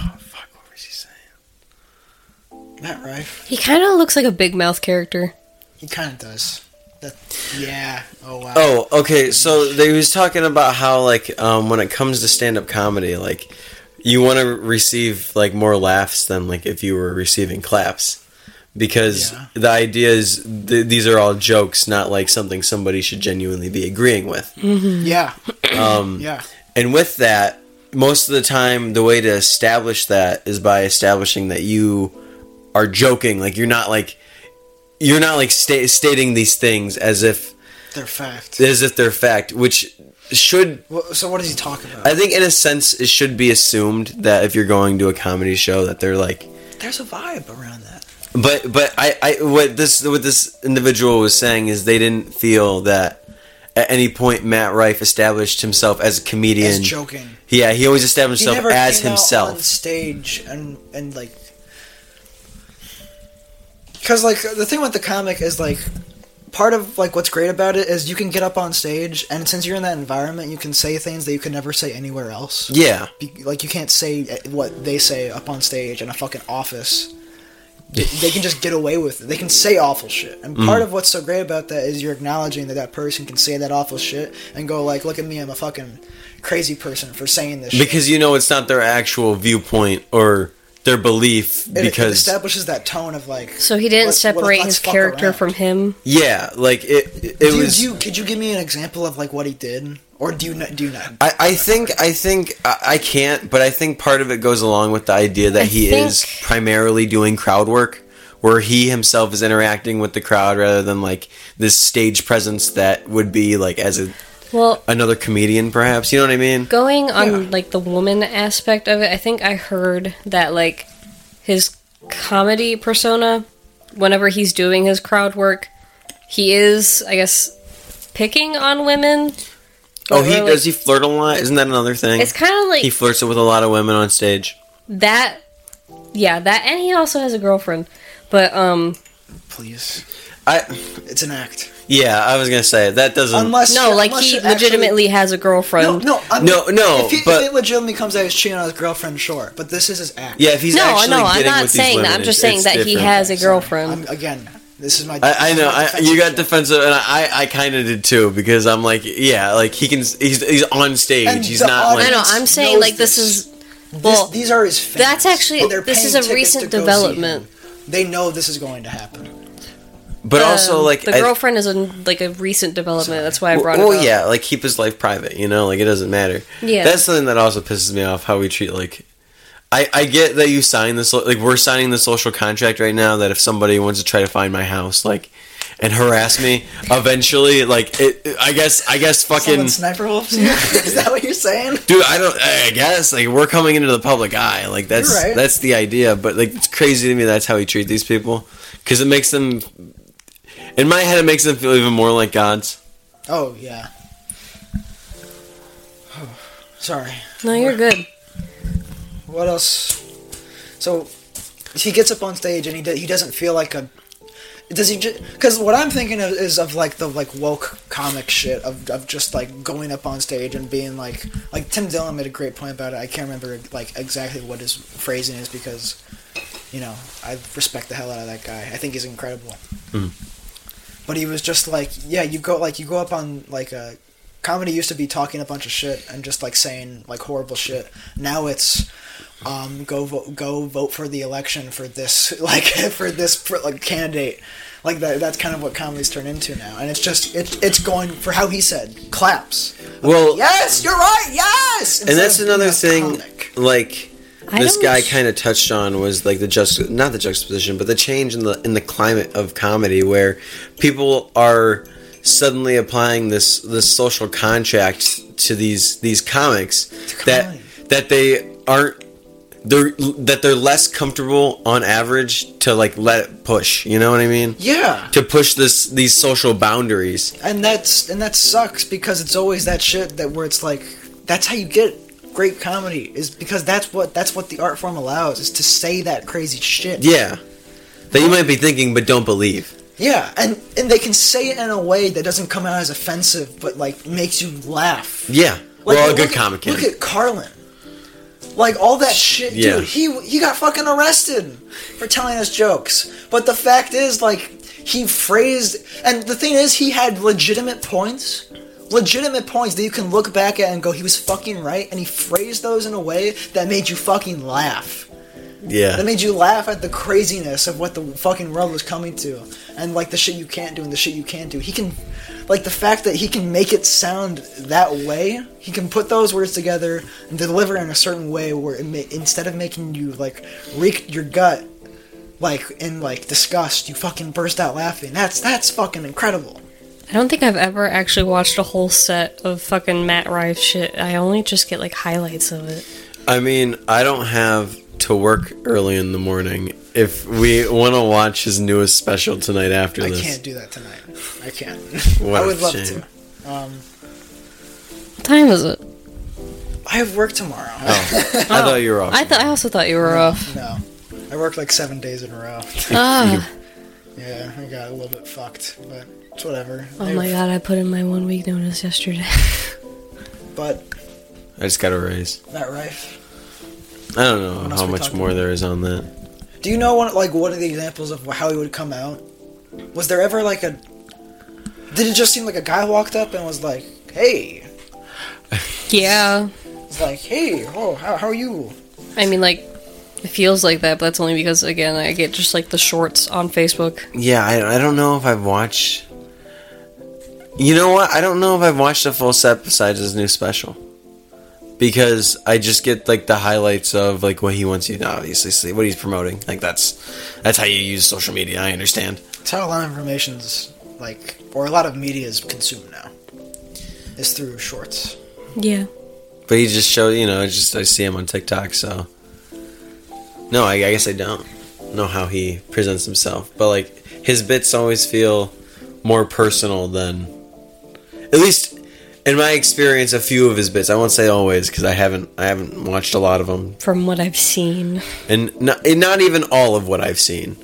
[SPEAKER 3] Oh, fuck, what was he saying?
[SPEAKER 6] Matt Rife.
[SPEAKER 4] He kind of looks like a big mouth character.
[SPEAKER 6] He kind of does. That. Yeah. Oh wow.
[SPEAKER 3] Oh, okay. So they was talking about how like um, when it comes to stand up comedy, like you want to receive like more laughs than like if you were receiving claps, because
[SPEAKER 6] Yeah.
[SPEAKER 3] the idea is th- these are all jokes, not like something somebody should genuinely be agreeing with.
[SPEAKER 6] Yeah. Um. Yeah.
[SPEAKER 3] And with that, most of the time, the way to establish that is by establishing that you are joking. Like you're not like you're not like sta- stating these things as if
[SPEAKER 6] They're fact.
[SPEAKER 3] as if they're fact, which should
[SPEAKER 6] Wha- So what does he talk about?
[SPEAKER 3] I think in a sense it should be assumed that if you're going to a comedy show that they're like
[SPEAKER 6] There's a vibe around that.
[SPEAKER 3] but but I, I what this what this individual was saying is they didn't feel that at any point Matt Rife established himself as a comedian.
[SPEAKER 6] As joking.
[SPEAKER 3] Yeah, he always established
[SPEAKER 6] He
[SPEAKER 3] himself
[SPEAKER 6] never
[SPEAKER 3] as
[SPEAKER 6] came out
[SPEAKER 3] himself.
[SPEAKER 6] on stage and and like. Because like the thing with the comic is like, part of like what's great about it is you can get up on stage and since you're in that environment you can say things that you could never say anywhere else.
[SPEAKER 3] Yeah,
[SPEAKER 6] Be- like you can't say eh, what they say up on stage in a fucking office. They- They can just get away with it. They can say awful shit. And
[SPEAKER 3] Mm.
[SPEAKER 6] part of what's so great about that is you're acknowledging that that person can say that awful shit and go like, "Look at me, I'm a fucking crazy person for saying this." shit."
[SPEAKER 3] because you know it's not their actual viewpoint or their belief.
[SPEAKER 6] It- it,
[SPEAKER 3] Because
[SPEAKER 6] establishes that tone of like.
[SPEAKER 4] So he didn't
[SPEAKER 6] let's-
[SPEAKER 4] separate
[SPEAKER 6] let's
[SPEAKER 4] his
[SPEAKER 6] fuck
[SPEAKER 4] character
[SPEAKER 6] around.
[SPEAKER 4] from him.
[SPEAKER 3] yeah, like it. It,
[SPEAKER 6] Do you,
[SPEAKER 3] was.
[SPEAKER 6] do you, could you give me an example of like what he did, or do you not, do you not?
[SPEAKER 3] I, I think I think I, I can't, but I think part of it goes along with the idea that
[SPEAKER 4] I
[SPEAKER 3] he is
[SPEAKER 4] think-
[SPEAKER 3] primarily doing crowd work, where he himself is interacting with the crowd rather than like this stage presence that would be like as a,
[SPEAKER 4] Well,
[SPEAKER 3] another comedian, perhaps. You know what I mean?
[SPEAKER 4] going on like the woman aspect of it, I think I heard that like his comedy persona, whenever he's doing his crowd work, he is, I guess, picking on women
[SPEAKER 3] Oh,
[SPEAKER 4] But
[SPEAKER 3] he
[SPEAKER 4] really-
[SPEAKER 3] does. He flirt a lot. Isn't that another thing?
[SPEAKER 4] It's kind of like
[SPEAKER 3] he flirts with a lot of women on stage.
[SPEAKER 4] that. Yeah, that, and he also has a girlfriend. But um,
[SPEAKER 6] Please,
[SPEAKER 3] I
[SPEAKER 6] it's an act.
[SPEAKER 3] yeah, I was gonna say that doesn't.
[SPEAKER 6] Unless
[SPEAKER 4] no, like
[SPEAKER 6] unless
[SPEAKER 4] he
[SPEAKER 6] it actually-
[SPEAKER 4] legitimately has a girlfriend.
[SPEAKER 6] No, no, I'm-
[SPEAKER 3] No, no,
[SPEAKER 6] If, he,
[SPEAKER 3] but-
[SPEAKER 6] if it legitimately comes out as cheating on his girlfriend, sure. But this is his act.
[SPEAKER 3] yeah, if he's
[SPEAKER 4] no,
[SPEAKER 3] actually
[SPEAKER 4] no, I'm
[SPEAKER 3] getting
[SPEAKER 4] not
[SPEAKER 3] with these
[SPEAKER 4] saying that.
[SPEAKER 3] women,
[SPEAKER 4] I'm just
[SPEAKER 3] it's-
[SPEAKER 4] saying
[SPEAKER 3] it's
[SPEAKER 4] that he
[SPEAKER 3] different.
[SPEAKER 4] has a
[SPEAKER 6] I'm,
[SPEAKER 4] girlfriend.
[SPEAKER 6] again, this is my.
[SPEAKER 3] I, I know. I, you got
[SPEAKER 6] defensive shit.
[SPEAKER 3] defensive, and I, I kind of did too because I'm like, yeah, like he can. He's he's on stage.
[SPEAKER 6] And
[SPEAKER 3] he's
[SPEAKER 6] the
[SPEAKER 3] not
[SPEAKER 4] I
[SPEAKER 3] like.
[SPEAKER 6] audience-
[SPEAKER 4] know. I'm saying
[SPEAKER 6] knows
[SPEAKER 4] like this,
[SPEAKER 6] this.
[SPEAKER 4] is well.
[SPEAKER 6] This- these are his. Fans,
[SPEAKER 4] that's actually
[SPEAKER 6] and they're
[SPEAKER 4] this
[SPEAKER 6] paying
[SPEAKER 4] is a
[SPEAKER 6] tickets to
[SPEAKER 4] recent
[SPEAKER 6] go see him.
[SPEAKER 4] development.
[SPEAKER 6] They know this is going to happen.
[SPEAKER 3] But also
[SPEAKER 4] Um,
[SPEAKER 3] like
[SPEAKER 4] the
[SPEAKER 3] I-
[SPEAKER 4] girlfriend is a like a recent development. That's why I brought
[SPEAKER 3] well,
[SPEAKER 4] it
[SPEAKER 3] well,
[SPEAKER 4] up.
[SPEAKER 3] yeah, like keep his life private, you know, like it doesn't matter.
[SPEAKER 4] Yeah.
[SPEAKER 3] that's something that also pisses me off how we treat like. I, I get that you sign this like we're signing the social contract right now that if somebody wants to try to find my house like and harass me eventually like it I guess I guess
[SPEAKER 6] Someone
[SPEAKER 3] fucking
[SPEAKER 6] sniper wolves you? is that what you're saying?
[SPEAKER 3] dude I don't I guess like we're coming into the public eye like that's
[SPEAKER 6] You're right.
[SPEAKER 3] that's the idea but like it's crazy to me that's how we treat these people because it makes them in my head it makes them feel even more like gods
[SPEAKER 6] Oh yeah. Sorry.
[SPEAKER 4] No, you're good.
[SPEAKER 6] What else? So he gets up on stage and he do- he doesn't feel like a. Does he just? Because what I'm thinking of is of like the like woke comic shit of, of just like going up on stage and being like like Tim Dillon made a great point about it. I can't remember like exactly what his phrasing is because, you know, I respect the hell out of that guy. I think he's incredible. But he was just like, yeah, you go like you go up on like a comedy used to be talking a bunch of shit and just like saying like horrible shit. Now it's um, go vo- go vote for the election for this like for this for, like candidate. Like that, that's kind of what comedy's turned into now, and it's just it's it's going for how he said claps.
[SPEAKER 3] well
[SPEAKER 6] Yes, you're right. Yes,
[SPEAKER 3] and
[SPEAKER 6] Instead
[SPEAKER 3] that's
[SPEAKER 6] of
[SPEAKER 3] another
[SPEAKER 6] being
[SPEAKER 3] thing
[SPEAKER 6] a comic.
[SPEAKER 3] like
[SPEAKER 4] I
[SPEAKER 3] this
[SPEAKER 4] don't-
[SPEAKER 3] guy kind of touched on was like the just not the juxtaposition but the change in the in the climate of comedy where people are suddenly applying this this social contract to these these comics that
[SPEAKER 6] comedy.
[SPEAKER 3] that they aren't they're that they're less comfortable on average to like let it push you know what i mean
[SPEAKER 6] Yeah,
[SPEAKER 3] to push this these social boundaries
[SPEAKER 6] and that's and that sucks because it's always that shit that where it's like that's how you get great comedy is because that's what that's what the art form allows is to say that crazy shit.
[SPEAKER 3] yeah that you might be thinking but don't believe
[SPEAKER 6] Yeah, and and they can say it in a way that doesn't come out as offensive, but like makes you laugh.
[SPEAKER 3] yeah
[SPEAKER 6] Like,
[SPEAKER 3] well a
[SPEAKER 6] look
[SPEAKER 3] good
[SPEAKER 6] at-
[SPEAKER 3] comic can.
[SPEAKER 6] Look at Carlin. Like all that shit,
[SPEAKER 3] Yeah.
[SPEAKER 6] dude. He he got fucking arrested for telling us jokes. But the fact is, like, he phrased, and the thing is, he had legitimate points, legitimate points that you can look back at and go, he was fucking right, and he phrased those in a way that made you fucking laugh.
[SPEAKER 3] yeah
[SPEAKER 6] That made you laugh at the craziness of what the fucking world was coming to, and like the shit you can't do and the shit you can do. He can, like the fact that he can make it sound that way. He can put those words together and deliver in a certain way where it ma- instead of making you like reek your gut, like in like disgust, you fucking burst out laughing. That's that's fucking incredible.
[SPEAKER 4] I don't think I've ever actually watched a whole set of fucking Matt Rife shit. I only just get like highlights of it.
[SPEAKER 3] I mean, I don't have to work early in the morning. If we want to watch his newest special tonight after
[SPEAKER 6] I
[SPEAKER 3] this,
[SPEAKER 6] can't do that tonight. I can't.
[SPEAKER 3] What
[SPEAKER 6] I
[SPEAKER 3] a
[SPEAKER 6] would love
[SPEAKER 3] shame.
[SPEAKER 6] to. Um,
[SPEAKER 4] What time is it?
[SPEAKER 6] I have work tomorrow.
[SPEAKER 3] Oh. I thought you were off.
[SPEAKER 4] Oh, I thought I also thought you were off.
[SPEAKER 6] No, I work like seven days in a row.
[SPEAKER 4] Ah,
[SPEAKER 6] Yeah, I got a little bit fucked, but it's whatever.
[SPEAKER 4] oh my god! I put in my one week notice yesterday.
[SPEAKER 6] But
[SPEAKER 3] I just got a raise.
[SPEAKER 6] Matt Rife.
[SPEAKER 3] I don't know
[SPEAKER 6] else
[SPEAKER 3] how
[SPEAKER 6] we
[SPEAKER 3] much
[SPEAKER 6] talking
[SPEAKER 3] more there is on that.
[SPEAKER 6] Do you know one like one of the examples of how he would come out? Was there ever like a? Did it just seem like a guy walked up and was like, "Hey,"
[SPEAKER 4] yeah,
[SPEAKER 6] it's like, "Hey, oh, how, how are you?"
[SPEAKER 4] I mean like it feels like that, but that's only because again I get just like the shorts on Facebook.
[SPEAKER 3] Yeah, I, I don't know if I've watched. You know what? I don't know if I've watched a full set besides his new special, because I just get like the highlights of like what he wants you to obviously see, what he's promoting. Like that's that's how you use social media. I understand.
[SPEAKER 6] It's how a lot of information's like, or a lot of media is consumed now. Is through shorts.
[SPEAKER 4] Yeah,
[SPEAKER 3] But he just showed, you know, I just I see him on TikTok, so no, I, I guess I don't know how he presents himself, but like his bits always feel more personal than, at least in my experience, a few of his bits. I won't say always because I haven't I haven't watched a lot of them,
[SPEAKER 4] From what I've seen,
[SPEAKER 3] and not, and not even all of what I've seen.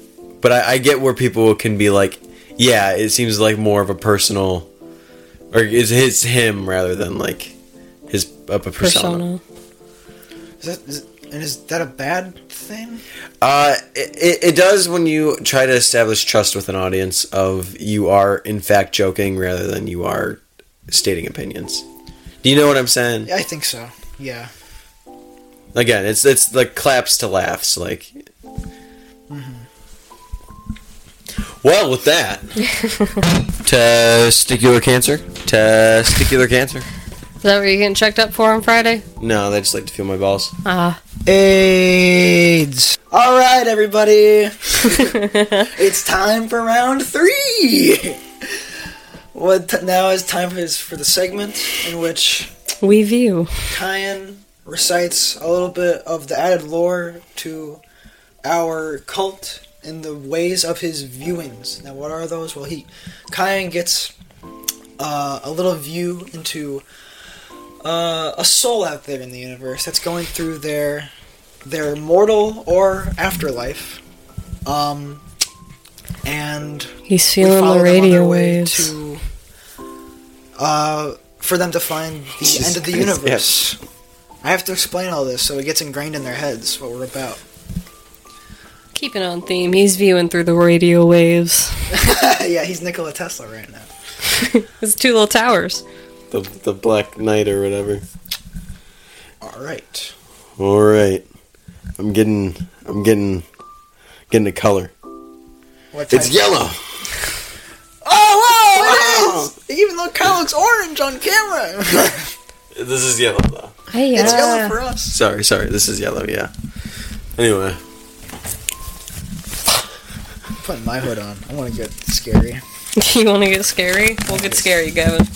[SPEAKER 3] But I, I get where people can be like, yeah, it seems like more of a personal, or it's, it's him rather than like his of a persona.
[SPEAKER 4] persona.
[SPEAKER 6] Is that, is, and is that a bad thing?
[SPEAKER 3] Uh, it, it- it does when you try to establish trust with an audience of you are in fact joking rather than you are stating opinions. Do you know what I'm saying?
[SPEAKER 6] Yeah, I think so. Yeah.
[SPEAKER 3] Again, it's it's like claps to laughs. Like, well, with that, testicular cancer, testicular cancer.
[SPEAKER 4] Is that what you're getting checked up for on Friday?
[SPEAKER 3] No, they just like to feel my balls.
[SPEAKER 4] Ah,
[SPEAKER 6] AIDS. All right, everybody. it's time for round three. What t- now is time is for the segment in which
[SPEAKER 4] we view.
[SPEAKER 6] Kyan recites a little bit of the added lore to our cult in the ways of his viewings. Now, what are those? Well, he Kyan gets uh, a little view into uh, a soul out there in the universe that's going through their their mortal or afterlife. Um, and
[SPEAKER 4] He's
[SPEAKER 6] we
[SPEAKER 4] feeling
[SPEAKER 6] follow
[SPEAKER 4] the
[SPEAKER 6] them on their
[SPEAKER 4] radio
[SPEAKER 6] way
[SPEAKER 4] waves.
[SPEAKER 6] to, uh, for them to find the end of the
[SPEAKER 3] Christ,
[SPEAKER 6] universe. I have to explain all this so it gets ingrained in their heads what we're about.
[SPEAKER 4] Keeping on theme, he's viewing through the radio waves.
[SPEAKER 6] yeah, he's Nikola Tesla right now.
[SPEAKER 4] It's two little towers.
[SPEAKER 3] The the Black Knight or whatever.
[SPEAKER 6] All right.
[SPEAKER 3] All right, I'm getting I'm getting getting a color.
[SPEAKER 6] What
[SPEAKER 3] It's
[SPEAKER 6] type-
[SPEAKER 3] yellow.
[SPEAKER 6] Oh, wow! it is! Even though Kyle looks orange on camera,
[SPEAKER 3] This is yellow though.
[SPEAKER 4] Hey,
[SPEAKER 6] it's yellow for us.
[SPEAKER 3] Sorry, sorry. This is yellow. Yeah. Anyway,
[SPEAKER 6] I'm putting my hood on. I want to get scary.
[SPEAKER 4] you want to get scary? We'll get scary, Gavin.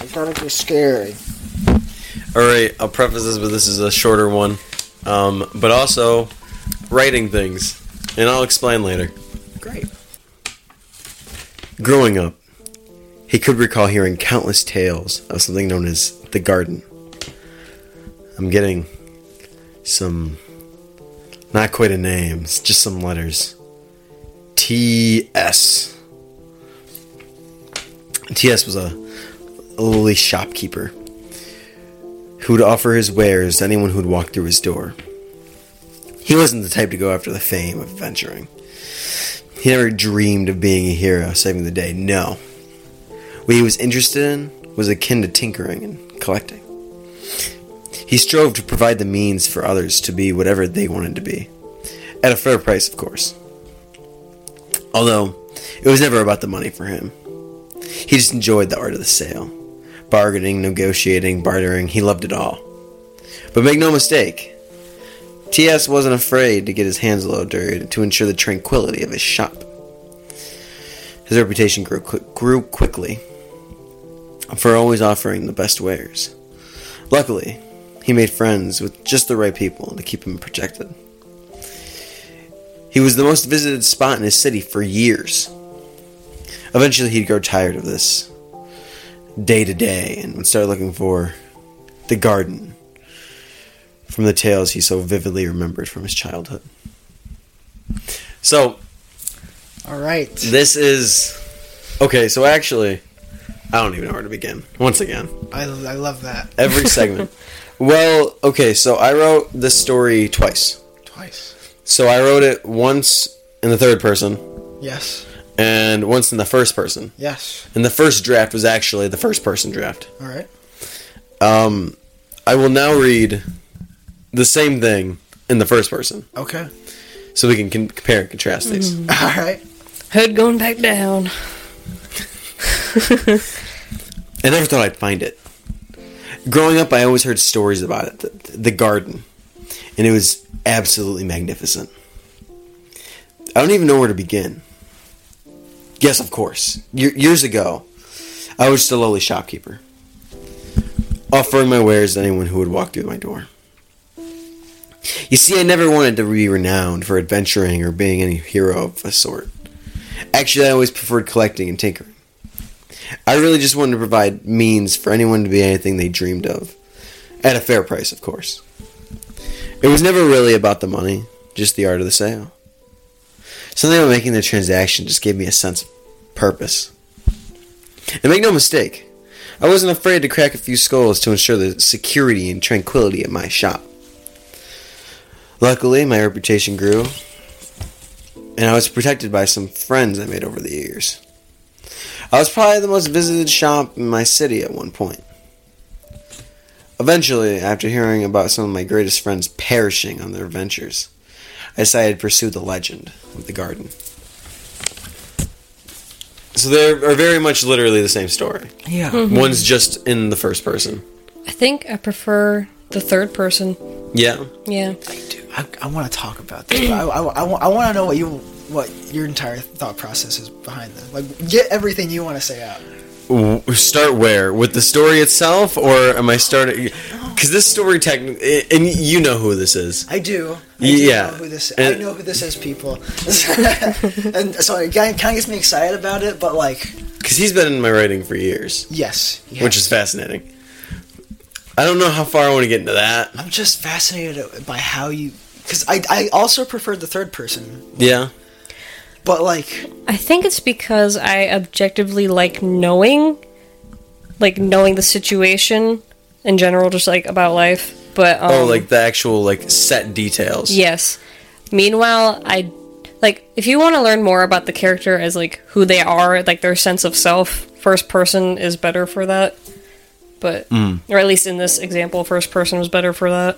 [SPEAKER 6] I gotta be scary.
[SPEAKER 3] all right. I'll preface this, but this is a shorter one. Um, but also writing things, and I'll explain later.
[SPEAKER 6] Great.
[SPEAKER 3] Growing up, he could recall hearing countless tales of something known as the garden. I'm getting some, not quite a name, it's just some letters. T.S. T.S. was a lowly shopkeeper who would offer his wares to anyone who'd walk through his door. He wasn't the type to go after the fame of venturing. He never dreamed of being a hero saving the day. No. What he was interested in was akin to tinkering and collecting. He strove to provide the means for others to be whatever they wanted to be, at a fair price, of course. Although, it was never about the money for him. He just enjoyed the art of the sale bargaining, negotiating, bartering. He loved it all. But make no mistake, T.S. wasn't afraid to get his hands a little dirty to ensure the tranquility of his shop. His reputation grew, qui- grew quickly for always offering the best wares. Luckily, he made friends with just the right people to keep him protected. He was the most visited spot in his city for years. Eventually, he'd grow tired of this day to day and would start looking for the garden from the tales he so vividly remembered from his childhood. So
[SPEAKER 6] All right.
[SPEAKER 3] this is okay. So actually, I don't even know where to begin. Once again,
[SPEAKER 6] I, I love that.
[SPEAKER 3] every segment. well, okay. So I wrote this story twice.
[SPEAKER 6] Twice.
[SPEAKER 3] So I wrote it once in the third person
[SPEAKER 6] Yes.
[SPEAKER 3] and once in the first person.
[SPEAKER 6] Yes.
[SPEAKER 3] And the first draft was actually the first person draft.
[SPEAKER 6] All right.
[SPEAKER 3] Um, I will now read the same thing in the first person,
[SPEAKER 6] Okay.
[SPEAKER 3] so we can con- compare and contrast these.
[SPEAKER 6] All right.
[SPEAKER 4] Hood going back down.
[SPEAKER 3] I never thought I'd find it. Growing up, I always heard stories about it, the, the garden, and it was absolutely magnificent. I don't even know where to begin. Yes, of course. Ye- years ago, I was just a lowly shopkeeper, offering my wares to anyone who would walk through my door. You see, I never wanted to be renowned for adventuring or being any hero of a sort. Actually, I always preferred collecting and tinkering. I really just wanted to provide means for anyone to be anything they dreamed of, at a fair price, of course. It was never really about the money, just the art of the sale. Something about making the transaction just gave me a sense of purpose. And make no mistake, I wasn't afraid to crack a few skulls to ensure the security and tranquility of my shop. Luckily, my reputation grew, and I was protected by some friends I made over the years. I was probably the most visited shop in my city at one point. Eventually, after hearing about some of my greatest friends perishing on their ventures, I decided to pursue the legend of the garden. So they are very much literally the same story.
[SPEAKER 6] Yeah.
[SPEAKER 3] One's just in the first person.
[SPEAKER 4] I think I prefer the third person.
[SPEAKER 3] Yeah.
[SPEAKER 4] Yeah.
[SPEAKER 6] I, I want to talk about this. But I, I, I, wa- I want to know what you what your entire thought process is behind this. Like, get everything you want to say out.
[SPEAKER 3] W- Start where? With the story itself, or am I starting? Because this story technically, and you know who this is.
[SPEAKER 6] I do. I
[SPEAKER 3] Yeah.
[SPEAKER 6] Do know who this, I
[SPEAKER 3] And-
[SPEAKER 6] know who this is, people. and so it kind of gets me excited about it, but like,
[SPEAKER 3] Because he's been in my writing for years,
[SPEAKER 6] yes. yeah.
[SPEAKER 3] which is fascinating. I don't know how far I want to get into that.
[SPEAKER 6] I'm just fascinated by how you. Because I, I also preferred the third person,
[SPEAKER 3] Yeah.
[SPEAKER 6] but like,
[SPEAKER 4] I think it's because I objectively like knowing, like knowing the situation in general, just like about life. But um,
[SPEAKER 3] Oh, like the actual like set details.
[SPEAKER 4] yes. Meanwhile, I like if you want to learn more about the character as like who they are, like their sense of self. First person is better for that, but
[SPEAKER 3] Mm.
[SPEAKER 4] or at least in this example, first person was better for that.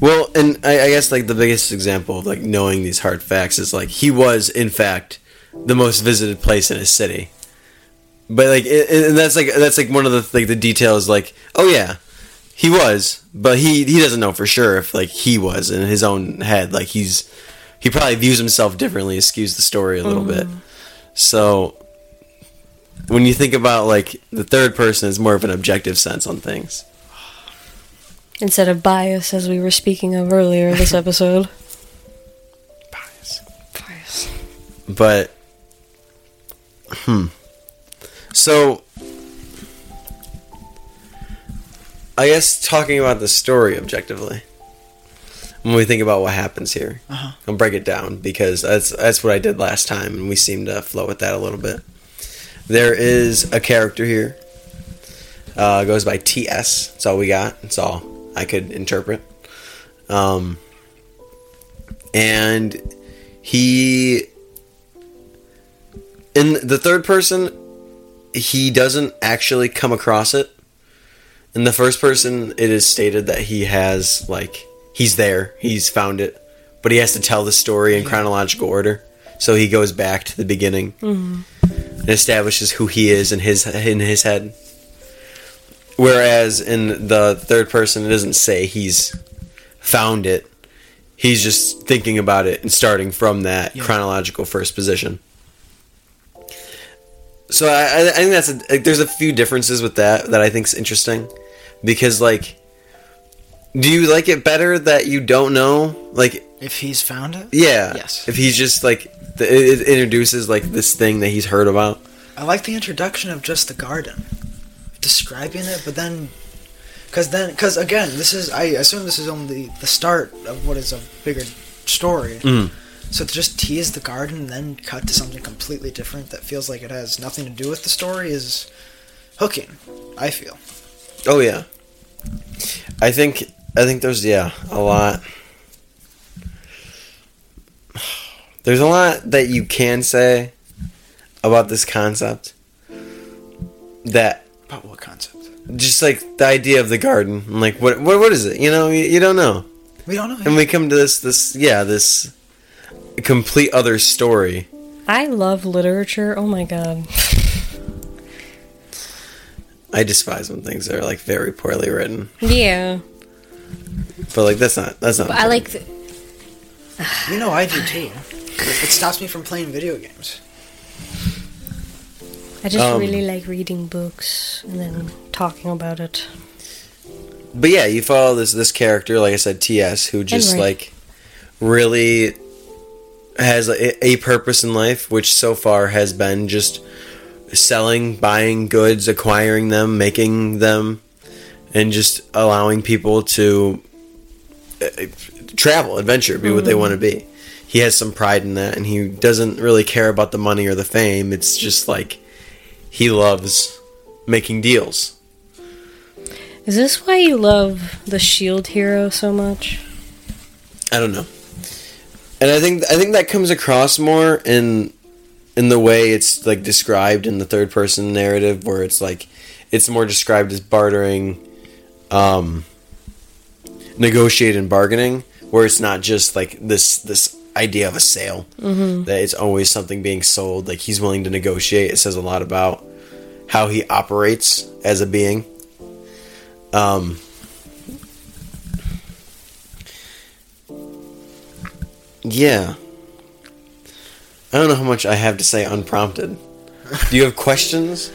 [SPEAKER 3] Well, and I, I guess like the biggest example of like knowing these hard facts is like he was in fact the most visited place in his city. But like, it, it- and that's like that's like one of the like the details. Like, oh yeah, he was, but he he doesn't know for sure if like he was in his own head. Like he's he probably views himself differently, skews the story a little bit. So when you think about like the third person is more of an objective sense on things.
[SPEAKER 4] Instead of bias, as we were speaking of earlier this episode. bias.
[SPEAKER 3] but hmm so i guess talking about the story objectively when we think about what happens here i'll break it down because that's that's what i did last time and we seem to flow with that a little bit there is a character here uh, goes by ts that's all we got that's all i could interpret um, and he in the third person he doesn't actually come across it in the first person it is stated that he has like he's there he's found it but he has to tell the story in chronological order so he goes back to the beginning and establishes who he is in his in his head whereas in the third person it doesn't say he's found it he's just thinking about it and starting from that chronological first position so I, I- I think that's a, like, there's a few differences with that that I think's interesting, because like, do you like it better that you don't know? Like,
[SPEAKER 6] if he's found it,
[SPEAKER 3] yeah,
[SPEAKER 6] Yes.
[SPEAKER 3] If he's just like, the, it, it introduces like this thing that he's heard about.
[SPEAKER 6] I like the introduction of just the garden, describing it, but then, because then, because again, this is I assume this is only the start of what is a bigger story.
[SPEAKER 3] Mm.
[SPEAKER 6] So to just tease the garden and then cut to something completely different that feels like it has nothing to do with the story is hooking. I feel.
[SPEAKER 3] Oh yeah, I think I think there's yeah a lot. There's a lot that you can say about this concept that
[SPEAKER 6] But what concept?
[SPEAKER 3] just like the idea of the garden and like what what what is it you know you, you don't know
[SPEAKER 6] We don't know.
[SPEAKER 3] and we come to this this yeah this complete other story
[SPEAKER 4] I love literature. Oh my god.
[SPEAKER 3] i despise when things are like very poorly written
[SPEAKER 4] Yeah.
[SPEAKER 3] but like that's not that's not
[SPEAKER 4] But I like th-
[SPEAKER 6] You know I do too. It stops me from playing video games.
[SPEAKER 4] I just
[SPEAKER 3] Um,
[SPEAKER 4] really like reading books and then talking about it.
[SPEAKER 3] but yeah you follow this this character like i said ts who just
[SPEAKER 4] Henry.
[SPEAKER 3] like really has a, a purpose in life which so far has been just selling, buying goods, acquiring them, making them, and just allowing people to uh, travel, adventure, be what they
[SPEAKER 4] Mm-hmm.
[SPEAKER 3] want to be. He has some pride in that, and he doesn't really care about the money or the fame. It's just like he loves making deals.
[SPEAKER 4] Is this why you love the shield E hero so much?
[SPEAKER 3] I don't know. And I think I think that comes across more in in the way it's like described in the third person narrative where it's like it's more described as bartering um negotiate and bargaining where it's not just like this this idea of a sale that it's always something being sold like he's willing to negotiate it says a lot about how he operates as a being um Yeah. I don't know how much I have to say unprompted. Do you have questions?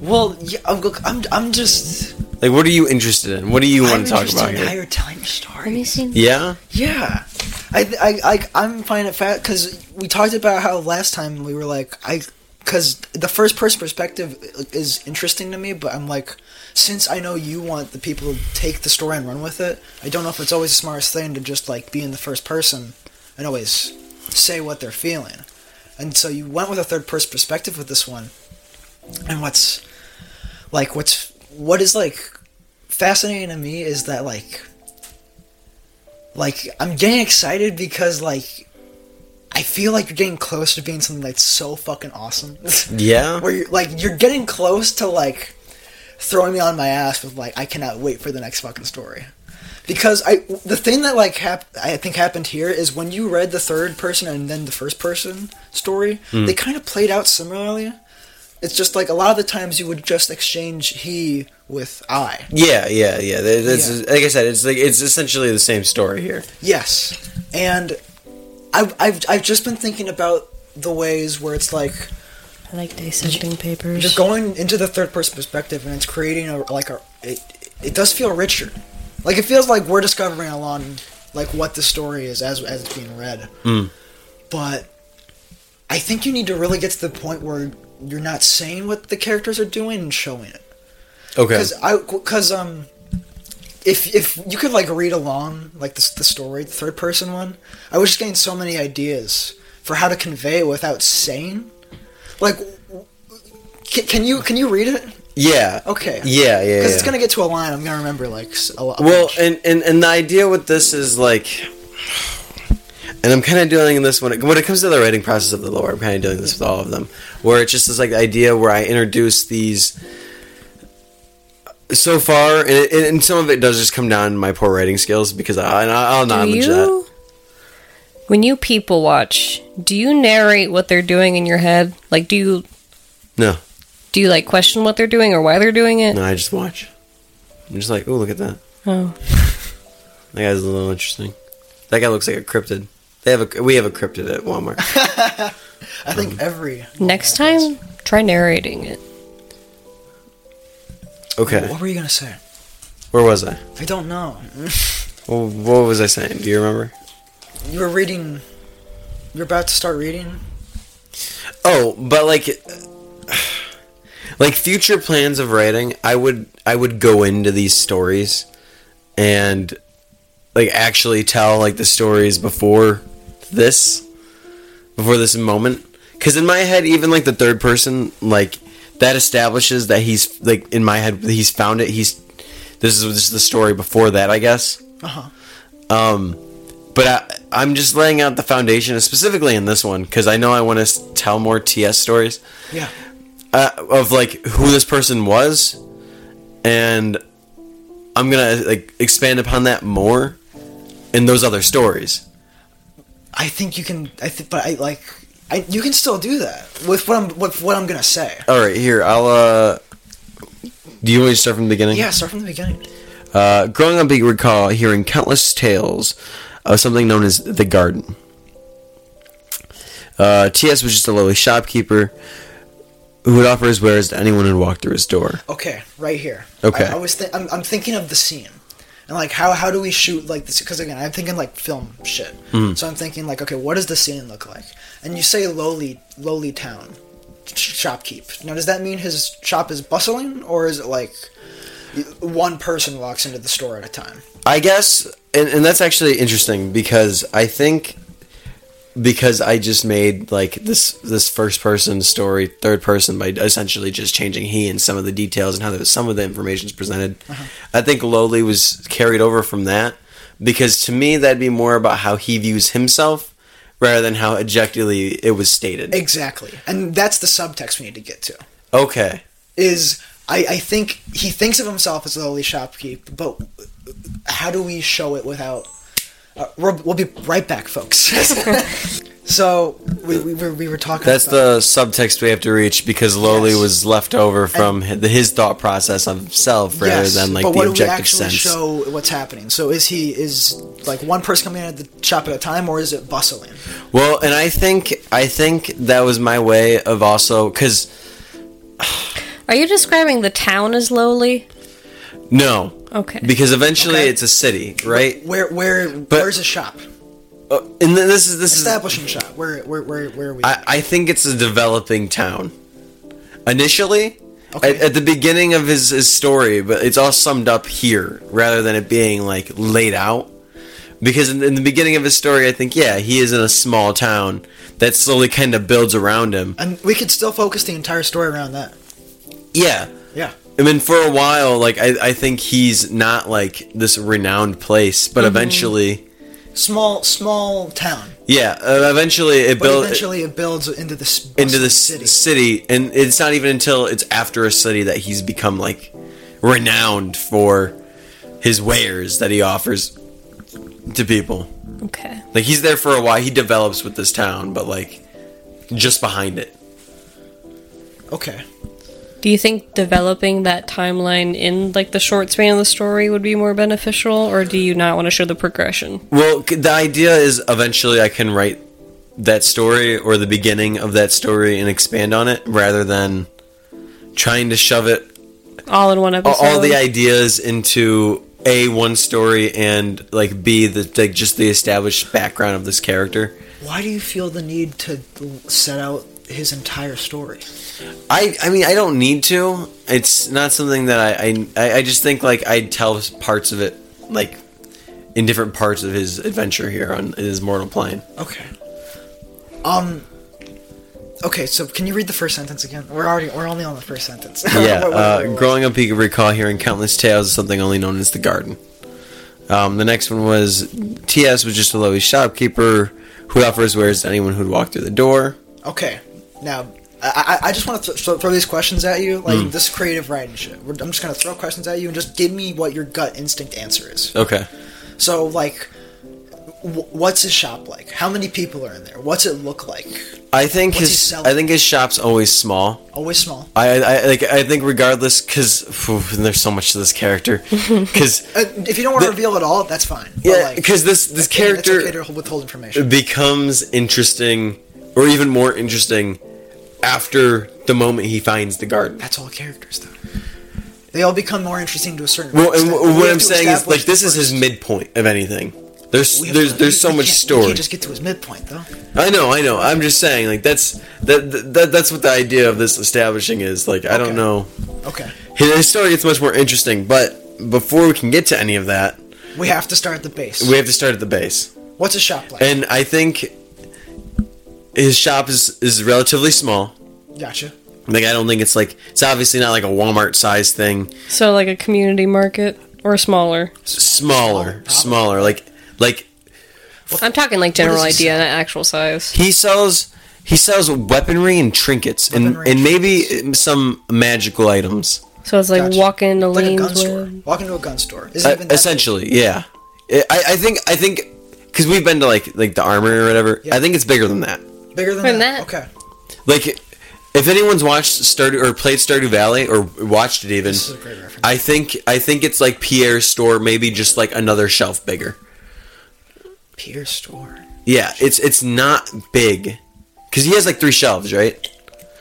[SPEAKER 6] Well, yeah, I'm, go- I'm, I'm just.
[SPEAKER 3] Like, what are you interested in? What do you
[SPEAKER 6] I'm
[SPEAKER 3] want to talk
[SPEAKER 6] interested
[SPEAKER 3] about
[SPEAKER 6] in
[SPEAKER 3] here?
[SPEAKER 6] How you're telling your story.
[SPEAKER 4] Let me see.
[SPEAKER 3] Yeah?
[SPEAKER 6] Yeah, I, I, I, I'm finding it fat because we talked about how last time we were like, I, because the first person perspective is interesting to me, but I'm like, since I know you want the people to take the story and run with it, I don't know if it's always the smartest thing to just like be in the first person and always say what they're feeling. And so you went with a third person perspective with this one, and what's, like, what's what is like fascinating to me is that like like I'm getting excited because like I feel like you're getting close to being something that's so fucking awesome.
[SPEAKER 3] Yeah?
[SPEAKER 6] Where you're like you're getting close to like throwing me on my ass with like I cannot wait for the next fucking story. Because I the thing that like hap- I think happened here is when you read the third person and then the first person story, they kind of played out similarly. It's just like a lot of the times you would just exchange he with I.
[SPEAKER 3] Yeah, yeah, yeah. That- That's,
[SPEAKER 6] Yeah.
[SPEAKER 3] Like I said, it's like it's essentially the same story here.
[SPEAKER 6] Yes, and I've, I've I've just been thinking about the ways where it's like
[SPEAKER 4] I like dissecting papers.
[SPEAKER 6] you're going into the third person perspective and it's creating a like a it, it does feel richer. Like it feels like we're discovering along like what the story is as as it's being read. But I think you need to really get to the point where you're not saying what the characters are doing and showing it.
[SPEAKER 3] Okay.
[SPEAKER 6] Because I because um, if if you could like read along like the the story, the third person one, I was just getting so many ideas for how to convey without saying. Like, can, can you can you read it?
[SPEAKER 3] Yeah.
[SPEAKER 6] Okay.
[SPEAKER 3] Yeah, yeah,
[SPEAKER 6] Because
[SPEAKER 3] yeah.
[SPEAKER 6] Oh, it's gonna get to a line. I'm gonna remember like s- a lot.
[SPEAKER 3] Well, and, and and the idea with this is like, and I'm kind of dealing in this when it when it comes to the writing process of the lore. I'm kind of dealing this with all of them, where it's just this like idea where I introduce these. So far, and, it, and some of it does just come down to my poor writing skills because I, and I'll
[SPEAKER 4] do
[SPEAKER 3] acknowledge that.
[SPEAKER 4] you, when you people watch, do you narrate what they're doing in your head? Like, do you
[SPEAKER 3] No,
[SPEAKER 4] do you like question what they're doing or why they're doing it?
[SPEAKER 3] no, I just watch. I'm just like, oh, look at that.
[SPEAKER 4] Oh,
[SPEAKER 3] That guy's a little interesting. That guy looks like a cryptid. They have a we have a cryptid at Walmart. uh,
[SPEAKER 6] I think every
[SPEAKER 4] next time try narrating it.
[SPEAKER 3] Okay,
[SPEAKER 6] What were you gonna say?
[SPEAKER 3] where was I?
[SPEAKER 6] I don't know.
[SPEAKER 3] Wh- What was I saying? Do you remember?
[SPEAKER 6] You were reading. You're about to start reading.
[SPEAKER 3] Oh, but like like future plans of writing, I would I would go into these stories and like actually tell like the stories before this before this moment cuz in my head even like the third person like that establishes that he's like in my head he's found it he's this is just the story before that I guess
[SPEAKER 6] Uh huh.
[SPEAKER 3] Um, but I, I'm just laying out the foundation specifically in this one because I know I want to s- tell more TS stories
[SPEAKER 6] Yeah.
[SPEAKER 3] uh, of like who this person was, and I'm gonna like expand upon that more in those other stories.
[SPEAKER 6] I think you can. I think, but I like. I, you can still do that with what I'm with what I'm gonna say.
[SPEAKER 3] All right, here I'll. uh Do you want me to start from the beginning?
[SPEAKER 6] Yeah, start from the beginning.
[SPEAKER 3] Uh, growing up, you recall hearing countless tales of something known as the garden. Uh, T.S. was just a lowly shopkeeper who would offer his wares to anyone who walked through his door.
[SPEAKER 6] Okay, right here.
[SPEAKER 3] Okay.
[SPEAKER 6] I, I was. Th- I'm, I'm thinking of the scene, and like how how do we shoot like this? Because again, I'm thinking like film shit. So I'm thinking like, okay, what does the scene look like? And you say lowly lowly town, shopkeep. Now, does that mean his shop is bustling, or is it like one person walks into the store at a time?
[SPEAKER 3] I guess, and, and that's actually interesting because I think because I just made like this this first person story third person by essentially just changing he and some of the details and how the, some of the information is presented.
[SPEAKER 6] Uh-huh.
[SPEAKER 3] I think Lowly was carried over from that because to me that'd be more about how he views himself rather than how objectively it was stated.
[SPEAKER 6] Exactly, and that's the subtext we need to get to.
[SPEAKER 3] Okay.
[SPEAKER 6] Is I, I think he thinks of himself as the lowly shopkeep, but how do we show it without? Uh, we'll, we'll be right back, folks. so we, we, were, we were talking.
[SPEAKER 3] That's
[SPEAKER 6] about,
[SPEAKER 3] the subtext we have to reach because Lowly
[SPEAKER 6] Yes.
[SPEAKER 3] was left over from hi- the his thought process of himself rather than like
[SPEAKER 6] but
[SPEAKER 3] the
[SPEAKER 6] what do we
[SPEAKER 3] objective
[SPEAKER 6] actually
[SPEAKER 3] sense.
[SPEAKER 6] show what's happening? So is he is like one person coming in at the shop at a time, or is it bustling?
[SPEAKER 3] Well, and I think I think that was my way of also because
[SPEAKER 4] Are you describing the town as lowly?
[SPEAKER 3] no,
[SPEAKER 4] Okay.
[SPEAKER 3] because eventually
[SPEAKER 6] Okay.
[SPEAKER 3] it's a city, right?
[SPEAKER 6] Where where where's the shop?
[SPEAKER 3] Uh, and th- this is this is
[SPEAKER 6] Establishing shop. Where where where where are we?
[SPEAKER 3] I, I think it's a developing town. Initially,
[SPEAKER 6] Okay.
[SPEAKER 3] at, at the beginning of his, his story, but it's all summed up here rather than it being like laid out. Because in, in the beginning of his story, I think, yeah, he is in a small town that slowly kind of builds around him.
[SPEAKER 6] and we could still focus the entire story around that.
[SPEAKER 3] Yeah.
[SPEAKER 6] Yeah.
[SPEAKER 3] I mean, for a while, like, I, I think he's not like this renowned place, but eventually,
[SPEAKER 6] Small small town.
[SPEAKER 3] yeah, uh, eventually it
[SPEAKER 6] But
[SPEAKER 3] builds.
[SPEAKER 6] eventually it builds into this
[SPEAKER 3] into the
[SPEAKER 6] city.
[SPEAKER 3] city. city and it's not even until it's after a city that he's become like renowned for his wares that he offers to people
[SPEAKER 4] okay.
[SPEAKER 3] like he's there for a while he develops with this town but like just behind it
[SPEAKER 6] Okay.
[SPEAKER 4] Do you think developing that timeline in like the short span of the story would be more beneficial, or do you not want to show the progression?
[SPEAKER 3] well c- the idea is eventually i can write that story or the beginning of that story and expand on it rather than trying to shove it
[SPEAKER 4] All in one episode.
[SPEAKER 3] all, all the ideas into a one story and like b the like just the established background of this character
[SPEAKER 6] Why do you feel the need to set out his entire story?
[SPEAKER 3] i i mean i don't need to it's not something that i i, I just think like i'd tell parts of it like in different parts of his adventure here on his mortal plane
[SPEAKER 6] Okay. Um. Okay, so can you read the first sentence again? We're already we're only on the first sentence.
[SPEAKER 3] yeah
[SPEAKER 6] Wait, wait, wait,
[SPEAKER 3] uh,
[SPEAKER 6] wait.
[SPEAKER 3] growing up he could recall hearing countless tales of something only known as the garden um, the next one was ts was just a lowly shopkeeper who offers wares to anyone who'd walk through the door
[SPEAKER 6] Okay, now I I, I just want to th- throw these questions at you, like
[SPEAKER 3] Mm.
[SPEAKER 6] this creative writing shit. We're, I'm just gonna throw questions at you and just give me what your gut instinct answer is.
[SPEAKER 3] okay
[SPEAKER 6] So like, w- what's his shop like? How many people are in there? What's it look like?
[SPEAKER 3] I think
[SPEAKER 6] What's he
[SPEAKER 3] his
[SPEAKER 6] selling?
[SPEAKER 3] I think his shop's always small.
[SPEAKER 6] Always small.
[SPEAKER 3] I, I I- like I think regardless because there's so much to this character because
[SPEAKER 6] Uh, if you don't want to
[SPEAKER 3] The-
[SPEAKER 6] reveal at all, that's fine. But,
[SPEAKER 3] yeah
[SPEAKER 6] like,
[SPEAKER 3] because this this
[SPEAKER 6] yeah, it's
[SPEAKER 3] character
[SPEAKER 6] okay to withhold information.
[SPEAKER 3] becomes interesting or even more interesting after the moment he finds the garden.
[SPEAKER 6] That's all characters, though. They all become more interesting to a certain.
[SPEAKER 3] Well, and
[SPEAKER 6] extent.
[SPEAKER 3] w-
[SPEAKER 6] We
[SPEAKER 3] what
[SPEAKER 6] have
[SPEAKER 3] I'm
[SPEAKER 6] to
[SPEAKER 3] saying is
[SPEAKER 6] establish
[SPEAKER 3] like this
[SPEAKER 6] the
[SPEAKER 3] is his
[SPEAKER 6] first.
[SPEAKER 3] midpoint of anything. There's
[SPEAKER 6] We have
[SPEAKER 3] there's
[SPEAKER 6] to-
[SPEAKER 3] there's so
[SPEAKER 6] we
[SPEAKER 3] much
[SPEAKER 6] can't- We
[SPEAKER 3] story.
[SPEAKER 6] can't just get to his midpoint, though.
[SPEAKER 3] I know, I know. I'm just saying like that's that, that that's what the idea of this establishing is. Like I
[SPEAKER 6] Okay.
[SPEAKER 3] don't know.
[SPEAKER 6] Okay,
[SPEAKER 3] His story gets much more interesting, but before we can get to any of that,
[SPEAKER 6] we have to start at the base.
[SPEAKER 3] we have to start at the base.
[SPEAKER 6] What's a shop like?
[SPEAKER 3] And I think his shop is is relatively small.
[SPEAKER 6] gotcha.
[SPEAKER 3] Like I don't think it's like it's obviously not like a Walmart size thing.
[SPEAKER 4] so like a community market or smaller.
[SPEAKER 3] Smaller,
[SPEAKER 6] Smaller, probably.
[SPEAKER 3] smaller. Like like
[SPEAKER 4] I'm talking like general
[SPEAKER 6] What is he
[SPEAKER 4] idea, not actual size.
[SPEAKER 3] he sells he sells weaponry and trinkets and
[SPEAKER 6] Weaponry and
[SPEAKER 3] and maybe some magical items.
[SPEAKER 4] So it's like
[SPEAKER 6] Gotcha.
[SPEAKER 4] walking into
[SPEAKER 6] Like a
[SPEAKER 4] lanes.
[SPEAKER 6] gun store.
[SPEAKER 4] with-
[SPEAKER 6] Walk into a gun store. Is
[SPEAKER 3] Uh,
[SPEAKER 6] even that
[SPEAKER 3] essentially, yeah. I I think I think because we've been to like like the armory or whatever.
[SPEAKER 6] Yeah.
[SPEAKER 3] I think it's bigger than that.
[SPEAKER 6] big? bigger than
[SPEAKER 4] Than
[SPEAKER 6] that?
[SPEAKER 4] that.
[SPEAKER 6] Okay.
[SPEAKER 3] Like, if anyone's watched Stardew or played Stardew Valley or watched it even,
[SPEAKER 6] This is a great reference.
[SPEAKER 3] I think I think it's like Pierre's store, maybe just like another shelf bigger.
[SPEAKER 6] Pier store.
[SPEAKER 3] Yeah, it's it's not big, because he has like three shelves, right?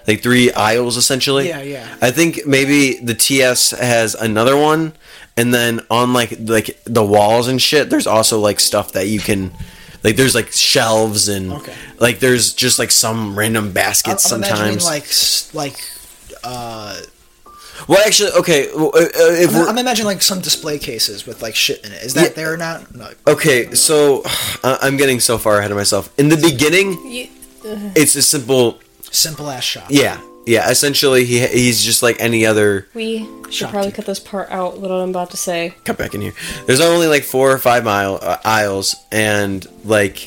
[SPEAKER 3] Like three aisles essentially.
[SPEAKER 6] Yeah, yeah.
[SPEAKER 3] I think maybe the TS has another one, and then on like like the walls and shit, there's also like stuff that you can Like there's like shelves and
[SPEAKER 6] Okay.
[SPEAKER 3] like there's just like some random
[SPEAKER 6] I'm, I'm
[SPEAKER 3] baskets
[SPEAKER 6] imagining
[SPEAKER 3] sometimes.
[SPEAKER 6] like s- like uh,
[SPEAKER 3] well, actually, okay. w- uh, uh, If
[SPEAKER 6] I'm,
[SPEAKER 3] we're,
[SPEAKER 6] I'm imagining like some display cases with like shit in it. Is that
[SPEAKER 3] Yeah.
[SPEAKER 6] there or not? No.
[SPEAKER 3] okay, so uh, I'm getting so far ahead of myself. In the beginning, it's a simple
[SPEAKER 6] Simple ass shop.
[SPEAKER 3] yeah, yeah. Essentially, he he's just like any other.
[SPEAKER 4] We should
[SPEAKER 6] Shopkeep.
[SPEAKER 4] probably cut this part out. What I'm about to say.
[SPEAKER 3] Cut back in here. There's only like four or five mile uh, aisles, and like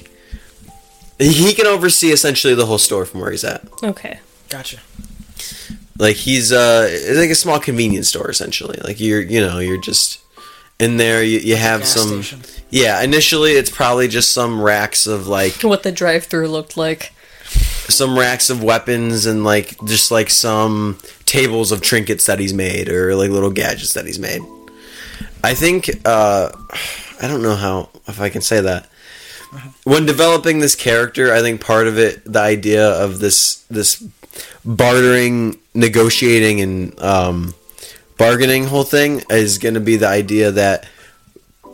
[SPEAKER 3] he- he can oversee essentially the whole store from where he's at.
[SPEAKER 4] Okay.
[SPEAKER 6] Gotcha.
[SPEAKER 3] like he's uh it's like a small convenience store essentially like you're you know you're just in there you, you have
[SPEAKER 6] gas
[SPEAKER 3] some
[SPEAKER 6] station.
[SPEAKER 3] yeah initially it's probably just some racks of like
[SPEAKER 4] What the drive-through looked like.
[SPEAKER 3] some racks of weapons and like just like some tables of trinkets that he's made or like little gadgets that he's made i think uh i don't know how if i can say that when developing this character i think part of it the idea of this this bartering negotiating and um bargaining whole thing is going to be the idea that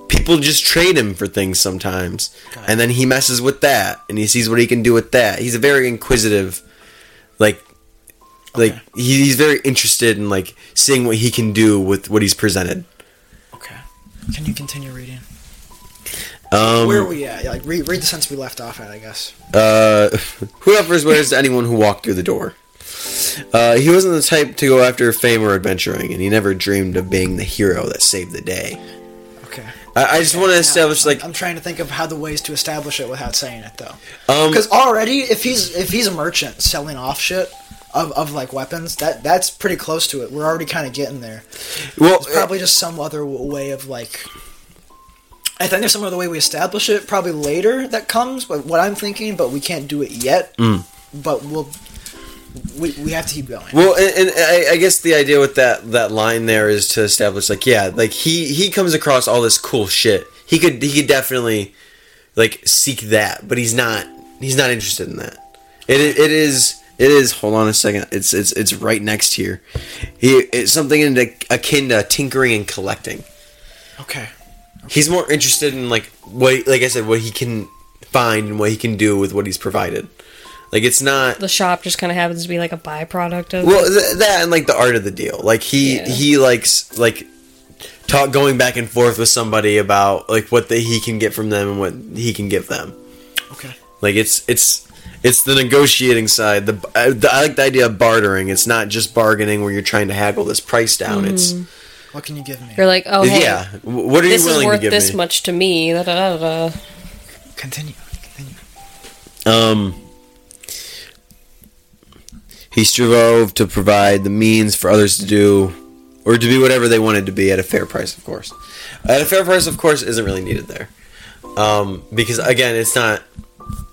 [SPEAKER 3] people just trade him for things sometimes and then he messes with that and he sees what he can do with that he's a very inquisitive like like he, he's very interested in like seeing what he can do with what he's presented
[SPEAKER 6] Okay. Can you continue reading?
[SPEAKER 3] um
[SPEAKER 6] Where are we at? Yeah, Like read, read the sense we left off at, I guess.
[SPEAKER 3] uh who offers wares to anyone who walked through the door uh, he wasn't the type to go after fame or adventuring, and he never dreamed of being the hero that saved the day.
[SPEAKER 6] Okay.
[SPEAKER 3] I, I just want to establish,
[SPEAKER 6] I'm-
[SPEAKER 3] like,
[SPEAKER 6] I'm trying to think of how the ways to establish it without saying it though.
[SPEAKER 3] um,
[SPEAKER 6] Because already, if he's if he's a merchant selling off shit of, of like weapons, that that's pretty close to it. We're already kind of getting there.
[SPEAKER 3] well,
[SPEAKER 6] It's probably just some other w- way of like. I think there's some other way we establish it. Probably later that comes. But what I'm thinking, but we can't do it yet.
[SPEAKER 3] Mm.
[SPEAKER 6] But we'll. We, we have to keep going.
[SPEAKER 3] Well, and, and I, I guess the idea with that that line there is to establish, like, yeah, like he he comes across all this cool shit. He could he could definitely like seek that, but he's not he's not interested in that. It it is it is. Hold on a second. It's it's it's right next here. He it's something in the, akin to tinkering and collecting.
[SPEAKER 6] Okay.
[SPEAKER 3] He's more interested in like what like I said what he can find and what he can do with what he's provided. Like it's not
[SPEAKER 4] The shop just kind of happens to be like a byproduct of.
[SPEAKER 3] Well, th- that and like the art of the deal. Like he
[SPEAKER 4] Yeah.
[SPEAKER 3] he likes like talk going back and forth with somebody about like what the, he can get from them and what he can give them.
[SPEAKER 6] Okay.
[SPEAKER 3] Like it's it's it's the negotiating side. The, I- the I like the idea of bartering. It's not just bargaining where you're trying to haggle this price down. It's
[SPEAKER 6] What can you give me?
[SPEAKER 4] You're like, oh hey,
[SPEAKER 3] yeah. w- What are
[SPEAKER 4] Mm. this
[SPEAKER 3] you
[SPEAKER 4] is
[SPEAKER 3] willing
[SPEAKER 4] worth
[SPEAKER 3] to give
[SPEAKER 4] this
[SPEAKER 3] me?
[SPEAKER 4] much to me. Da, da, da, da.
[SPEAKER 6] Continue. Continue.
[SPEAKER 3] Um, he strove to provide the means for others to do, or to be whatever they wanted to be at a fair price, of course. At a fair price, of course, isn't really needed there, um, because again, it's not.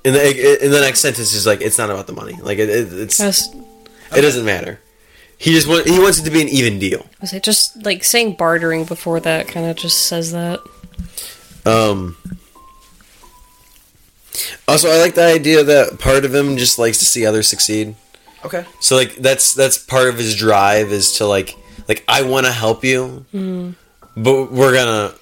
[SPEAKER 3] In the in the next sentence, is like it's not about the money. Like it, it it's it
[SPEAKER 4] Just,
[SPEAKER 3] doesn't matter. He just want, he wants it to be an even deal.
[SPEAKER 4] was it just like saying bartering before that kind of just says that.
[SPEAKER 3] Um. Also, I like the idea that part of him just likes to see others succeed.
[SPEAKER 6] Okay.
[SPEAKER 3] So like that's that's part of his drive is to like like I want to help you,
[SPEAKER 4] Mm-hmm.
[SPEAKER 3] but we're gonna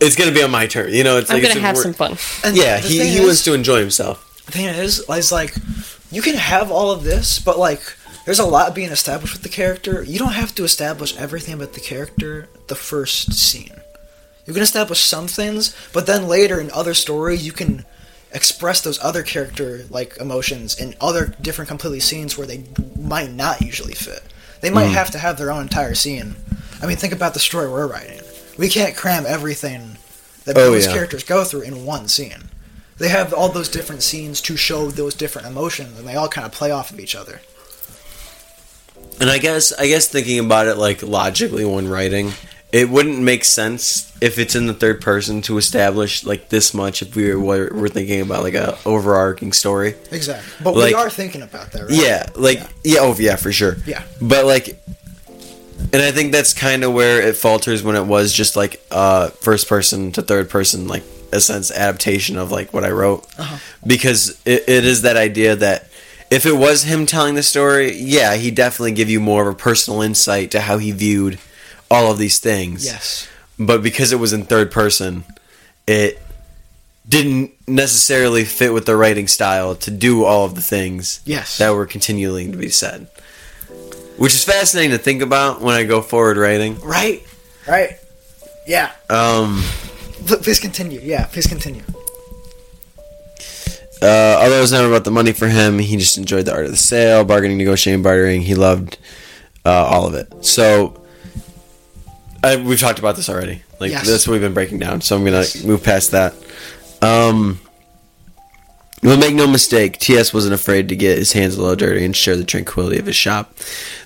[SPEAKER 3] it's gonna be on my turn. You know, it's
[SPEAKER 4] I'm
[SPEAKER 3] like
[SPEAKER 4] gonna
[SPEAKER 3] it's a-
[SPEAKER 4] have
[SPEAKER 3] we're-
[SPEAKER 4] some fun.
[SPEAKER 6] And
[SPEAKER 3] Yeah,
[SPEAKER 6] the
[SPEAKER 3] he
[SPEAKER 6] thing
[SPEAKER 3] he
[SPEAKER 6] is-
[SPEAKER 3] wants to enjoy himself.
[SPEAKER 6] thing is, is like, you can have all of this, but like, there's a lot being established with the character. You don't have to establish everything about the character the first scene. You can establish some things, but then later in other stories, you can express those other character like emotions in other different completely scenes where they might not usually fit. They
[SPEAKER 3] Mm.
[SPEAKER 6] might have to have their own entire scene. I mean, think about the story we're writing. We can't cram everything that
[SPEAKER 3] Oh,
[SPEAKER 6] those
[SPEAKER 3] yeah.
[SPEAKER 6] characters go through in one scene they have all those different scenes to show those different emotions and they all kind of play off of each other
[SPEAKER 3] And I guess I guess thinking about it like logically when writing, it wouldn't make sense if it's in the third person to establish like this much if we were we're thinking about like a overarching story.
[SPEAKER 6] exactly but we
[SPEAKER 3] Like-
[SPEAKER 6] are thinking about that right
[SPEAKER 3] Yeah, like yeah. oh yeah, for sure.
[SPEAKER 6] Yeah.
[SPEAKER 3] But like and I think that's kind of where it falters when it was just like uh first person to third person like a sense adaptation of like what I wrote. Because it, it is that idea that if it was him telling the story, yeah, he definitely give you more of a personal insight to how he viewed all of these things
[SPEAKER 6] yes
[SPEAKER 3] but because it was in third person, it didn't necessarily fit with the writing style to do all of the things
[SPEAKER 6] Yes.
[SPEAKER 3] that were continuing to be said. Which is fascinating to think about when I go forward writing.
[SPEAKER 6] Right? Right. Yeah.
[SPEAKER 3] Um,
[SPEAKER 6] But please continue. Yeah, please continue.
[SPEAKER 3] uh, although it was never about the money for him, he just enjoyed the art of the sale, bargaining, negotiating, bartering. He loved uh, all of it. So I, we've talked about this already. Like
[SPEAKER 6] Yes.
[SPEAKER 3] that's what we've been breaking down. So I'm gonna move past that. Um, But make no mistake, TS wasn't afraid to get his hands a little dirty and share the tranquility of his shop.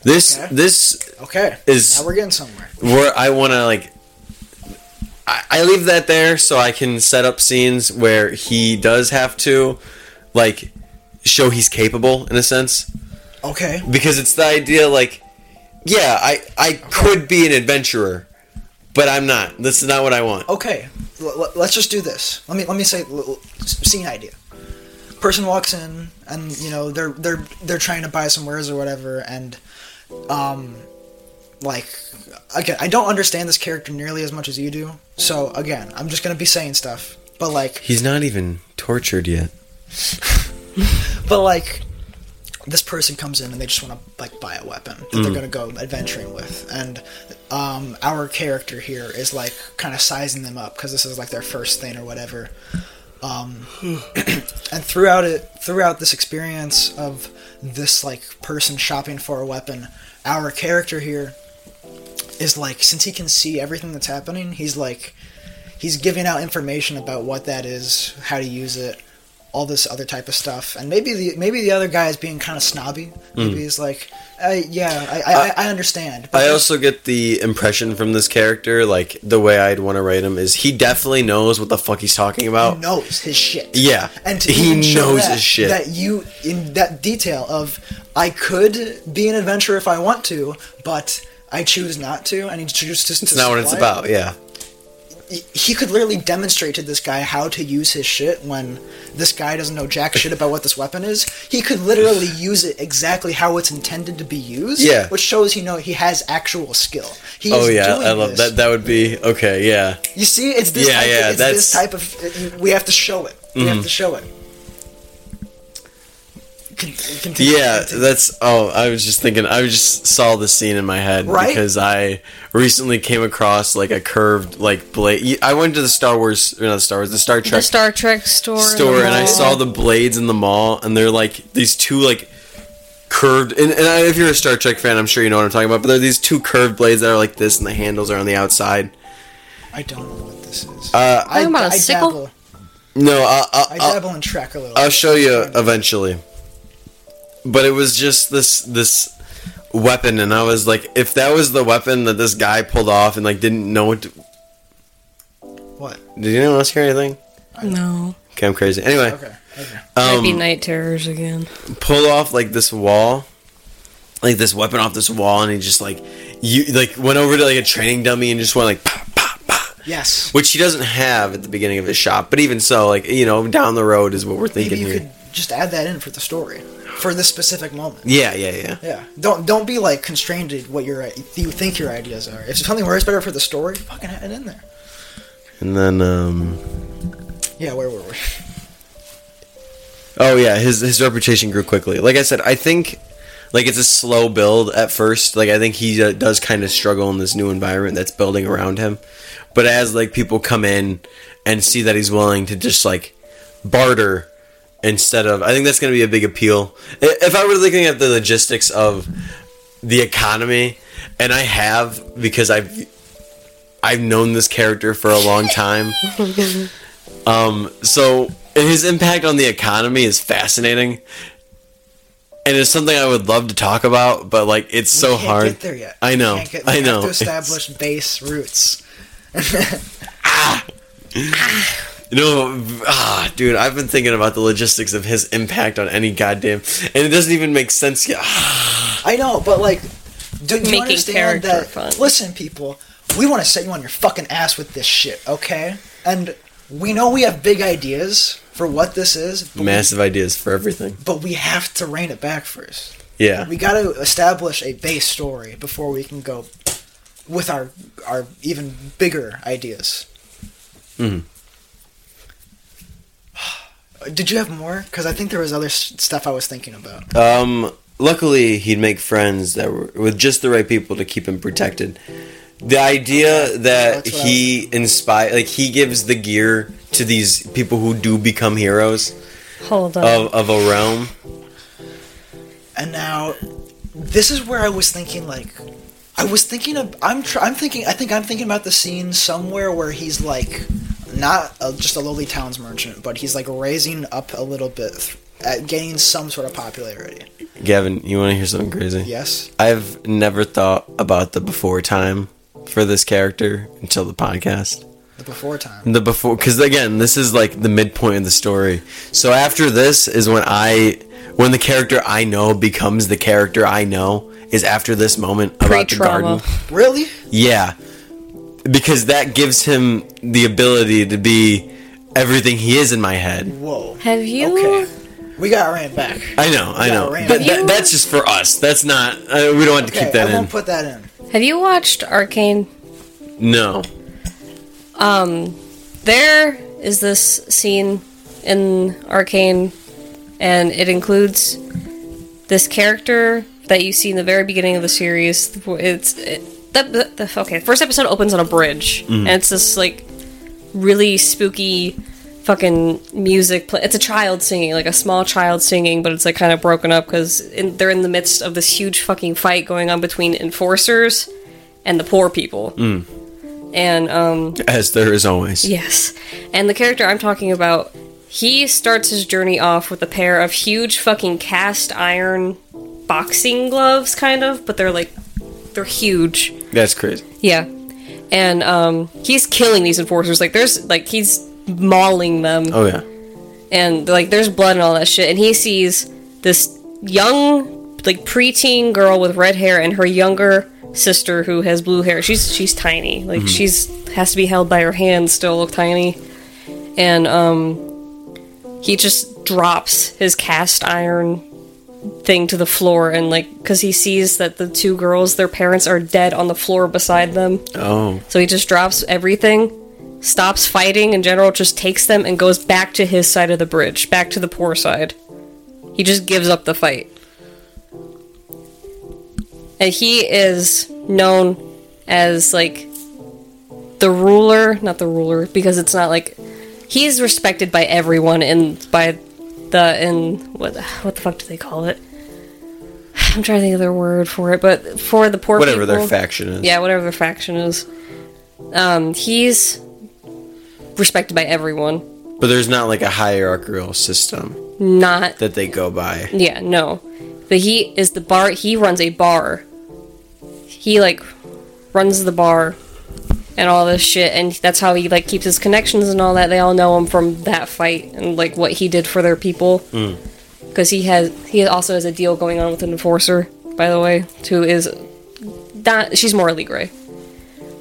[SPEAKER 3] This
[SPEAKER 6] Okay.
[SPEAKER 3] this
[SPEAKER 6] Okay.
[SPEAKER 3] Is-
[SPEAKER 6] now we're getting somewhere.
[SPEAKER 3] where I want to like. I, I leave that there so I can set up scenes where he does have to, like, show he's capable in a sense
[SPEAKER 6] Okay.
[SPEAKER 3] because it's the idea like, yeah, I I could be an adventurer, but I'm not. This is not what I want.
[SPEAKER 6] Okay. L- l- let's just do this. Let me let me say l- l- s- scene idea. Person walks in and you know they're they're they're trying to buy some wares or whatever and um like again I don't understand this character nearly as much as you do. So again, I'm just going to be saying stuff. But like
[SPEAKER 3] He's not even tortured yet.
[SPEAKER 6] But like, this person comes in and they just want to like buy a weapon that they're gonna go adventuring with, and um, our character here is like kind of sizing them up because this is like their first thing or whatever. Um, and throughout it, throughout this experience of this like person shopping for a weapon, our character here is like since he can see everything that's happening, he's like he's giving out information about what that is, how to use it, all this other type of stuff, and maybe the maybe the other guy is being kind of snobby. Maybe he's like, uh, yeah, I, I, I, I understand.
[SPEAKER 3] I
[SPEAKER 6] there's-
[SPEAKER 3] also get the impression from this character, like the way I'd want to write him is he definitely knows what the fuck he's talking about.
[SPEAKER 6] He knows his shit.
[SPEAKER 3] Oh. Yeah.
[SPEAKER 6] and to
[SPEAKER 3] He
[SPEAKER 6] even show
[SPEAKER 3] knows
[SPEAKER 6] that,
[SPEAKER 3] his shit.
[SPEAKER 6] That you in that detail of I could be an adventurer if I want to, but I choose not to, and he chooses to.
[SPEAKER 3] It's not what it's about. Yeah,
[SPEAKER 6] He could literally demonstrate to this guy how to use his shit when this guy doesn't know jack shit about what this weapon is. He could literally use it exactly how it's intended to be used.
[SPEAKER 3] Yeah.
[SPEAKER 6] which shows he know he has actual skill. He
[SPEAKER 3] Oh
[SPEAKER 6] is
[SPEAKER 3] yeah,
[SPEAKER 6] doing
[SPEAKER 3] I love
[SPEAKER 6] this.
[SPEAKER 3] that. That would be okay. Yeah,
[SPEAKER 6] You see, it's this
[SPEAKER 3] Yeah,
[SPEAKER 6] type
[SPEAKER 3] yeah,
[SPEAKER 6] of, it's this
[SPEAKER 3] that's- Mm-hmm.
[SPEAKER 6] type of you- we have to show it. We have to show it. Con- continue,
[SPEAKER 3] yeah.
[SPEAKER 6] continue.
[SPEAKER 3] That's oh, I was just thinking. I just saw the scene in my head
[SPEAKER 6] Right?
[SPEAKER 3] because I recently came across like a curved like blade. I went to the Star Wars, or not the Star Wars, the Star Trek
[SPEAKER 4] The Star Trek store. uh, in the
[SPEAKER 3] store, and I
[SPEAKER 4] mall.
[SPEAKER 3] saw the blades in the mall, and they're like these two like curved. And, and I, if you're a Star Trek fan, I'm sure you know what I'm talking about. But they're these two curved blades that are like this, and the handles are on the outside.
[SPEAKER 6] I don't know what this is.
[SPEAKER 3] Uh,
[SPEAKER 6] I,
[SPEAKER 4] Talking about a
[SPEAKER 6] I
[SPEAKER 4] sickle?
[SPEAKER 6] dabble.
[SPEAKER 3] No, I, I,
[SPEAKER 6] I
[SPEAKER 3] I'll-
[SPEAKER 6] dabble in Trek a little.
[SPEAKER 3] I'll
[SPEAKER 6] bit.
[SPEAKER 3] show you eventually. But it was just this this weapon, and I was like, if that was the weapon that this guy pulled off and like didn't know what. To,
[SPEAKER 6] What?
[SPEAKER 3] did anyone else hear anything?
[SPEAKER 4] No.
[SPEAKER 3] Okay, I'm crazy. Anyway,
[SPEAKER 6] Okay. Okay.
[SPEAKER 4] Might be
[SPEAKER 3] um,
[SPEAKER 4] night terrors again.
[SPEAKER 3] pull off like this wall, like this weapon off this wall, and he just like you like went over to like a training dummy and just went like. Pop, pop, pop.
[SPEAKER 6] Yes.
[SPEAKER 3] Which he doesn't have at the beginning of his shop, but even so, like you know, down the road is what we're thinking
[SPEAKER 6] Maybe
[SPEAKER 3] here.
[SPEAKER 6] you could just add that in for the story, for this specific moment.
[SPEAKER 3] Yeah, yeah, yeah.
[SPEAKER 6] Yeah. Don't don't be like constrained to what your you think your ideas are. If something works better for the story, fucking add it in there.
[SPEAKER 3] And then, um,
[SPEAKER 6] Yeah. Where were we?
[SPEAKER 3] Oh yeah, his his reputation grew quickly. Like I said, I think like it's a slow build at first. Like I think he uh, does kind of struggle in this new environment that's building around him. But as like people come in and see that he's willing to just like barter instead of I think that's going to be a big appeal. I- If I were looking at the logistics of the economy and I have because I've I've known this character for a long time. Um, so his impact on the economy is fascinating, and it's something I would love to talk about. But like, it's so
[SPEAKER 6] can't
[SPEAKER 3] hard.
[SPEAKER 6] Get there yet.
[SPEAKER 3] I
[SPEAKER 6] We
[SPEAKER 3] know.
[SPEAKER 6] Can't get, we
[SPEAKER 3] I know.
[SPEAKER 6] Have
[SPEAKER 3] It's-
[SPEAKER 6] to establish base roots.
[SPEAKER 3] You know, ah, dude, I've been thinking about the logistics of his impact on any goddamn, and it doesn't even make sense ah, yet.
[SPEAKER 6] I know, but like, do you
[SPEAKER 4] Making
[SPEAKER 6] understand
[SPEAKER 4] character
[SPEAKER 6] that?
[SPEAKER 4] fun.
[SPEAKER 6] Listen, people, we want to set you on your fucking ass with this shit, okay? And we know we have big ideas for what this is, but,
[SPEAKER 3] Massive ideas for everything.
[SPEAKER 6] but we have to rein it back first.
[SPEAKER 3] Mm. Yeah.
[SPEAKER 6] We got to establish a base story before we can go with our our even bigger ideas. Did you have more? Because I think there was other s- stuff I was thinking about.
[SPEAKER 3] Um, luckily, he'd make friends that were with just the right people to keep him protected. The idea that
[SPEAKER 6] That's what I
[SPEAKER 3] he inspire, like he gives the gear to these people who do become heroes
[SPEAKER 4] Hold on.
[SPEAKER 3] of, of a realm.
[SPEAKER 6] And now, this is where I was thinking. Like, I was thinking of. I'm. Tr- I'm thinking. I think I'm thinking about the scene somewhere where he's like, not a, just a lowly towns merchant, but he's like raising up a little bit, th- at gaining some sort of popularity.
[SPEAKER 3] Gavin, you want to hear something crazy?
[SPEAKER 6] Yes.
[SPEAKER 3] I've never thought about the before time for this character until the podcast.
[SPEAKER 6] The before time.
[SPEAKER 3] The before, because again, this is like the midpoint of the story. So after this is when I, when the character I know becomes the character I know is after this moment about the
[SPEAKER 4] Pre-trauma.
[SPEAKER 3] garden.
[SPEAKER 6] Really?
[SPEAKER 3] Yeah, because that gives him the ability to be everything he is in my head.
[SPEAKER 6] Whoa.
[SPEAKER 4] Have you?
[SPEAKER 6] Okay. We got ran back.
[SPEAKER 3] I know, I know,
[SPEAKER 6] Yeah, right.
[SPEAKER 3] but
[SPEAKER 4] You-
[SPEAKER 3] that, that's just for us. That's not. Uh, we don't have to
[SPEAKER 6] Okay,
[SPEAKER 3] keep that
[SPEAKER 6] I
[SPEAKER 3] in.
[SPEAKER 6] won't put that in.
[SPEAKER 4] Have you watched Arcane?
[SPEAKER 3] no.
[SPEAKER 4] Um, there is this scene in Arcane, and it includes this character that you see in the very beginning of the series. It's it, that the, the okay. First episode opens on a bridge, and it's this like really spooky fucking music. Play. It's a child singing, like a small child singing, but it's like kind of broken up because in, they're in the midst of this huge fucking fight going on between enforcers and the poor people. And um,
[SPEAKER 3] As there is always.
[SPEAKER 4] Yes. And the character I'm talking about, he starts his journey off with a pair of huge fucking cast iron boxing gloves, kind of, but they're like, they're huge.
[SPEAKER 3] That's crazy.
[SPEAKER 4] Yeah. And um, he's killing these enforcers. Like, there's, like, he's mauling them
[SPEAKER 3] Oh yeah.
[SPEAKER 4] and like there's blood and all that shit and he sees this young like preteen girl with red hair and her younger sister who has blue hair she's she's tiny like she's has to be held by her hand still tiny and um he just drops his cast iron thing to the floor and like because he sees that the two girls their parents are dead on the floor beside them
[SPEAKER 3] Oh.
[SPEAKER 4] so he just drops everything, stops fighting in general, just takes them and goes back to his side of the bridge, back to the poor side. He just gives up the fight. And he is known as like the ruler, not the ruler because it's not like he's respected by everyone and by the in what what the fuck do they call it? I'm trying to think of their word for it, but for the poor
[SPEAKER 3] Whatever
[SPEAKER 4] people,
[SPEAKER 3] their faction is.
[SPEAKER 4] yeah, whatever their faction is. Um, he's respected by everyone.
[SPEAKER 3] But there's not like a hierarchical system
[SPEAKER 4] Not
[SPEAKER 3] that they go by.
[SPEAKER 4] yeah, no. But he is the bar he runs a bar. He like runs the bar and all this shit and that's how he like keeps his connections and all that. They all know him from that fight and like what he did for their people. Cuz he has he also has a deal going on with an enforcer, by the way, who is not she's morally gray.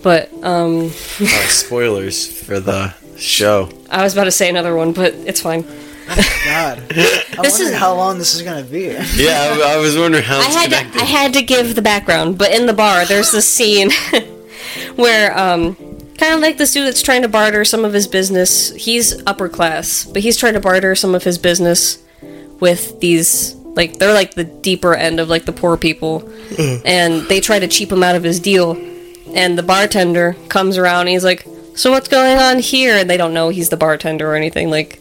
[SPEAKER 4] But um
[SPEAKER 3] Uh, spoilers for the show.
[SPEAKER 4] I was about to say another one, but it's fine.
[SPEAKER 6] God. I'm
[SPEAKER 4] This
[SPEAKER 6] wondering
[SPEAKER 4] is-
[SPEAKER 6] how long this is gonna be.
[SPEAKER 3] Yeah, I, I was wondering how
[SPEAKER 4] I
[SPEAKER 3] it's
[SPEAKER 4] had
[SPEAKER 3] connected.
[SPEAKER 4] to, I had to give the background, but in the bar, there's this scene where, um, kind of like this dude that's trying to barter some of his business. He's upper class, but he's trying to barter some of his business with these like they're like the deeper end of like the poor people, and they try to cheap him out of his deal. And the bartender comes around, and he's like, "So what's going on here?" And they don't know he's the bartender or anything like.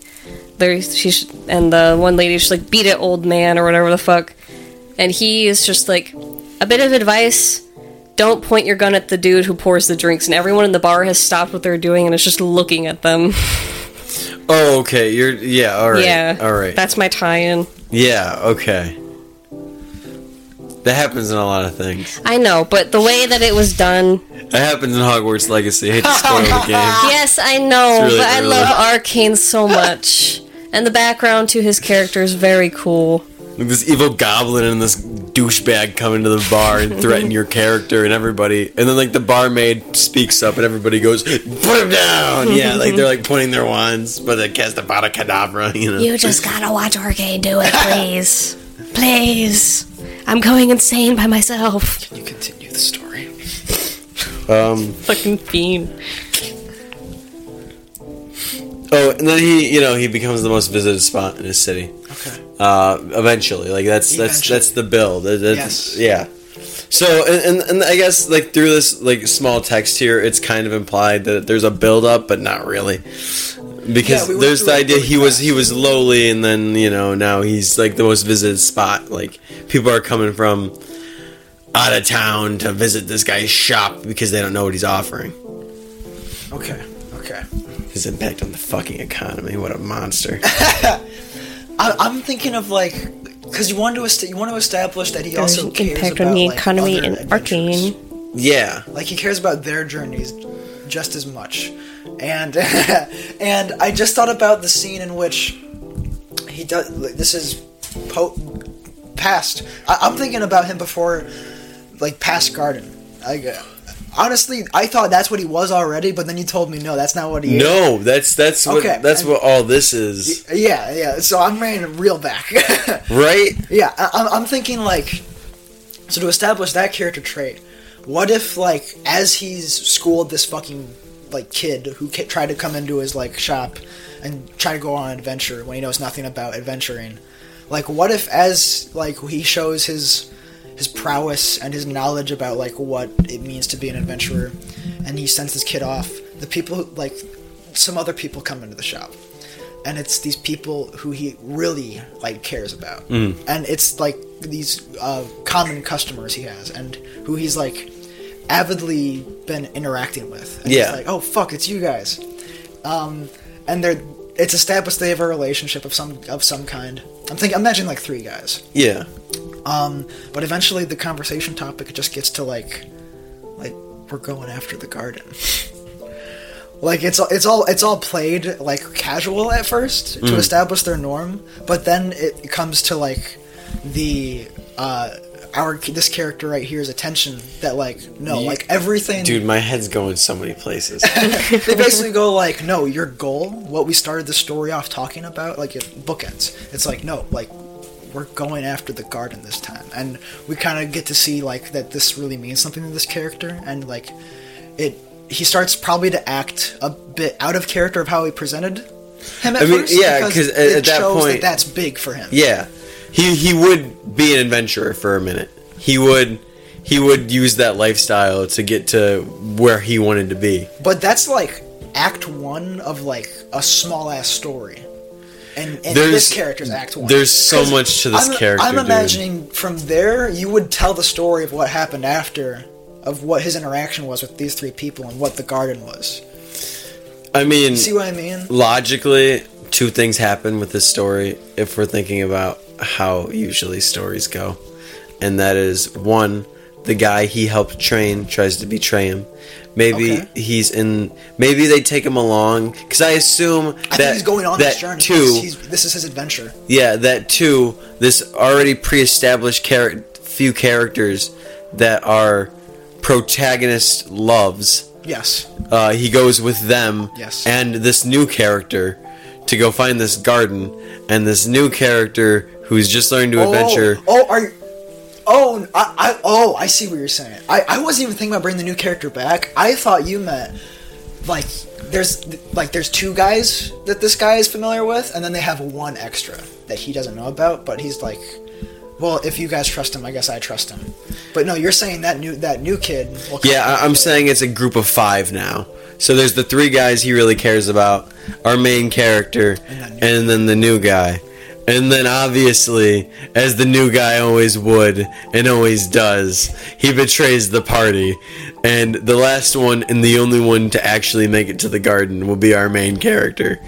[SPEAKER 4] There's, she's, and the one lady's just like, beat it, old man, or whatever the fuck and he is just like a bit of advice don't point your gun at the dude who pours the drinks and everyone in the bar has stopped what they're doing and is just looking at them
[SPEAKER 3] oh, okay. You're yeah. All right.
[SPEAKER 4] yeah
[SPEAKER 3] All right.
[SPEAKER 4] that's my tie-in
[SPEAKER 3] yeah. Okay. That happens in a lot of things.
[SPEAKER 4] i know but the way that it was done
[SPEAKER 3] That happens in Hogwarts Legacy. I hate to spoil the game.
[SPEAKER 4] yes i know
[SPEAKER 3] It's really
[SPEAKER 4] but i
[SPEAKER 3] early.
[SPEAKER 4] love arcane so much and the background to his character is very cool
[SPEAKER 3] Like this evil goblin and this douchebag come into the bar and threaten your character and everybody. And then like the barmaid speaks up and everybody goes, "Put him down!" Yeah, like they're like pointing their wands, but they cast a pot of cadabra. You know.
[SPEAKER 4] you just gotta watch arcane do it please please i'm going insane by myself
[SPEAKER 2] You continue the story.
[SPEAKER 3] Um,
[SPEAKER 4] fucking fiend
[SPEAKER 3] Oh, and then he, you know, he becomes the most visited spot in his city.
[SPEAKER 6] Okay.
[SPEAKER 3] Uh, eventually, like that's that's
[SPEAKER 6] Eventually.
[SPEAKER 3] that's the build. That- that's-
[SPEAKER 6] Yes.
[SPEAKER 3] Yeah. So and, and and I guess like through this like small text here, it's kind of implied that there's a build up, but not really, because
[SPEAKER 6] Yeah, we went
[SPEAKER 3] there's
[SPEAKER 6] through
[SPEAKER 3] the
[SPEAKER 6] it
[SPEAKER 3] idea
[SPEAKER 6] really
[SPEAKER 3] he was
[SPEAKER 6] fast.
[SPEAKER 3] he was lowly, and then you know now he's like the most visited spot. Like people are coming from out of town to visit this guy's shop because they don't know what he's offering.
[SPEAKER 6] Okay. Okay.
[SPEAKER 3] His impact on the fucking economy. What a monster.
[SPEAKER 6] I, I'm thinking of like, because you want to est- you want to establish that he
[SPEAKER 4] There's
[SPEAKER 6] also
[SPEAKER 4] an
[SPEAKER 6] cares
[SPEAKER 4] impact
[SPEAKER 6] about,
[SPEAKER 4] on the
[SPEAKER 6] like,
[SPEAKER 4] economy
[SPEAKER 6] other
[SPEAKER 4] in
[SPEAKER 6] adventures.
[SPEAKER 4] Arcane.
[SPEAKER 3] yeah.
[SPEAKER 6] Like he cares about their journeys just as much. And and I just thought about the scene in which he does. like, This is po- past. I- I'm thinking about him before, like past garden. Like, uh, honestly, I thought that's what he was already, but then you told me no, that's not what he is.
[SPEAKER 3] No, that's that's what
[SPEAKER 6] Okay,
[SPEAKER 3] that's
[SPEAKER 6] I'm-
[SPEAKER 3] what all this is,
[SPEAKER 6] Yeah, yeah. So I'm running real back.
[SPEAKER 3] right?
[SPEAKER 6] Yeah, I, I'm- I'm thinking like, so to establish that character trait, what if like as he's schooled this fucking like kid who ki- tried to come into his like shop and try to go on an adventure when he knows nothing about adventuring, like what if as like he shows his his prowess and his knowledge about like what it means to be an adventurer, and he sends this kid off, the people who, like some other people come into the shop and it's these people who he really like cares about and it's like these uh, common customers he has and who he's like avidly been interacting with and
[SPEAKER 3] Yeah.
[SPEAKER 6] he's like oh fuck it's you guys um, and they're it's established they have a relationship of some of some kind i'm thinking imagine like three guys
[SPEAKER 3] Yeah.
[SPEAKER 6] um, but eventually the conversation topic just gets to like like we're going after the garden. like it's all it's all it's all played like casual at first to
[SPEAKER 3] Mm.
[SPEAKER 6] establish their norm, but then it comes to like the uh our this character right here's attention that like no
[SPEAKER 3] Ye-
[SPEAKER 6] like everything
[SPEAKER 3] Dude, my head's going so many places.
[SPEAKER 6] they basically go like, no, your goal, what we started the story off talking about, like it bookends. It's like, no, like we're going after the garden this time, and we kind of get to see like that this really means something to this character, and like it, he starts probably to act a bit out of character of how he presented him at
[SPEAKER 3] I mean,
[SPEAKER 6] first.
[SPEAKER 3] yeah, 'cause
[SPEAKER 6] because
[SPEAKER 3] at-
[SPEAKER 6] it
[SPEAKER 3] at that
[SPEAKER 6] shows
[SPEAKER 3] point-
[SPEAKER 6] that that's big for him.
[SPEAKER 3] yeah. He he would be an adventurer for a minute. He would he would use that lifestyle to get to where he wanted to be.
[SPEAKER 6] but that's like act one of like a small ass story. And, and
[SPEAKER 3] There's-
[SPEAKER 6] this character's act one.
[SPEAKER 3] There's so much to this
[SPEAKER 6] I'm,
[SPEAKER 3] character.
[SPEAKER 6] I'm
[SPEAKER 3] dude.
[SPEAKER 6] imagining from there, you would tell the story of what happened after, of what his interaction was with these three people and what the garden was.
[SPEAKER 3] I mean,
[SPEAKER 6] See what I mean?
[SPEAKER 3] logically, two things happen with this story if we're thinking about how usually stories go. And that is one, the guy he helped train tries to betray him. Maybe
[SPEAKER 6] Okay.
[SPEAKER 3] he's in. Maybe they take him along because I assume
[SPEAKER 6] I
[SPEAKER 3] that
[SPEAKER 6] think he's going on
[SPEAKER 3] that
[SPEAKER 6] this journey.
[SPEAKER 3] two,
[SPEAKER 6] He's- he's- this is his adventure.
[SPEAKER 3] yeah, that two, this already pre-established char- few characters that are protagonist loves
[SPEAKER 6] Yes.
[SPEAKER 3] uh, he goes with them
[SPEAKER 6] Yes.
[SPEAKER 3] and this new character to go find this garden and this new character who's just learned to adventure
[SPEAKER 6] Oh, oh, are you? Oh, I, I, oh, I see what you're saying. I, I wasn't even thinking about bringing the new character back. I thought you meant like there's like there's two guys that this guy is familiar with, and then they have one extra that he doesn't know about, but he's like. Well, if you guys trust him, I guess I trust him. But no, you're saying that new that new kid. Will come
[SPEAKER 3] yeah I- i'm saying it's a group of five now so there's the three guys he really cares about our main character
[SPEAKER 6] that new-
[SPEAKER 3] and then the new guy and then obviously as the new guy always would and always does he betrays the party and the last one and the only one to actually make it to the garden will be our main character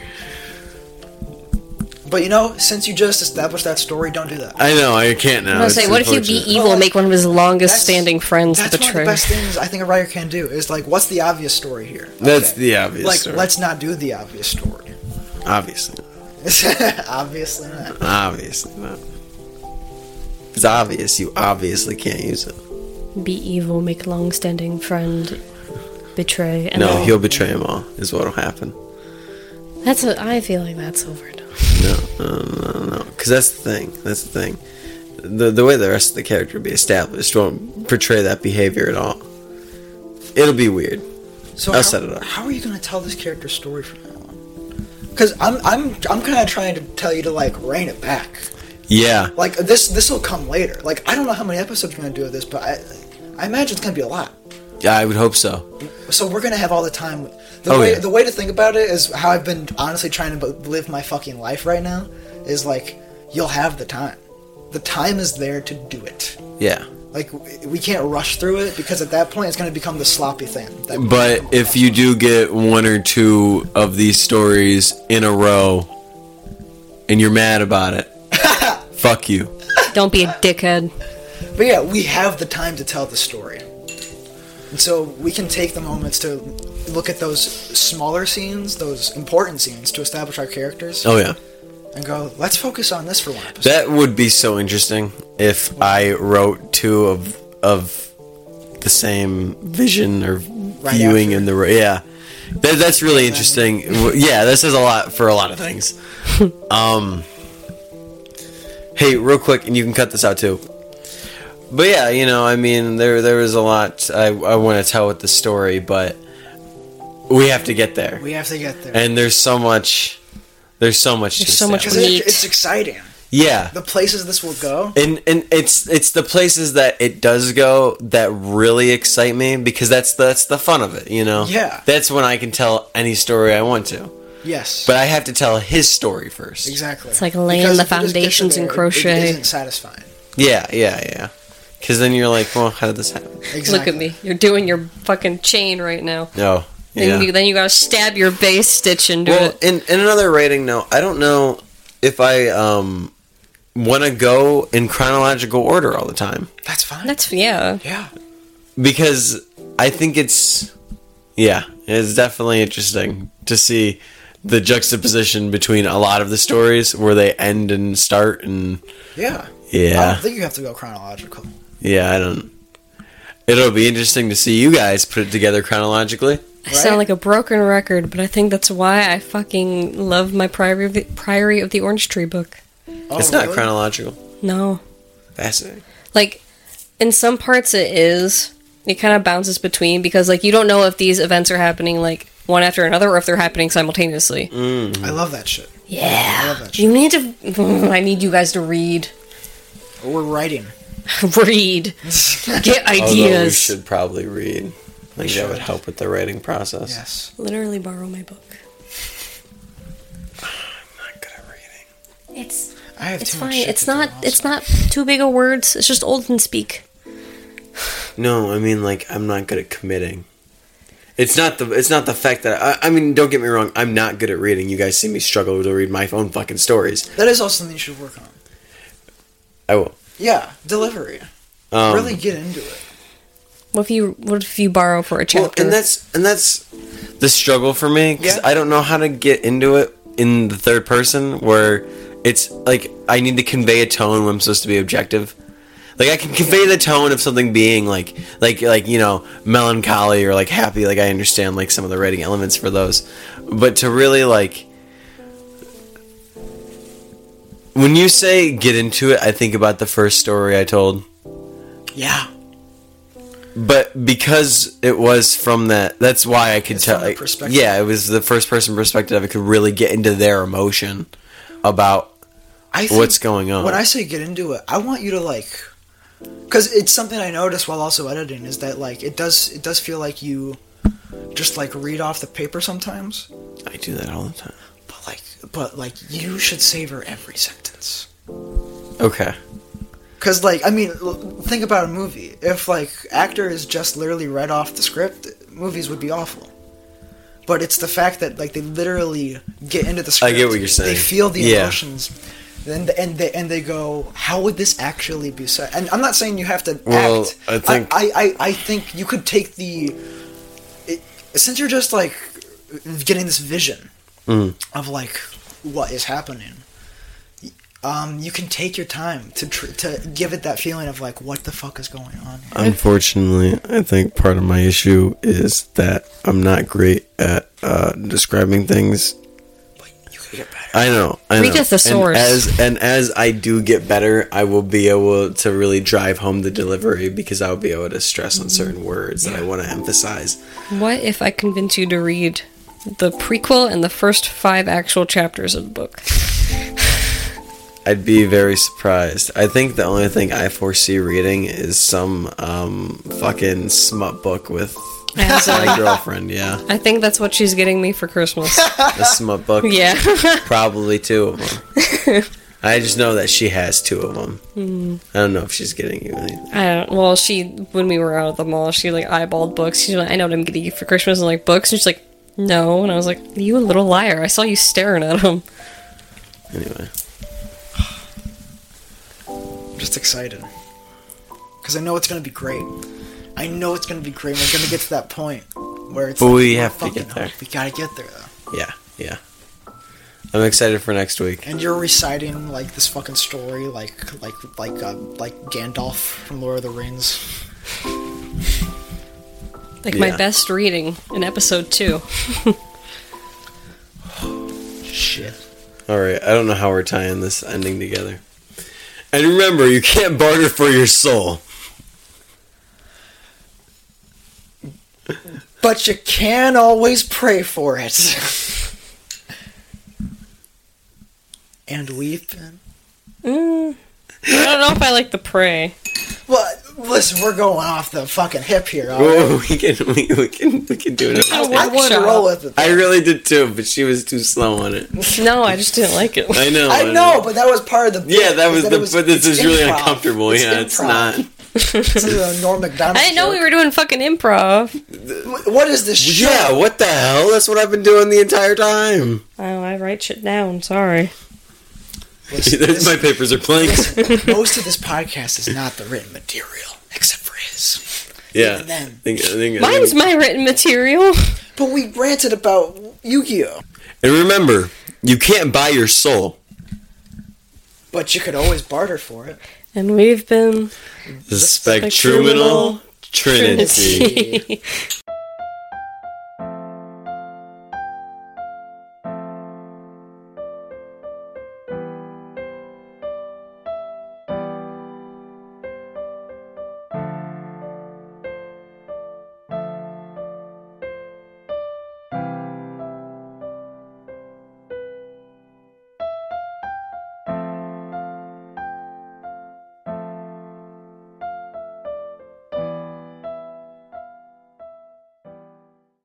[SPEAKER 6] But you know, since you just established that story, don't do that.
[SPEAKER 3] I know, I can't now.
[SPEAKER 4] I was
[SPEAKER 3] Oh, It's
[SPEAKER 4] like, what if you be
[SPEAKER 3] unfortunate.
[SPEAKER 4] evil and make one of his longest
[SPEAKER 6] That's-
[SPEAKER 4] standing friends
[SPEAKER 6] That's one of
[SPEAKER 4] betray?
[SPEAKER 6] the best things I think a writer can do. Is like, what's the obvious story here?
[SPEAKER 3] That's
[SPEAKER 6] Okay.
[SPEAKER 3] the obvious
[SPEAKER 6] like,
[SPEAKER 3] story.
[SPEAKER 6] let's not do the obvious story.
[SPEAKER 3] Obviously.
[SPEAKER 6] Obviously not.
[SPEAKER 3] Obviously not. It's obvious. You obviously can't use it.
[SPEAKER 4] Be evil, make long standing friend betray. And
[SPEAKER 3] No,
[SPEAKER 4] then-
[SPEAKER 3] he'll betray them all, is what'll happen.
[SPEAKER 4] That's what I feel like that's overdone.
[SPEAKER 3] No, no, no, no. Because that's the thing. That's the thing. The, the way the rest of the character will be established won't portray that behavior at all. It'll be weird.
[SPEAKER 6] So
[SPEAKER 3] I'll
[SPEAKER 6] how,
[SPEAKER 3] set it up.
[SPEAKER 6] How are you going to tell this character's story from now on? Cause I'm I'm I'm kind of trying to tell you to like rein it back.
[SPEAKER 3] Yeah.
[SPEAKER 6] Like this this will come later. Like I don't know how many episodes we're gonna do of this, but I I imagine it's gonna be a lot.
[SPEAKER 3] Yeah, I would hope so.
[SPEAKER 6] So we're gonna have all the time. The
[SPEAKER 3] Oh,
[SPEAKER 6] way
[SPEAKER 3] yeah.
[SPEAKER 6] the way to think about it is how I've been honestly trying to b- live my fucking life right now is like you'll have the time. The time is there to do it.
[SPEAKER 3] Yeah.
[SPEAKER 6] Like w- we can't rush through it because at that point it's gonna become the sloppy thing. That
[SPEAKER 3] But if you do get one or two of these stories in a row and you're mad about it, fuck you.
[SPEAKER 4] Don't be a dickhead.
[SPEAKER 6] But yeah, we have the time to tell the story. And so we can take the moments to look at those smaller scenes, those important scenes to establish our characters,
[SPEAKER 3] Oh, yeah.
[SPEAKER 6] and go, let's focus on this for one episode.
[SPEAKER 3] That would be so interesting if I wrote two of of the same vision or viewing in the yeah. That, that's really interesting. W- Yeah, this is a lot for a lot of things. Um, hey, real quick, and you can cut this out too. But yeah, you know, I mean, there there is a lot I I want to tell with the story, but we have to get there,
[SPEAKER 6] we have to get there.
[SPEAKER 3] and there's so much, there's so much.
[SPEAKER 4] There's
[SPEAKER 3] to
[SPEAKER 4] so much
[SPEAKER 3] establish.
[SPEAKER 6] Because it,
[SPEAKER 4] Neat.
[SPEAKER 6] it's exciting.
[SPEAKER 3] Yeah,
[SPEAKER 6] The places this will go.
[SPEAKER 3] and and it's it's the places that it does go that really excite me because that's that's the fun of it, you know.
[SPEAKER 6] Yeah.
[SPEAKER 3] That's when I can tell any story I want to,
[SPEAKER 6] Yes.
[SPEAKER 3] but I have to tell his story first.
[SPEAKER 6] exactly.
[SPEAKER 4] It's like laying
[SPEAKER 6] Because
[SPEAKER 4] the
[SPEAKER 6] if you just get to
[SPEAKER 4] foundations in
[SPEAKER 6] there, it-
[SPEAKER 4] crochet.
[SPEAKER 6] It isn't satisfying.
[SPEAKER 3] Yeah, yeah, yeah. Because then you're like, well, how did this happen?
[SPEAKER 6] Exactly.
[SPEAKER 4] Look at me. You're doing your fucking chain right now.
[SPEAKER 3] No.
[SPEAKER 4] Then,
[SPEAKER 3] Yeah.
[SPEAKER 4] you, then you gotta stab your base stitch into
[SPEAKER 3] Well,
[SPEAKER 4] it.
[SPEAKER 3] in in another rating, no, I don't know if I um want to go in chronological order all the time
[SPEAKER 6] That's fine.
[SPEAKER 4] That's yeah.
[SPEAKER 6] yeah.
[SPEAKER 3] because I think it's yeah, it's definitely interesting to see the juxtaposition between a lot of the stories where they end and start and
[SPEAKER 6] Yeah. I
[SPEAKER 3] yeah,
[SPEAKER 6] don't think you have to go chronological.
[SPEAKER 3] yeah, I don't. It'll be interesting to see you guys put it together chronologically.
[SPEAKER 4] I
[SPEAKER 6] Right?
[SPEAKER 4] sound like a broken record, but I think that's why I fucking love my Priory of the, Priory of the Orange Tree book.
[SPEAKER 6] Oh,
[SPEAKER 3] it's not
[SPEAKER 6] really?
[SPEAKER 3] chronological.
[SPEAKER 4] No.
[SPEAKER 3] Fascinating.
[SPEAKER 4] like in some parts it is it kind of bounces between because like you don't know if these events are happening like one after another or if they're happening simultaneously
[SPEAKER 6] I love that shit. I love
[SPEAKER 4] yeah
[SPEAKER 6] that shit.
[SPEAKER 4] you need to i need you guys to read
[SPEAKER 6] We're writing.
[SPEAKER 4] read get
[SPEAKER 3] Although we
[SPEAKER 4] ideas
[SPEAKER 3] should probably read. I think that would help with the writing process.
[SPEAKER 6] Yes.
[SPEAKER 4] literally borrow my book
[SPEAKER 3] I'm not good at reading.
[SPEAKER 4] it's
[SPEAKER 6] I have
[SPEAKER 4] it's
[SPEAKER 6] too
[SPEAKER 4] fine
[SPEAKER 6] much shit
[SPEAKER 4] it's
[SPEAKER 6] to do
[SPEAKER 4] not
[SPEAKER 6] also.
[SPEAKER 4] it's not too big of words it's just olden speak
[SPEAKER 3] No, I mean like I'm not good at committing. It's not the it's not the fact that I, I mean don't get me wrong I'm not good at reading. You guys see me struggle to read my own fucking stories.
[SPEAKER 6] That is also something you should work on.
[SPEAKER 3] I will.
[SPEAKER 6] Yeah, delivery.
[SPEAKER 3] Um,
[SPEAKER 6] really get into it.
[SPEAKER 4] what if you what if you borrow for a
[SPEAKER 3] well,
[SPEAKER 4] chapter
[SPEAKER 3] and that's and that's the struggle for me because
[SPEAKER 6] Yeah.
[SPEAKER 3] I don't know how to get into it in the third person where it's like I need to convey a tone when I'm supposed to be objective. Like I can convey the tone of something being like like like you know melancholy or like happy. Like I understand like some of the writing elements for those, but to really like. When you say get into it, I think about the first story I told
[SPEAKER 6] Yeah,
[SPEAKER 3] but because it was from that that's why i could
[SPEAKER 6] It's
[SPEAKER 3] tell
[SPEAKER 6] from their
[SPEAKER 3] like,
[SPEAKER 6] perspective.
[SPEAKER 3] yeah it was the first person perspective i could really get into their emotion about
[SPEAKER 6] I think
[SPEAKER 3] what's going on
[SPEAKER 6] when I say get into it, I want you to like, because it's something I noticed while also editing is that like it does it does feel like you just like read off the paper sometimes,
[SPEAKER 3] I do that all the time
[SPEAKER 6] but like but like you should savor every sentence.
[SPEAKER 3] okay
[SPEAKER 6] Cause like I mean, l- think about a movie. If like actors just literally read off the script, movies would be awful. But it's the fact that like they literally get into the
[SPEAKER 3] I
[SPEAKER 6] script.
[SPEAKER 3] get what you're saying.
[SPEAKER 6] They feel the
[SPEAKER 3] Yeah.
[SPEAKER 6] emotions, and and they and they go, how would this actually be said? And I'm not saying you have to
[SPEAKER 3] Well,
[SPEAKER 6] act.
[SPEAKER 3] I think-
[SPEAKER 6] I, I, I think you could take the it, since you're just like getting this vision
[SPEAKER 3] Mm.
[SPEAKER 6] of like what is happening um, you can take your time to tr- to give it that feeling of like what the fuck is going on. Here.
[SPEAKER 3] unfortunately i think part of my issue is that i'm not great at uh, describing things
[SPEAKER 6] You could get better.
[SPEAKER 3] I know. I
[SPEAKER 4] Read
[SPEAKER 3] know.
[SPEAKER 4] a thesaurus.
[SPEAKER 3] And as and as I do get better, I will be able to really drive home the delivery because I'll be able to stress on certain words that I want to emphasize.
[SPEAKER 4] what if i convince you to read the prequel and the first five actual chapters of the book.
[SPEAKER 3] I'd be very surprised. I think the only thing I foresee reading is some um, fucking smut book with
[SPEAKER 4] As, uh,
[SPEAKER 3] my girlfriend. Yeah,
[SPEAKER 4] I think that's what she's getting me for Christmas.
[SPEAKER 3] a smut book.
[SPEAKER 4] Yeah.
[SPEAKER 3] probably two of them. I just know that she has two of them.
[SPEAKER 4] Hmm.
[SPEAKER 3] I don't know if she's getting you any.
[SPEAKER 4] I don't. Well, she when we were out at the mall, she like eyeballed books. She's like, I know what I'm getting you for Christmas. and like books, and she's like, no. And I was like, you a little liar. I saw you staring at them.
[SPEAKER 3] Anyway,
[SPEAKER 6] I'm just excited. Because I know it's going to be great. I know it's going to be great. We're going to get to that point where it's.
[SPEAKER 3] But
[SPEAKER 6] like,
[SPEAKER 3] we
[SPEAKER 6] oh,
[SPEAKER 3] have to
[SPEAKER 6] fucking
[SPEAKER 3] get there.
[SPEAKER 6] hell, We got to get there, though.
[SPEAKER 3] yeah, yeah. I'm excited for next week.
[SPEAKER 6] And you're reciting, like, this fucking story, like, like, like, uh, like Gandalf from Lord of the Rings.
[SPEAKER 4] Like my
[SPEAKER 3] Yeah.
[SPEAKER 4] best reading in episode two.
[SPEAKER 6] Shit.
[SPEAKER 3] All right, I don't know how we're tying this ending together. And remember, you can't barter for your soul.
[SPEAKER 6] But you can always pray for it. and weep.
[SPEAKER 4] Mm. I don't know if I like the prey.
[SPEAKER 6] Well, listen, we're going off the fucking hip here. all right?
[SPEAKER 3] Whoa, we can, we, we can, we can do it.
[SPEAKER 4] Oh. I
[SPEAKER 6] I
[SPEAKER 4] would
[SPEAKER 6] want to roll with it.
[SPEAKER 3] I really did too, but she was too slow on it.
[SPEAKER 4] No, I just didn't like it.
[SPEAKER 3] I know.
[SPEAKER 6] I know, but that was part of the.
[SPEAKER 3] yeah, that was
[SPEAKER 6] is
[SPEAKER 3] the.
[SPEAKER 6] it
[SPEAKER 3] but this
[SPEAKER 6] it's
[SPEAKER 3] is really
[SPEAKER 6] improv.
[SPEAKER 3] uncomfortable. yeah, it's
[SPEAKER 6] improv.
[SPEAKER 3] not.
[SPEAKER 6] This is a Norm Macdonald.
[SPEAKER 4] I didn't know we were doing fucking improv.
[SPEAKER 6] were. What is this? Shit?
[SPEAKER 3] Yeah, what the hell? That's what I've been doing the entire time.
[SPEAKER 4] Oh, I write shit down. Sorry.
[SPEAKER 3] There's my papers are blank.
[SPEAKER 6] Most of this podcast is not the written material, except for his.
[SPEAKER 3] Yeah.
[SPEAKER 6] Even then.
[SPEAKER 3] Think- I think- I
[SPEAKER 4] Mine's
[SPEAKER 3] think-
[SPEAKER 4] my written material.
[SPEAKER 6] But we ranted about Yu-Gi-Oh.
[SPEAKER 3] and remember, you can't buy your soul.
[SPEAKER 6] But you could always barter for it.
[SPEAKER 4] And we've been
[SPEAKER 3] The spectruminal trinity.
[SPEAKER 4] Trinity.